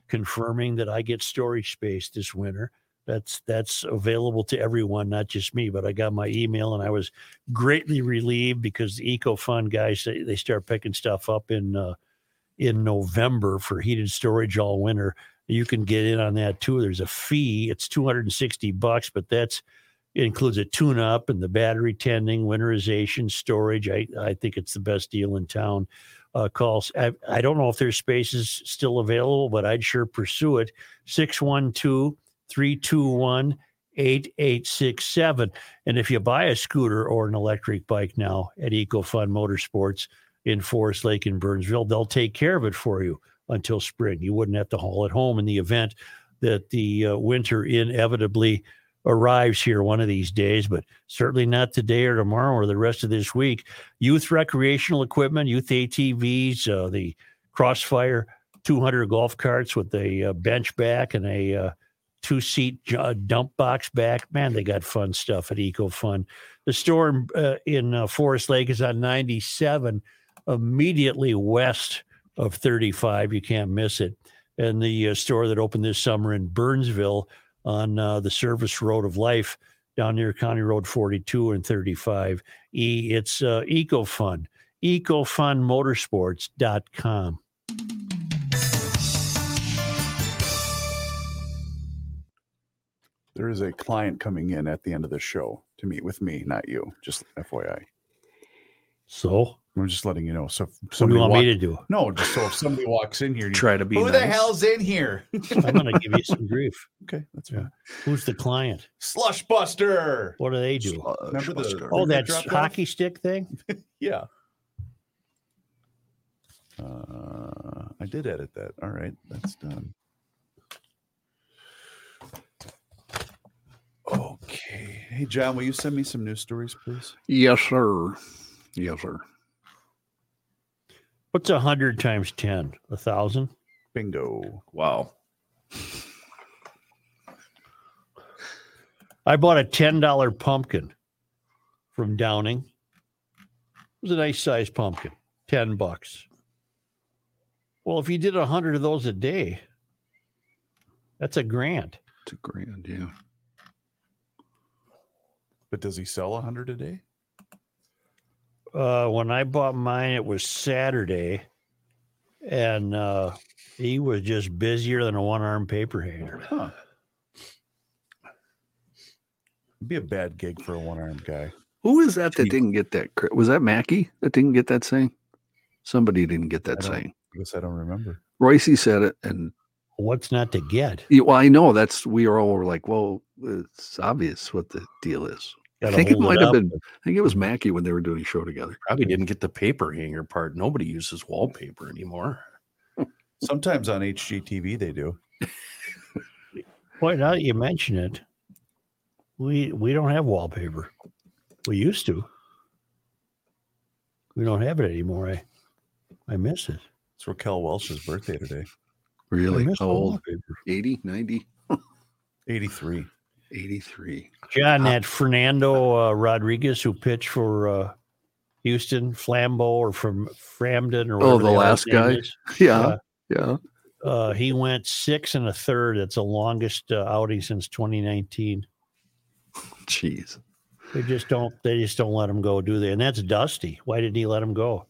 S2: confirming that I get storage space this winter. That's that's available to everyone, not just me. But I got my email and I was greatly relieved because the EcoFund guys they, they start picking stuff up in uh, in November for heated storage all winter. You can get in on that too. There's a fee. It's 260 bucks, but that's it includes a tune up and the battery tending, winterization, storage. I, I think it's the best deal in town. Uh, calls. I, I don't know if there's spaces still available, but I'd sure pursue it. 612 321 8867. And if you buy a scooter or an electric bike now at EcoFund Motorsports in Forest Lake and Burnsville, they'll take care of it for you until spring. You wouldn't have to haul it home in the event that the uh, winter inevitably arrives here one of these days, but certainly not today or tomorrow or the rest of this week. Youth recreational equipment, youth ATVs, uh, the Crossfire 200 golf carts with a uh, bench back and a uh, two seat j- uh, dump box back. Man, they got fun stuff at EcoFun. The store in, uh, in uh, Forest Lake is on 97, immediately west of 35. You can't miss it. And the uh, store that opened this summer in Burnsville on uh, the service road of life down near County Road 42 and 35. E, it's uh, EcoFun, EcoFunMotorsports.com.
S4: There is a client coming in at the end of the show to meet with me, not you. Just FYI.
S2: So,
S4: I'm just letting you know. So if
S2: what do
S4: somebody
S2: you want
S4: walk-
S2: me to do?
S4: No, just so if somebody walks in here, you
S1: Try to be
S4: who the
S1: nice.
S4: hell's in here?
S2: I'm going to give you some grief.
S4: Okay, that's
S2: Yeah.
S4: fine.
S2: Who's the client?
S4: Slush Buster.
S2: What do they do?
S4: uh, Remember the,
S2: Oh,
S4: remember
S2: that
S4: drop-off?
S2: hockey stick thing?
S4: Yeah. Uh, I did edit that. All right, that's done. Okay. Hey, John, will you send me some news stories, please?
S3: Yes, sir. Yes, sir.
S2: What's 100 times 10? A 1,000?
S4: Bingo.
S1: Wow.
S2: I bought a $10 pumpkin from Downing. It was a nice sized pumpkin, 10 bucks. Well, if you did a 100 of those a day, that's a grand.
S3: It's a grand, yeah.
S4: But does he sell 100 a day?
S2: Uh, when I bought mine, it was Saturday, and uh, he was just busier than a one armed paper hanger.
S4: Huh. It'd be a bad gig for a one armed guy.
S3: Who is that that
S1: Gee.
S3: didn't get that? cri- Was that Mackey that didn't get that saying? Somebody didn't get that
S4: I don't-
S3: saying.
S4: I guess I don't remember.
S3: Royce said it, and
S2: What's not to get?
S3: yeah, well, I know that's we are all like, well, it's obvious what the deal is. I
S1: Gotta
S3: think it
S1: hold
S3: might have
S1: up.
S3: been. I think it was Mackey when they were doing a show together.
S1: Probably didn't get the paper hanger part. Nobody uses wallpaper anymore.
S4: Sometimes on HGTV they do.
S2: Well, now that you mention it, we we don't have wallpaper. We used to. We don't have it anymore. I I miss it.
S4: It's Raquel Welch's birthday today.
S3: Really?
S2: I miss
S3: How
S2: the
S3: old?
S2: wallpaper.
S3: 80, 90,
S4: 83.
S3: 83.
S2: John, that Fernando uh, Rodriguez who pitched for uh, Houston Flambeau or from Framden or
S3: Oh,
S2: whatever
S3: the
S2: the hell
S3: last
S2: his name
S3: guy?
S2: is,
S3: Yeah. Yeah.
S2: Uh, he went six and a third. That's the longest uh, outing since 2019.
S3: Jeez.
S2: They just don't. They just don't let him go, do they? And that's Dusty. Why didn't he let him go?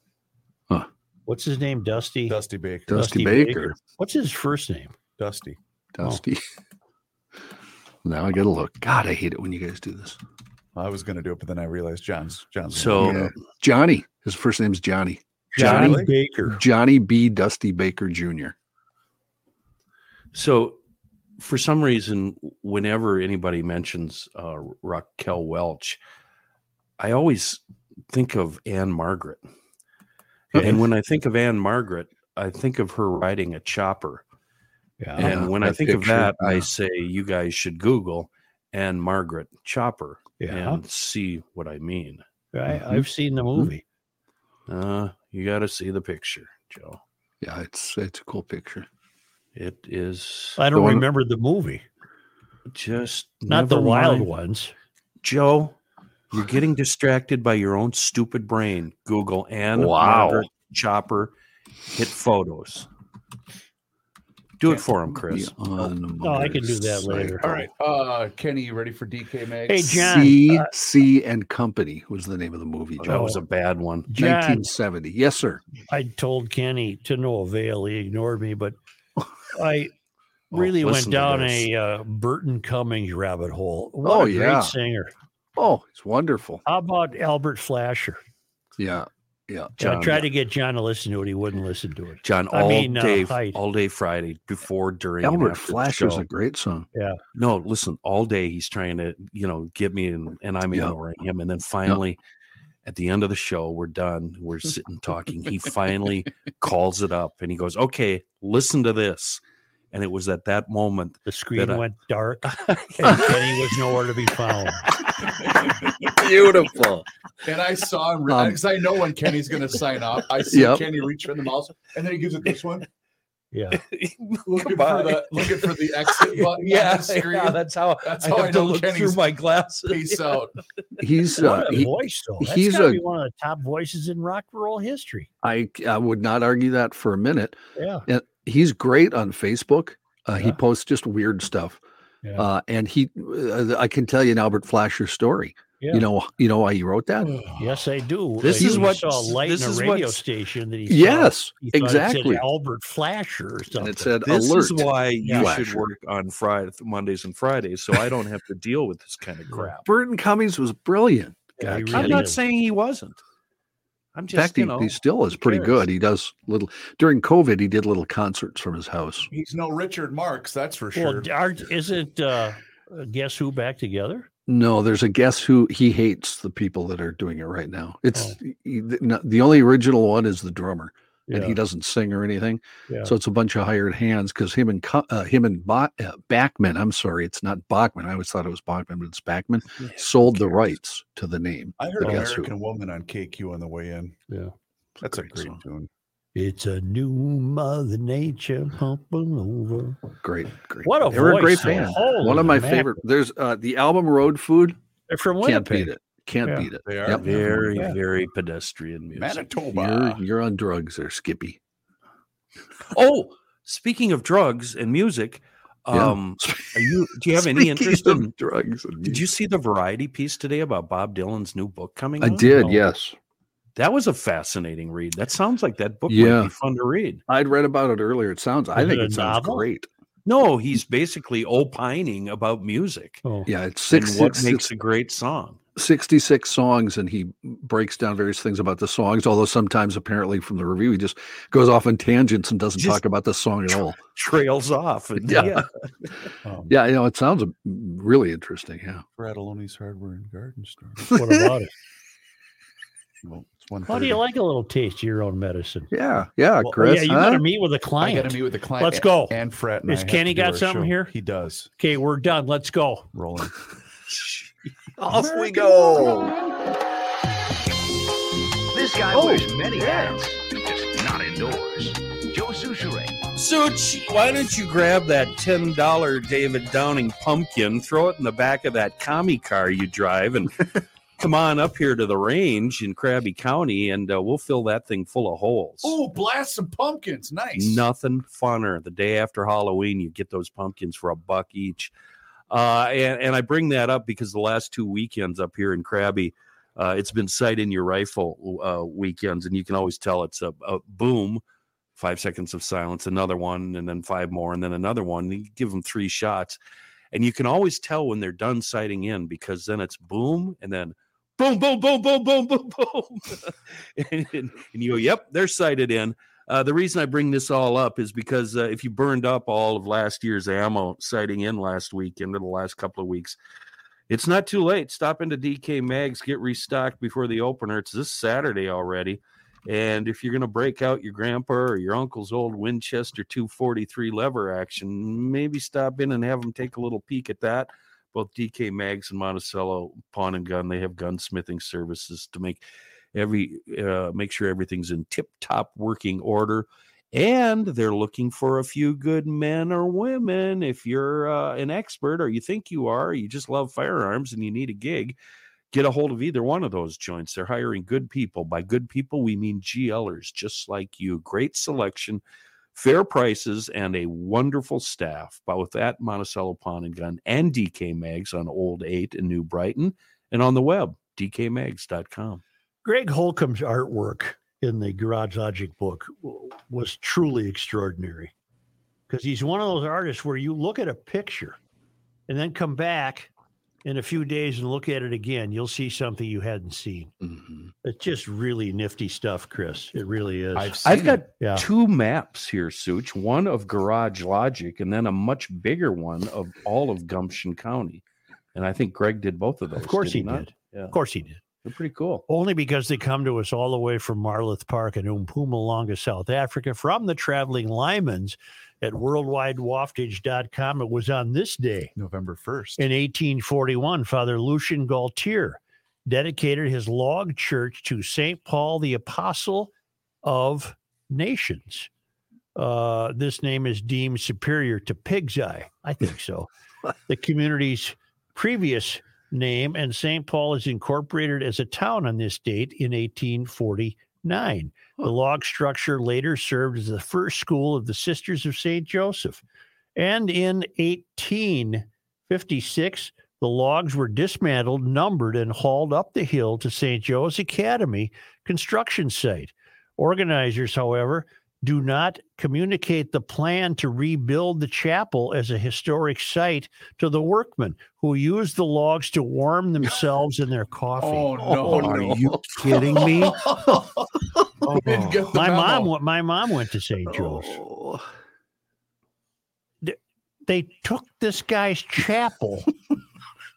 S3: Huh.
S2: What's his name? Dusty.
S4: Dusty Baker.
S3: Dusty,
S2: Dusty
S3: Baker.
S2: Baker. Oh. What's his first name?
S4: Dusty.
S3: Dusty. now I got to look. God, I hate it when you guys do this.
S4: I was going to do it, but then I realized John's John's.
S1: So
S2: Oh,
S3: Yeah. Johnny. His first name's Johnny.
S1: Johnny
S3: Johnny
S2: Baker.
S3: Johnny B. Dusty Baker Jr.
S1: So, for some reason, whenever anybody mentions uh, Raquel Welch, I always think of Anne Margaret. And when I think of Anne Margaret, I think of her riding a chopper.
S2: Yeah.
S1: and when I
S3: that
S1: think of
S3: picture,
S1: that, I
S3: yeah.
S1: say you guys should Google Anne Margaret Chopper
S2: Yeah.
S1: and see what I mean.
S2: I, I've seen the movie.
S1: Uh, you got to see the picture, Joe.
S3: Yeah, it's it's a cool picture.
S1: It is
S2: I don't
S3: one-
S2: remember the movie.
S1: just
S2: Not the
S1: never
S2: wild
S1: mind.
S2: ones.
S1: Joe, you're getting distracted by your own stupid brain. Google and
S3: Wow.
S1: Chopper hit photos. Do it for him, Chris.
S3: The on
S2: No, Oh, I can do that
S3: motorcycle.
S2: later.
S4: All right. Uh, Kenny, you ready for DK Mags?
S2: Hey, John.
S3: C
S2: uh,
S3: C and Company was the name of the movie.
S1: Oh,
S3: John.
S1: that was a bad one.
S2: John,
S3: 1970. Yes, sir.
S2: I told Kenny to no avail. He ignored me, but I
S1: Oh,
S2: really went
S1: listen to
S2: down
S1: this.
S2: a uh, Burton Cummings rabbit hole. What
S3: Oh,
S2: a
S3: yeah.
S2: great singer.
S3: Oh, it's wonderful.
S2: How about Albert Flasher?
S3: Yeah.
S2: I
S1: John.
S2: tried to get John to listen to it. He wouldn't listen to it.
S1: John,
S2: I
S1: all
S2: mean, uh,
S1: day,
S2: Hyde.
S1: all day Friday, before, during, and
S3: Albert
S1: after the
S3: Flash is
S1: show.
S3: a great song.
S1: no. Listen, all day he's trying to, you know, get me, and and I'm
S3: Yeah.
S1: ignoring him, and then finally, at the end of the show, we're done. We're sitting talking. He finally calls it up, and he goes, "Okay, listen to this," and it was at that moment
S2: The screen
S1: Did I?
S2: went dark, and Kenny was nowhere to be found.
S3: Beautiful.
S4: And I saw him
S3: Um,
S4: because I know when Kenny's going to sign off. I see
S3: Yep.
S4: Kenny reach for the mouse, and then he gives it this one,
S2: Yeah,
S4: looking for the looking for the exit button. on the screen.
S10: that's how
S4: that's how I, know Kenny's
S10: my glasses.
S4: peace out.
S3: He's uh,
S2: what a
S3: he,
S2: voice though. That's
S3: he's
S2: gotta
S3: a-
S2: be one of the top voices in rock and roll history.
S3: I I would not argue that for a minute.
S2: Yeah,
S3: And he's great on Facebook. Uh, He
S2: Yeah.
S3: posts just weird stuff.
S2: Yeah.
S3: Uh, and he, uh, I can tell you an Albert Flasher story.
S2: Yeah.
S3: You know, you know why he wrote that?
S2: yes, I do.
S1: This
S2: I
S1: is
S2: even
S1: what-
S2: saw a light
S1: this
S2: in a
S1: is
S2: radio
S1: what's-
S2: station that he saw.
S3: yes,
S2: He thought it said
S3: exactly.
S2: Albert Flasher or something.
S3: And it said
S1: This
S3: alert.
S1: is why you should
S3: Flasher.
S1: work on Friday, Mondays, and Fridays, so I don't have to deal with this kind of crap.
S3: Burton Cummings was brilliant.
S2: Yeah, he
S3: God,
S2: really
S1: I'm not
S2: is.
S1: saying he wasn't. I'm
S3: In fact,
S1: just,
S3: he,
S1: you know,
S3: he still is
S1: who
S3: pretty
S1: cares?
S3: good. He does little during COVID. He did little concerts from his house.
S4: He's no Richard Marks, that's for sure.
S2: Well, aren't, isn't uh, Guess Who back together?
S3: No, there's a guess who he hates the people that are doing it right now. It's he- the, no- the only original one is the drummer, and he doesn't sing or anything.
S2: Yeah.
S3: So it's a bunch of hired hands because him and Co- uh, him and ba- uh, Backman. I'm sorry, it's not Bachman. I always thought it was Bachman, but it's Backman. sold the rights to the name.
S4: I heard
S3: But guess who?
S4: American Woman on KQ on the way in.
S2: Yeah.
S4: That's a
S3: Great
S4: great
S3: song.
S4: tune.
S2: It's a new Mother Nature pumping over.
S3: Great, great.
S2: What a
S3: they were a great
S2: voice, though.
S3: band.
S2: Holy
S3: One of my
S2: mackerel.
S3: favorite. There's uh, the album Road Food.
S2: They're from
S3: Can't
S2: Winnipeg.
S3: beat it. Can't
S2: Yeah.
S3: beat it.
S4: They are
S3: Yep.
S1: very,
S2: Yeah.
S1: very pedestrian music.
S4: Manitoba.
S3: You're, you're on drugs there, Skippy.
S1: Oh, speaking of drugs and music,
S3: Yeah.
S1: um, are you? Do you have any
S3: Speaking
S1: interest
S3: of
S1: in?
S3: drugs? and
S1: Did you see the Variety piece today about Bob Dylan's new book coming?
S3: I
S1: out?
S3: did,
S1: Oh,
S3: yes.
S1: That was a fascinating read. That sounds like that book might
S3: Yeah.
S1: be fun to read.
S3: I'd read about it earlier. It sounds. I
S2: Is
S3: think
S2: it a
S3: it sounds
S2: novel?
S3: great.
S1: No, he's basically opining about music
S2: Oh,
S3: Yeah, it's
S1: and
S3: six.
S1: what
S3: six-
S1: makes
S3: it's-
S1: a great song.
S3: 66 songs and he breaks down various things about the songs although sometimes apparently from the review he just goes off on tangents and doesn't
S10: Just-
S3: talk about the song at all
S10: trails off. And,
S3: Yeah.
S10: yeah.
S4: Um,
S3: yeah you know it sounds really interesting yeah
S4: Fratelloni's Hardware and Garden Store.
S2: What about it?
S4: Well, it's one.
S2: How do you like a little taste of your own medicine?
S3: yeah yeah
S2: Well,
S3: chris
S2: yeah, you got
S3: huh?
S2: to meet with a
S4: I
S2: client.
S4: got to meet with the client.
S2: Let's go.
S4: And Frat. and I
S2: Is
S4: have to
S2: Kenny
S4: do
S2: got
S4: our
S2: something
S4: show.
S2: here?
S4: He does.
S2: Okay, we're done. Let's go.
S4: Rolling.
S10: Off we go.
S8: This guy
S1: Oh,
S8: wears many hats, just not indoors. Joe Souchere.
S1: Such, why don't you grab that $10 David Downing pumpkin, throw it in the back of that commie car you drive, and come on up here to the range in Krabby County, and uh, we'll fill that thing full of holes.
S4: Oh, blast some pumpkins. Nice.
S1: Nothing funner. The day after Halloween, you get those pumpkins for a buck each. Uh, and, and I bring that up because the last two weekends up here in Krabby, uh, it's been sight in your rifle uh, weekends, and you can always tell it's a, a boom, five seconds of silence, another one, and then five more, and then another one. You give them three shots, and you can always tell when they're done sighting in because then it's boom, and then boom, boom, boom, boom, boom, boom, boom, and, and you go, yep, they're sighted in. Uh, the reason I bring this all up is because uh, if you burned up all of last year's ammo sighting in last week into the last couple of weeks, it's not too late. Stop into DK Mags, get restocked before the opener. It's this Saturday already. And if you're going to break out your grandpa or your uncle's old Winchester 243 lever action, maybe stop in and have them take a little peek at that. Both DK Mags and Monticello Pawn and Gun, they have gunsmithing services to make every uh, make sure everything's in tip-top working order and they're looking for a few good men or women if you're uh, an expert or you think you are or you just love firearms and you need a gig get a hold of either one of those joints they're hiring good people by good people we mean glers just like you great selection fair prices and a wonderful staff both at monticello pawn and gun and dk mags on old 8 in new brighton and on the web dkmags.com
S2: Greg Holcomb's artwork in the Garage Logic book w- was truly extraordinary because he's one of those artists where you look at a picture and then come back in a few days and look at it again. You'll see something you hadn't seen.
S4: Mm-hmm.
S2: It's just really nifty stuff, Chris. It really is.
S4: I've, seen
S1: I've got
S4: it.
S2: yeah.
S1: two maps here, Such. One of Garage Logic, and then a much bigger one of all of Gumption County. And I think Greg did both of those.
S2: Of course he
S1: not?
S2: did.
S1: Yeah,
S2: Of course he did.
S1: they're pretty cool.
S2: only because they come to us all the way from Marloth Park in Mpumalanga, South Africa, from the traveling Lymans at worldwidewaftage.com. It was on this day
S4: November 1st.
S2: in 1841, Father Lucian Galtier dedicated his log church to St. Paul the Apostle of Nations. Uh, this name is deemed superior to Pig's Eye. I think so. the community's previous name, and St. Paul is incorporated as a town on this date in 1849. The log structure later served as the first school of the Sisters of St. Joseph. And in 1856, the logs were dismantled, numbered, and hauled up the hill to St. Joe's Academy construction site. Organizers, however, do not communicate the plan to rebuild the chapel as a historic site to the workmen who used the logs to warm themselves in their coffee.
S4: Oh, no.
S1: Are
S4: no.
S1: you kidding me?
S4: We didn't get the
S2: my
S4: memo.
S2: mom went. My mom went to St. Joe's.
S3: Oh.
S2: They took this guy's chapel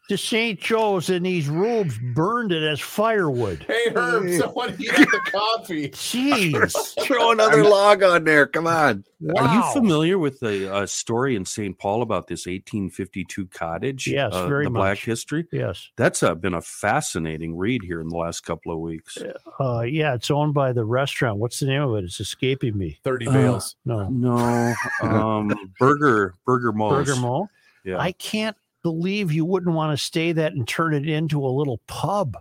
S2: to St. Joe's, and these rubes burned it as firewood.
S4: Hey, Herb, someone eat up the coffee.
S2: Jeez!
S3: throw another log on there come on
S2: Wow.
S1: Are you familiar with the uh, story in St. Paul about this 1852 cottage?
S2: Yes,
S1: uh,
S2: very
S1: the Black
S2: much.
S1: history.
S2: Yes.
S1: That's uh, been a fascinating read here in the last couple of weeks.
S2: Uh, yeah, it's owned by the restaurant. What's the name of it? It's escaping me.
S4: 30
S1: Uh,
S4: bales.
S2: No.
S1: No, um, Burger Burger Mo's.
S2: Burger Mall.
S1: Yeah.
S2: I can't believe you wouldn't want to stay that and turn it into a little pub.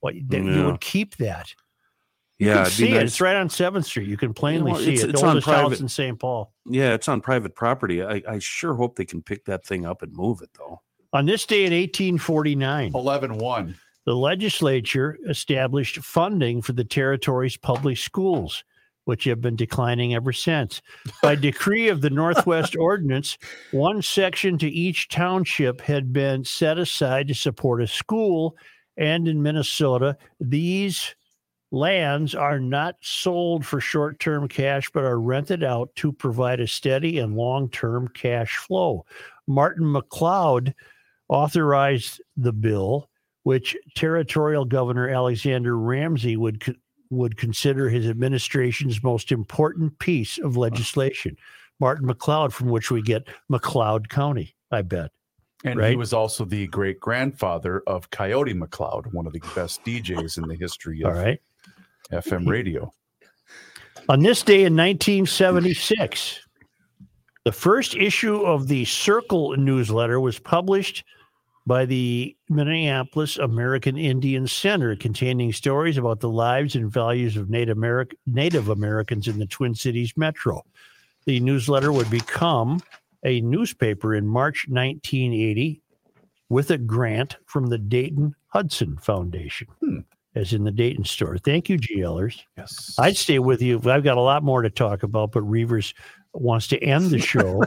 S2: What that you
S1: Yeah.
S2: would keep that? You
S1: yeah,
S2: can
S1: it'd be
S2: see it.
S1: nice.
S2: It's right on Seventh Street. You can plainly
S1: well,
S2: see
S1: it's-
S2: it.
S1: it's
S2: the
S1: on
S2: oldest house
S1: private-
S2: in St. Paul.
S1: Yeah, it's on private property. I, I sure hope they can pick that thing up and move it though.
S2: On this day in 1849,
S4: 11 1.
S2: the legislature established funding for the territory's public schools, which have been declining ever since. By decree of the Northwest Ordinance, one section to each township had been set aside to support a school, and in Minnesota. These lands are not sold for short term cash, but are rented out to provide a steady and long term cash flow. Martin McLeod authorized the bill, which territorial governor Alexander Ramsey would. co- would consider his administration's most important piece of legislation, Martin McLeod, from which we get McLeod County. I bet.
S4: And he
S2: Right.
S4: was also the great grandfather of Coyote McLeod, one of the best DJs in the history
S2: All
S4: of
S2: right.
S4: FM radio.
S2: On this day in 1976, the first issue of the Circle newsletter was published by the Minneapolis American Indian Center, containing stories about the lives and values of Native, Ameri- Native Americans in the Twin Cities metro. The newsletter would become a newspaper in March 1980 with a grant from the Dayton Hudson Foundation,
S3: Hmm.
S2: as in the Dayton store. Thank you, GLers.
S4: Yes.
S2: I'd stay with you. I've got a lot more to talk about, but Reavers wants to end the show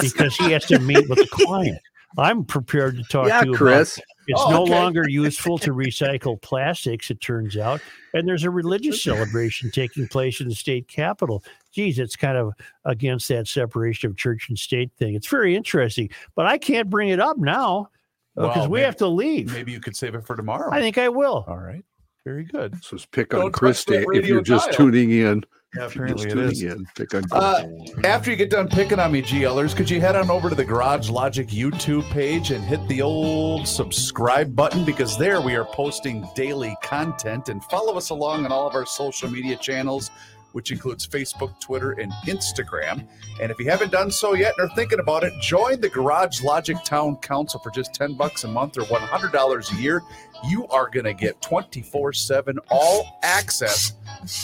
S2: because he has to meet with a client. I'm prepared to talk
S3: Yeah,
S2: to you
S3: Chris.
S2: about it's
S3: Oh,
S2: no
S3: okay.
S2: longer useful to recycle plastics, it turns out. And there's a religious celebration taking place in the state capitol. Geez, it's kind of against that separation of church and state thing. It's very interesting, but I can't bring it up now because
S4: Well,
S2: we
S4: may-
S2: have to leave.
S4: Maybe you could save it for tomorrow.
S2: I think I
S3: Oh.
S2: will.
S4: All right. Very good.
S3: This is pick
S4: Don't
S3: on
S4: touch
S3: Chris
S4: that
S3: Day if
S4: radio
S3: you're just
S4: dial.
S3: tuning in.
S4: Yeah,
S3: If you're just
S4: apparently it
S3: tuning
S4: is.
S3: in, pick on Chris.
S4: Uh, after you get done picking on me, GLers, could you head on over to the Garage Logic YouTube page and hit the old subscribe button because there we are posting daily content and follow us along on all of our social media channels, which includes Facebook, Twitter, and Instagram. And if you haven't done so yet and are thinking about it, join the Garage Logic Town Council for just 10 bucks a month or $100 a year. You are going to get 24 7 all access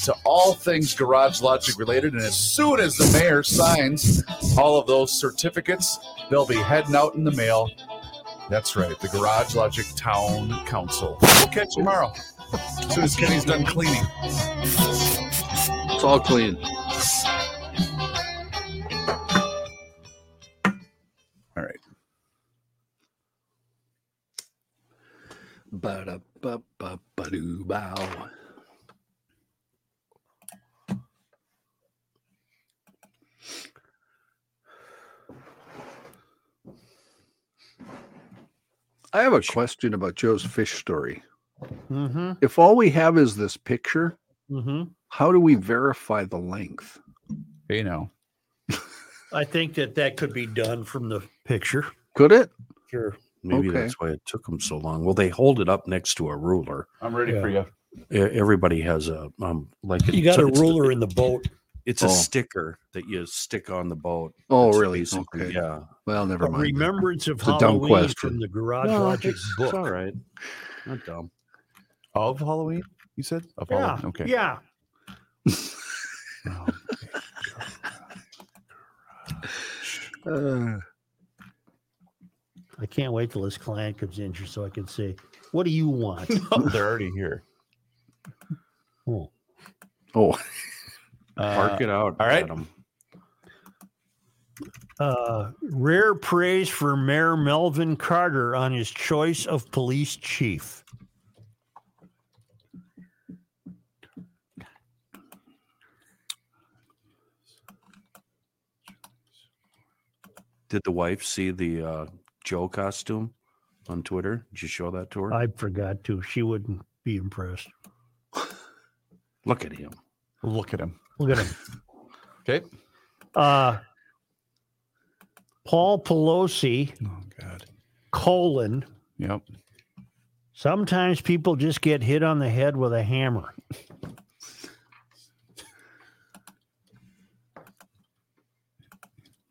S4: to all things Garage Logic related. And as soon as the mayor signs all of those certificates, they'll be heading out in the mail. That's right, the Garage Logic Town Council. We'll catch you tomorrow. As soon as Kenny's done cleaning.
S3: It's all clean.
S4: All right.
S3: Ba ba ba ba doo bow. I have a question about Joe's fish story.
S2: Mm-hmm.
S3: If all we have is this picture,
S2: Mm-hmm.
S3: how do we verify the length?
S4: You know.
S2: I think that that could be done from the
S1: Picture.
S3: Could it?
S2: Sure.
S1: Maybe
S3: Okay.
S1: that's why it took them so long. Well, they hold it up next to a ruler.
S4: I'm ready
S2: for
S4: you.
S1: E- Everybody has a um like
S2: You got a
S1: it's-
S2: ruler in the boat.
S1: It's a
S3: Oh.
S1: sticker that you stick on the boat.
S3: Oh,
S1: It's
S3: really?
S1: basically-
S3: Okay.
S1: Yeah.
S3: Well, never
S2: A
S3: mind. then.
S2: remembrance of
S3: It's a dumb
S2: Halloween
S3: question.
S2: from the Garage
S1: No,
S2: Logic
S1: it's, it's
S2: book.
S1: all right. Not dumb.
S4: Of Halloween, you said? Of
S2: Yeah.
S4: Halloween. Okay.
S2: Yeah.
S3: Uh,
S2: I can't wait till this client comes in here so I can say, "What do you want?"
S4: They're already here.
S2: oh,
S3: oh,
S4: Uh,
S1: Park it out.
S4: all right.
S1: Adam.
S2: uh, rare praise for Mayor Melvin Carter on his choice of police chief.
S1: Did the wife see the uh, Joe costume on Twitter? Did you show that to her?
S2: I forgot to. She wouldn't be impressed.
S1: Look at him.
S4: Look at him.
S2: Look at him.
S4: Okay.
S2: Uh, Paul Pelosi
S4: Oh, God.
S2: colon.
S4: Yep.
S2: Sometimes people just get hit on the head with a hammer.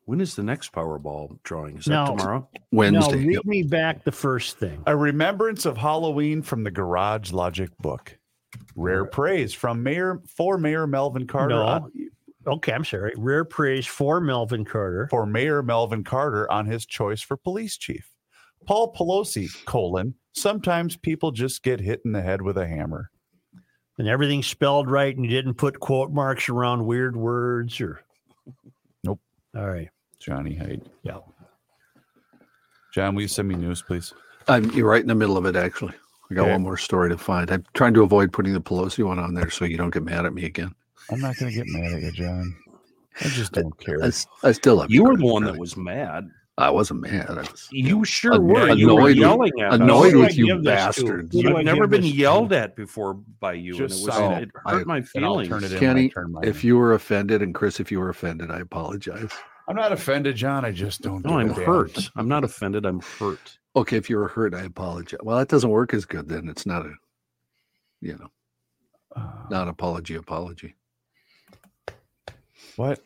S1: When is the next Powerball drawing? Is
S2: No.
S1: that tomorrow?
S2: No,
S3: Wednesday.
S2: read me back the first thing.
S4: A remembrance of Halloween from the Garage Logic book. Rare praise from Mayor for Mayor Melvin Carter
S2: No.
S4: on,
S2: Okay, I'm sorry. Rare praise for Melvin Carter.
S4: for Mayor Melvin Carter on his choice for police chief. Paul Pelosi, colon, sometimes people just get hit in the head with a hammer.
S2: And everything's spelled right, and you didn't put quote marks around weird words or.
S4: Nope.
S2: All right.
S4: Johnny Hyde.
S2: Yeah.
S4: John, will you send me news, please?
S3: I'm, you're right in the middle of it, actually. I got
S4: Okay.
S3: one more story to find. I'm trying to avoid putting the Pelosi one on there so you don't get mad at me again.
S4: I'm not going to get mad at you, John. I just don't care.
S3: I, s- I still love
S1: You were the one that was mad.
S3: I wasn't mad. I was
S1: You sure were. You were
S3: annoyed with-
S1: yelling at us.
S3: annoyed
S1: Who do I
S3: with you
S1: give this to?
S3: bastards.
S1: I've
S3: You-
S1: never been yelled at before by you. and
S5: Just
S1: it, was,
S5: silent.
S1: it hurt
S3: I-
S1: my
S5: and I'll turn
S1: feelings.
S5: it in.
S3: Kenny,
S4: turn mine
S3: if you were offended, and Chris, if you were offended, I apologize.
S4: I'm not offended, John. I just don't.
S1: No,
S4: give a
S1: I'm
S4: damn.
S1: hurt. I'm not offended. I'm hurt.
S3: Okay, if you were hurt, I apologize. Well, that doesn't work as good then. It's not a, you know,
S4: Uh,
S3: not apology, apology.
S4: What?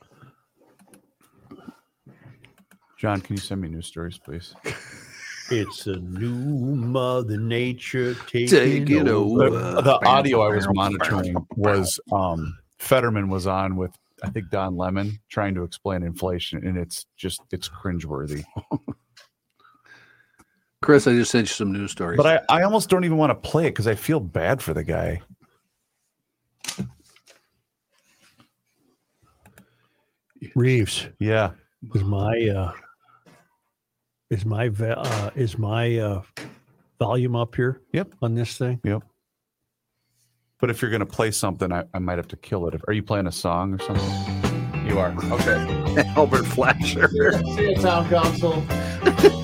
S4: John, can you send me news stories, please?
S2: It's a new mother nature taking
S3: Take it
S2: over.
S3: over.
S4: the audio I was monitoring was um, Fetterman was on with I think Don Lemon trying to explain inflation, and it's just it's cringeworthy.
S3: Chris, I just sent you some news stories.
S4: But I, I almost don't even want to play it because I feel bad for the guy.
S2: Reeves
S4: Yeah,
S2: is my uh, is my va- uh, is my uh, volume up here?
S4: Yep.
S2: On this thing,
S4: but if you're gonna play something, I, I might have to kill it. Are you playing a song or something? You are okay.
S3: Albert Flasher.
S5: See you, town council.